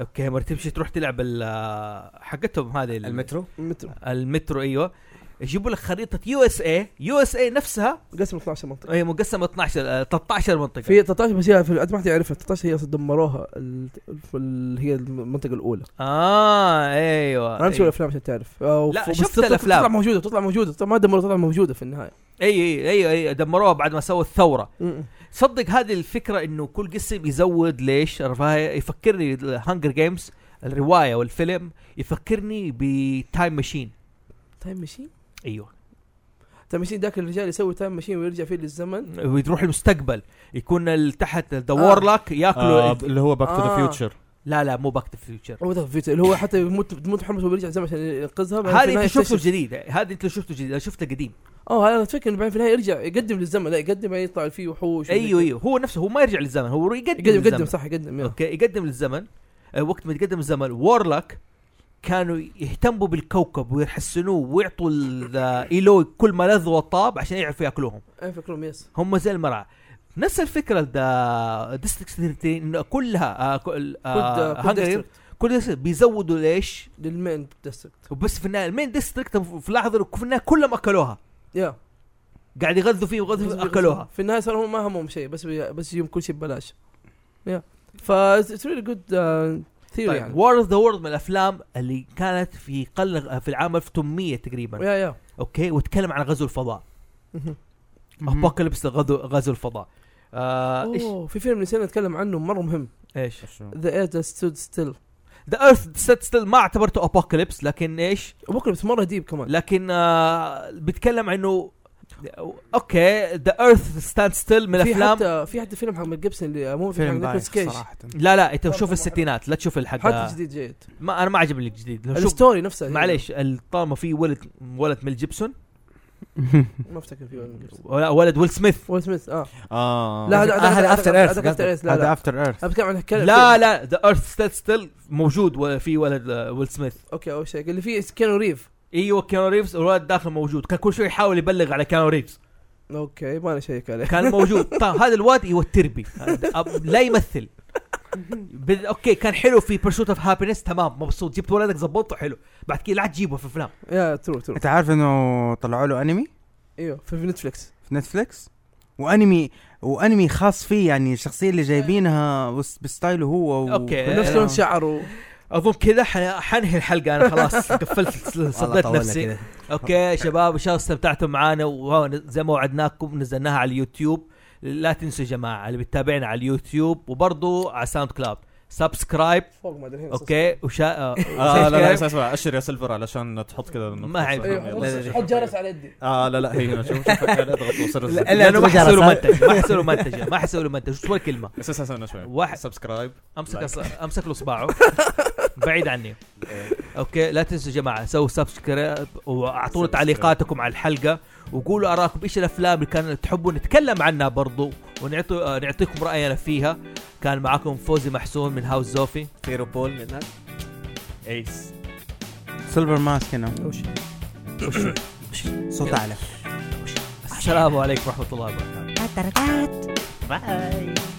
Speaker 1: اوكي مرة تمشي تروح تلعب ال- آه، حقتهم هذه ال-
Speaker 2: المترو
Speaker 5: مترو
Speaker 1: المترو ايوه يجيبوا لك خريطه يو اس اي يو اس اي نفسها
Speaker 5: قسم 12 منطقه
Speaker 1: هي مقسمه 12 آه، 13 منطقه
Speaker 5: في 13 بس هي في قد ما حد يعرفها 13 هي أصلاً دمروها ال- في ال- هي المنطقه الاولى
Speaker 1: اه ايوه
Speaker 5: انا امشي
Speaker 1: ايوه
Speaker 5: الافلام عشان تعرف آه،
Speaker 1: لا،
Speaker 5: وف- بس
Speaker 1: شفت
Speaker 5: تطلع-
Speaker 1: الأفلام.
Speaker 5: تطلع موجوده تطلع موجوده تطلع ما دمروا تطلع موجوده في النهايه
Speaker 1: ايوه ايوه أي دمروها بعد ما سووا الثوره
Speaker 5: م- م.
Speaker 1: صدق هذه الفكره انه كل قسم يزود ليش رفاهيه يفكرني هانجر جيمز الروايه والفيلم يفكرني بتايم ماشين
Speaker 5: تايم ماشين
Speaker 1: ايوه
Speaker 5: تايم ماشين ذاك الرجال اللي يسوي تايم ماشين ويرجع فيه للزمن
Speaker 1: ويروح المستقبل يكون ال- تحت الدور
Speaker 5: آه.
Speaker 1: لك ياكله
Speaker 4: آه
Speaker 1: آه.
Speaker 4: اللي هو باك تو ذا
Speaker 5: آه.
Speaker 4: فيوتشر
Speaker 1: لا لا مو باك تو فيوتشر
Speaker 5: هو ذاك الفيديو اللي هو حتى يموت تموت محمد ويرجع الزمن عشان ينقذها بعدين في
Speaker 1: هذا
Speaker 5: النهاية
Speaker 1: انت شفته
Speaker 5: يكتشف-
Speaker 1: جديد هذا انت شفته جديد أنا شفته قديم
Speaker 5: اه هذا انا فكر انه بعدين في النهايه يرجع يقدم للزمن لا يقدم بعدين يطلع فيه وحوش
Speaker 1: ايوه ايوه هو نفسه هو ما يرجع للزمن هو يقدم
Speaker 5: يقدم
Speaker 1: للزمن.
Speaker 5: يقدم صح يقدم يلا.
Speaker 1: اوكي يقدم للزمن آه، وقت ما يتقدم الزمن وورلك كانوا يهتموا بالكوكب ويحسنوه ويعطوا ال- ذا ايلوي كل ما لذ وطاب عشان يعرفوا ياكلوهم
Speaker 5: ايه فكرهم يس
Speaker 1: هم زي المرعى نفس الفكره ذا ديستريكت 13 إنه كلها آه كل آه
Speaker 5: كود- كود
Speaker 1: هنغري-
Speaker 5: uh, district
Speaker 1: كل district بيزودوا ليش
Speaker 5: للمين ديستريكت
Speaker 1: وبس في النهايه المين ديستريكت في لحظه في النهايه كلهم اكلوها
Speaker 5: يا
Speaker 1: قاعد يغذوا فيه ويغذوا فيه اكلوها
Speaker 5: في النهايه صار هم ما همهم شيء بس بي... بس يجيهم كل شيء ببلاش يا ف اتس ريلي جود ثيوري
Speaker 1: طيب
Speaker 5: يعني
Speaker 1: وور اوف ذا وورلد من الافلام اللي كانت في قرن في العام 1800 تقريبا
Speaker 5: يا يا
Speaker 1: اوكي وتكلم عن غزو الفضاء
Speaker 5: مهم.
Speaker 1: ابوكاليبس غزو غزو الفضاء آه ايش
Speaker 5: اوه في فيلم نسينا نتكلم عنه مره مهم
Speaker 1: ايش
Speaker 5: ذا اير ذات ستود ستيل
Speaker 1: ذا ايرث ست ستيل ما اعتبرته ابوكاليبس لكن ايش
Speaker 5: ابوكاليبس مره ديب كمان
Speaker 1: لكن آه بيتكلم عنه اوكي ذا ايرث ستاند ستيل من
Speaker 5: في
Speaker 1: الافلام
Speaker 5: حتى في حتى فيلم حق ميل جيبسون اللي uh, مو
Speaker 3: فيلم
Speaker 5: فيلم حق نيكولاس
Speaker 3: بايخ
Speaker 5: كيش
Speaker 3: صراحه
Speaker 1: لا لا انت شوف الستينات لا تشوف الحق
Speaker 5: حتى جديد جيد
Speaker 1: ما انا ما عجبني الجديد لو آه، شوف
Speaker 5: الستوري نفسها هي.
Speaker 1: معليش ال- طالما في ولد ولد ميل جيبسون
Speaker 5: ما افتكر في ميل جيبسون
Speaker 1: ولا ولد ويل سميث
Speaker 5: ويل سميث اه
Speaker 4: اه
Speaker 5: لا هذا
Speaker 2: آه، هذا After Earth
Speaker 5: هذا افتر ايرث لا
Speaker 3: هذا
Speaker 5: لا
Speaker 3: افتر ايرث
Speaker 5: أنا بتكلم عن كلام
Speaker 1: لا لا ذا ايرث ستيل ستيل موجود و- في ولد آه، ويل سميث
Speaker 5: اوكي اول شيء اللي فيه كيانو ريف
Speaker 1: ايوه كيانو ريفز والولد داخل موجود كان كل شوي يحاول يبلغ على كيانو ريفز
Speaker 5: اوكي ما انا شيك عليه
Speaker 1: كان موجود طيب هذا الواد يوتربي أب- لا يمثل بال- اوكي كان حلو في برشوت اوف هابينس تمام مبسوط جبت ولدك زبطته حلو بعد كذا لا تجيبه في افلام
Speaker 5: يا ترو ترو
Speaker 3: انت عارف انه طلعوا له انمي
Speaker 5: ايوه في نتفلكس
Speaker 3: في نتفليكس وانمي وانمي خاص فيه يعني الشخصيه اللي جايبينها بس- بستايله هو و...
Speaker 1: أوكي.
Speaker 5: نفس
Speaker 1: إيه.
Speaker 5: لون شعره
Speaker 1: اظن كذا ح- حنهي الحلقه انا خلاص قفلت
Speaker 2: والله
Speaker 1: صديت
Speaker 2: طولنا
Speaker 1: نفسي
Speaker 2: كده.
Speaker 1: اوكي شباب ان شاء الله استمتعتم معنا وزي ما وعدناكم نزلناها على اليوتيوب لا تنسوا يا جماعه اللي بتتابعنا على اليوتيوب وبرضو على ساوند كلاود سبسكرايب
Speaker 5: فوق ما ادري هنا
Speaker 1: اوكي وشا
Speaker 4: آه لا لا اسمع اسمع اشر يا سيلفر علشان تحط كده النقطة
Speaker 1: ما عيب.
Speaker 4: صح.
Speaker 5: ايوه
Speaker 4: يلا.
Speaker 5: حط- حط جرس على يدي
Speaker 4: اه لا لا هي هنا شوف شوف لا اضغط وصل الزر.
Speaker 2: لا،
Speaker 1: لانه ما
Speaker 2: ترجع
Speaker 1: حسوا له
Speaker 2: رسالة.
Speaker 1: منتج ما حسوا له منتج ما حسوا له منتج شو اسمه الكلمه
Speaker 4: بس بس استنى شوي
Speaker 1: واحد.
Speaker 4: واحد سبسكرايب
Speaker 1: امسك
Speaker 4: لايك.
Speaker 1: أص... امسك له صباعه بعيد عني اوكي لا تنسوا يا جماعه سووا سبسكرايب واعطونا
Speaker 4: سبسكرايب.
Speaker 1: تعليقاتكم على الحلقه وقولوا اراكم ايش الافلام اللي كان تحبوا نتكلم عنها برضو ونعطي نعطيكم راينا فيها كان معاكم فوزي محسون من هاوس زوفي
Speaker 2: في روبول من هناك.
Speaker 4: ايس
Speaker 3: سيلفر ماسك هنا صوت
Speaker 1: يلا.
Speaker 3: اعلى
Speaker 1: السلام عليكم ورحمه الله وبركاته
Speaker 6: Bye.